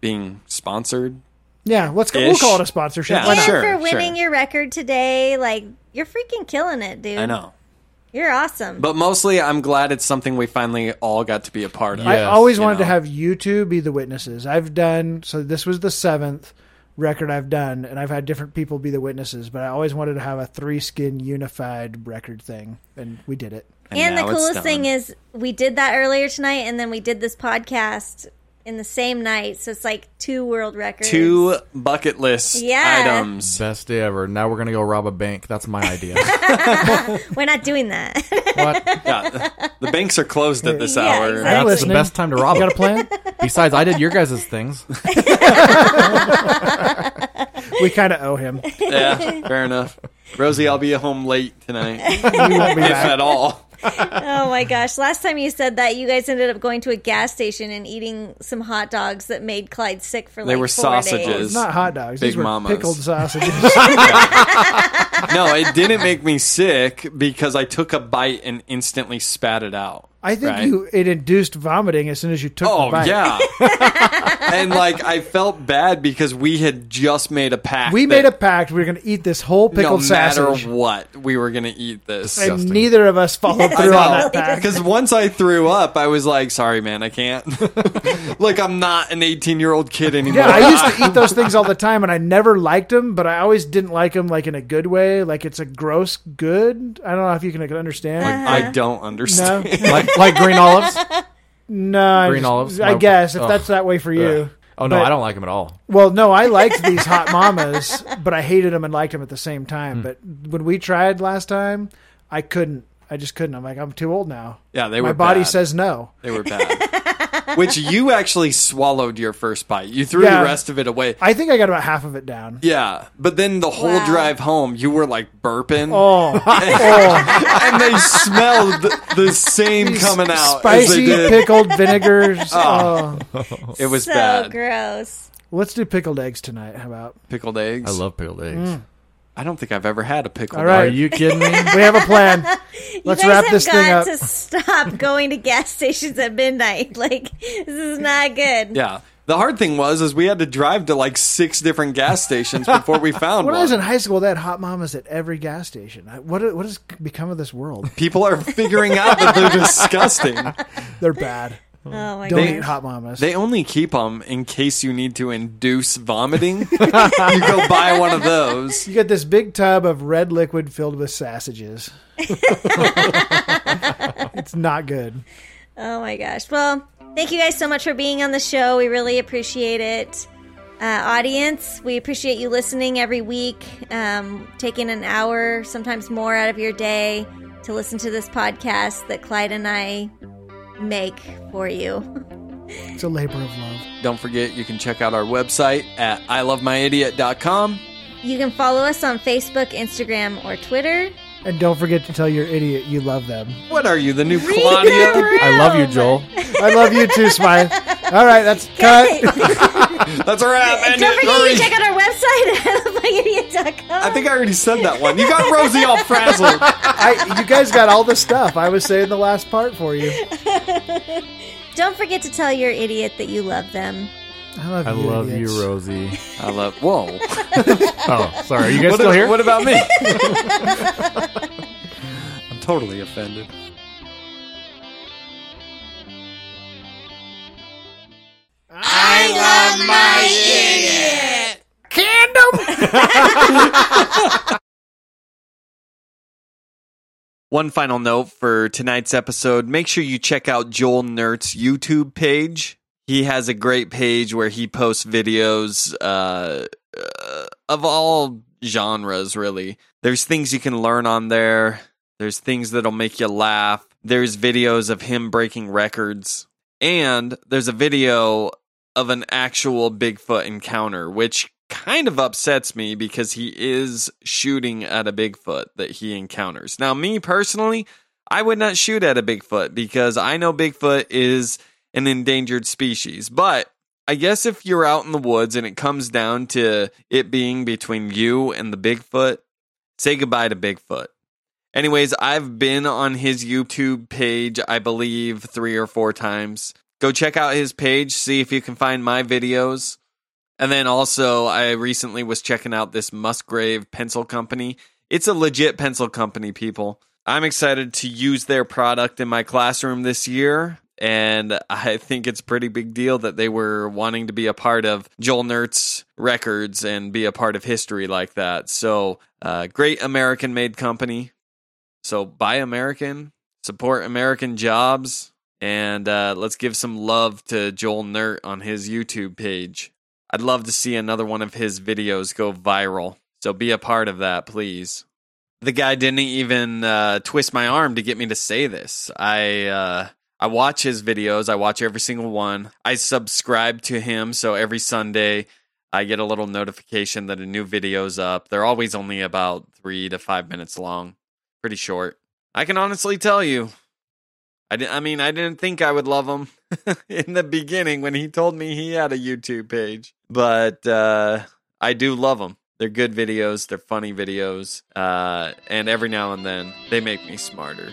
Speaker 3: being sponsored.
Speaker 5: Yeah, let's go,
Speaker 3: Ish.
Speaker 5: we'll call it a sponsorship.
Speaker 3: Yeah,
Speaker 5: Why
Speaker 4: And
Speaker 5: not?
Speaker 3: sure.
Speaker 4: for winning your record today, like, you're freaking killing it, dude.
Speaker 3: I know.
Speaker 4: You're awesome.
Speaker 3: But mostly I'm glad it's something we finally all got to be a part of.
Speaker 5: I always
Speaker 3: you
Speaker 5: wanted to
Speaker 3: know?
Speaker 5: have you two be the witnesses. I've done so. This was the seventh record I've done, and I've had different people be the witnesses. But I always wanted to have a three skin unified record thing, and we did it.
Speaker 4: and the
Speaker 3: now it's
Speaker 4: coolest
Speaker 3: done.
Speaker 4: thing is, we did that earlier tonight, and then we did this podcast in the same night. So it's like two world records.
Speaker 3: two bucket list
Speaker 4: Yeah.
Speaker 3: items.
Speaker 6: Best day ever. Now we're gonna go rob a bank. That's my idea.
Speaker 4: We're not doing that.
Speaker 3: Yeah, the banks are closed at this
Speaker 4: Yeah,
Speaker 3: hour.
Speaker 4: exactly.
Speaker 6: That's
Speaker 5: listening.
Speaker 4: [laughs]
Speaker 6: the best time to rob.
Speaker 5: You got
Speaker 6: it.
Speaker 5: a plan?
Speaker 6: Besides, I did your guys' things.
Speaker 5: [laughs] we kind of owe
Speaker 3: [laughs]
Speaker 5: him.
Speaker 3: Yeah, fair enough. Rosie, I'll be home late tonight,
Speaker 5: You won't be
Speaker 3: if
Speaker 5: back.
Speaker 3: at all.
Speaker 4: oh my gosh. Last time you said that, you guys ended up going to a gas station and eating some hot dogs that made Clyde sick for like
Speaker 3: They were
Speaker 4: four
Speaker 3: sausages.
Speaker 4: days.
Speaker 5: It's not hot dogs.
Speaker 3: Big
Speaker 5: These were
Speaker 3: mamas.
Speaker 5: pickled sausages.
Speaker 3: [laughs] No, it didn't make me sick because I took a bite and instantly spat it out.
Speaker 5: I think
Speaker 3: right?
Speaker 5: you it induced vomiting as soon as you took the
Speaker 3: Oh
Speaker 5: bite. [laughs]
Speaker 3: yeah, and like I felt bad because we had just made a pact.
Speaker 5: We
Speaker 3: that
Speaker 5: made a pact. We were going to eat this whole
Speaker 3: no
Speaker 5: pickled
Speaker 3: matter
Speaker 5: sausage,
Speaker 3: what we were gonna eat this.
Speaker 5: and neither of us followed
Speaker 3: I
Speaker 5: through on
Speaker 3: know.
Speaker 5: [laughs] that
Speaker 3: [laughs]
Speaker 5: pact.
Speaker 3: Because once I threw up, I was like, sorry, man, I can't. [laughs] like, I'm not an 18 year old kid anymore.
Speaker 5: Yeah, I used to eat those things all the time, and I never liked them, but I always didn't like them like in a good way. Like it's a gross good. I don't know if you can understand.
Speaker 3: I don't understand. [laughs]
Speaker 6: Uh-huh. like like green olives.
Speaker 5: no,
Speaker 6: Green
Speaker 5: I just-
Speaker 6: olives?
Speaker 5: I
Speaker 6: No.
Speaker 5: guess if
Speaker 6: Ugh.
Speaker 5: that's that way for you.
Speaker 6: Oh no,
Speaker 5: But-
Speaker 6: I don't like them at all.
Speaker 5: Well, no, I liked these hot mamas, but I hated them and liked them at the same
Speaker 6: Hmm.
Speaker 5: time. But when we tried last time, I couldn't. I just couldn't. I'm like, I'm too old now.
Speaker 3: [laughs] Yeah, they
Speaker 5: My
Speaker 3: were
Speaker 5: body
Speaker 3: bad.
Speaker 5: says no.
Speaker 3: They were bad. Which you actually swallowed your first bite. You threw
Speaker 5: Yeah.
Speaker 3: the rest of it away.
Speaker 5: I think I got about half of it down.
Speaker 3: Yeah, but then the whole
Speaker 4: Wow.
Speaker 3: drive home, you were like burping, [laughs]
Speaker 5: Oh, oh.
Speaker 3: and they smelled the same coming out. as they
Speaker 5: spicy
Speaker 3: did. [laughs]
Speaker 5: pickled vinegars. Oh.
Speaker 3: It was
Speaker 4: so
Speaker 3: bad.
Speaker 4: Oh, gross.
Speaker 5: Let's do pickled eggs tonight. How about?
Speaker 3: Pickled eggs.
Speaker 6: I love pickled eggs.
Speaker 3: I don't think I've ever had a pickled.
Speaker 5: Mm. All right.
Speaker 6: Are you
Speaker 5: [laughs]
Speaker 6: kidding me?
Speaker 5: We have a plan.
Speaker 4: [laughs]
Speaker 5: Let's
Speaker 4: you guys
Speaker 5: wrap
Speaker 4: have
Speaker 5: this
Speaker 4: got
Speaker 5: thing up.
Speaker 4: to stop going to gas [laughs] stations at midnight. Like this is not good.
Speaker 3: [laughs] Yeah. The hard thing was is we had to drive to like six different gas stations before
Speaker 5: [laughs]
Speaker 3: we found
Speaker 5: When I
Speaker 3: one.
Speaker 5: was in high school, they had hot mamas at every gas station. I- What what has become of this world?
Speaker 3: People
Speaker 5: [laughs]
Speaker 3: are [laughs] figuring out that they're disgusting.
Speaker 5: They're bad.
Speaker 4: Oh my
Speaker 5: Don't
Speaker 4: god.
Speaker 5: eat hot mamas.
Speaker 3: They only keep them in case you need to induce vomiting.
Speaker 5: [laughs]
Speaker 3: you go buy one of those.
Speaker 5: you get this big tub of red liquid filled with
Speaker 4: [laughs]
Speaker 5: sausages. it's not good.
Speaker 4: Oh my gosh. Well, thank you guys so much for being on the show. We really appreciate it. Uh, audience, we appreciate you listening every week, um, taking an hour, sometimes more out of your day to listen to this podcast that Clyde and I make for you.
Speaker 5: It's a labor of love.
Speaker 3: Don't forget you can check out our website at ilovemyidiot.com.
Speaker 4: You can follow us on Facebook, Instagram, or Twitter.
Speaker 5: And don't forget to tell your idiot you love them.
Speaker 3: What are you, the new Claudia?
Speaker 6: I love you, Joel.
Speaker 5: I love you too, Smythe. All right, that's
Speaker 4: Okay.
Speaker 5: cut. [laughs]
Speaker 3: That's a wrap. End
Speaker 4: Don't
Speaker 3: it.
Speaker 4: forget
Speaker 3: Hurry.
Speaker 4: you check out our [laughs] website at
Speaker 3: I think I already said that one. You
Speaker 4: [laughs]
Speaker 3: got [laughs] Rosie all frazzled.
Speaker 5: I, you guys got all the stuff I was saying the last part for you.
Speaker 4: Don't forget to tell your idiot that you love them.
Speaker 5: I love
Speaker 6: I
Speaker 5: you.
Speaker 6: love
Speaker 5: idiots.
Speaker 6: you, Rosie.
Speaker 3: I love. Whoa.
Speaker 6: [laughs] Oh, sorry. Are you guys
Speaker 3: What
Speaker 6: still
Speaker 3: about-
Speaker 6: here?
Speaker 3: What
Speaker 4: [laughs]
Speaker 3: about
Speaker 6: [laughs]
Speaker 3: me? I'm totally offended. One final note for tonight's episode make sure you check out Joel Nert's YouTube page. He has a great page where he posts videos uh, uh, of all genres really. There's things you can learn on there. There's things that'll make you laugh. There's videos of him breaking records. And there's a video of an actual Bigfoot encounter, which kind of upsets me because he is shooting at a Bigfoot that he encounters. Now, me personally, I would not shoot at a Bigfoot because I know Bigfoot is an endangered species. But I guess if you're out in the woods and it comes down to it being between you and the Bigfoot, say goodbye to Bigfoot. Anyways, I've been on his YouTube page, I believe, three or four times. Go check out his page, see if you can find my videos. And then also, I recently was checking out this Musgrave pencil company. It's a legit pencil company, people. I'm excited to use their product in my classroom this year. And I think it's a pretty big deal that they were wanting to be a part of Joel Nertz Records and be a part of history like that. So, uh, great American made company. So, buy American, support American jobs, and uh, let's give some love to Joel Nert on his YouTube page. I'd love to see another one of his videos go viral. So be a part of that, please. The guy didn't even uh, twist my arm to get me to say this. I uh, I watch his videos. I watch every single one. I subscribe to him, so every Sunday I get a little notification that a new video's up. They're always only about three to five minutes long, pretty short. I can honestly tell you, I, di- I mean, I didn't think I would love him [laughs] in the beginning when he told me he had a YouTube page, but uh, I do love them. They're good videos, they're funny videos, uh, and every now and then they make me smarter.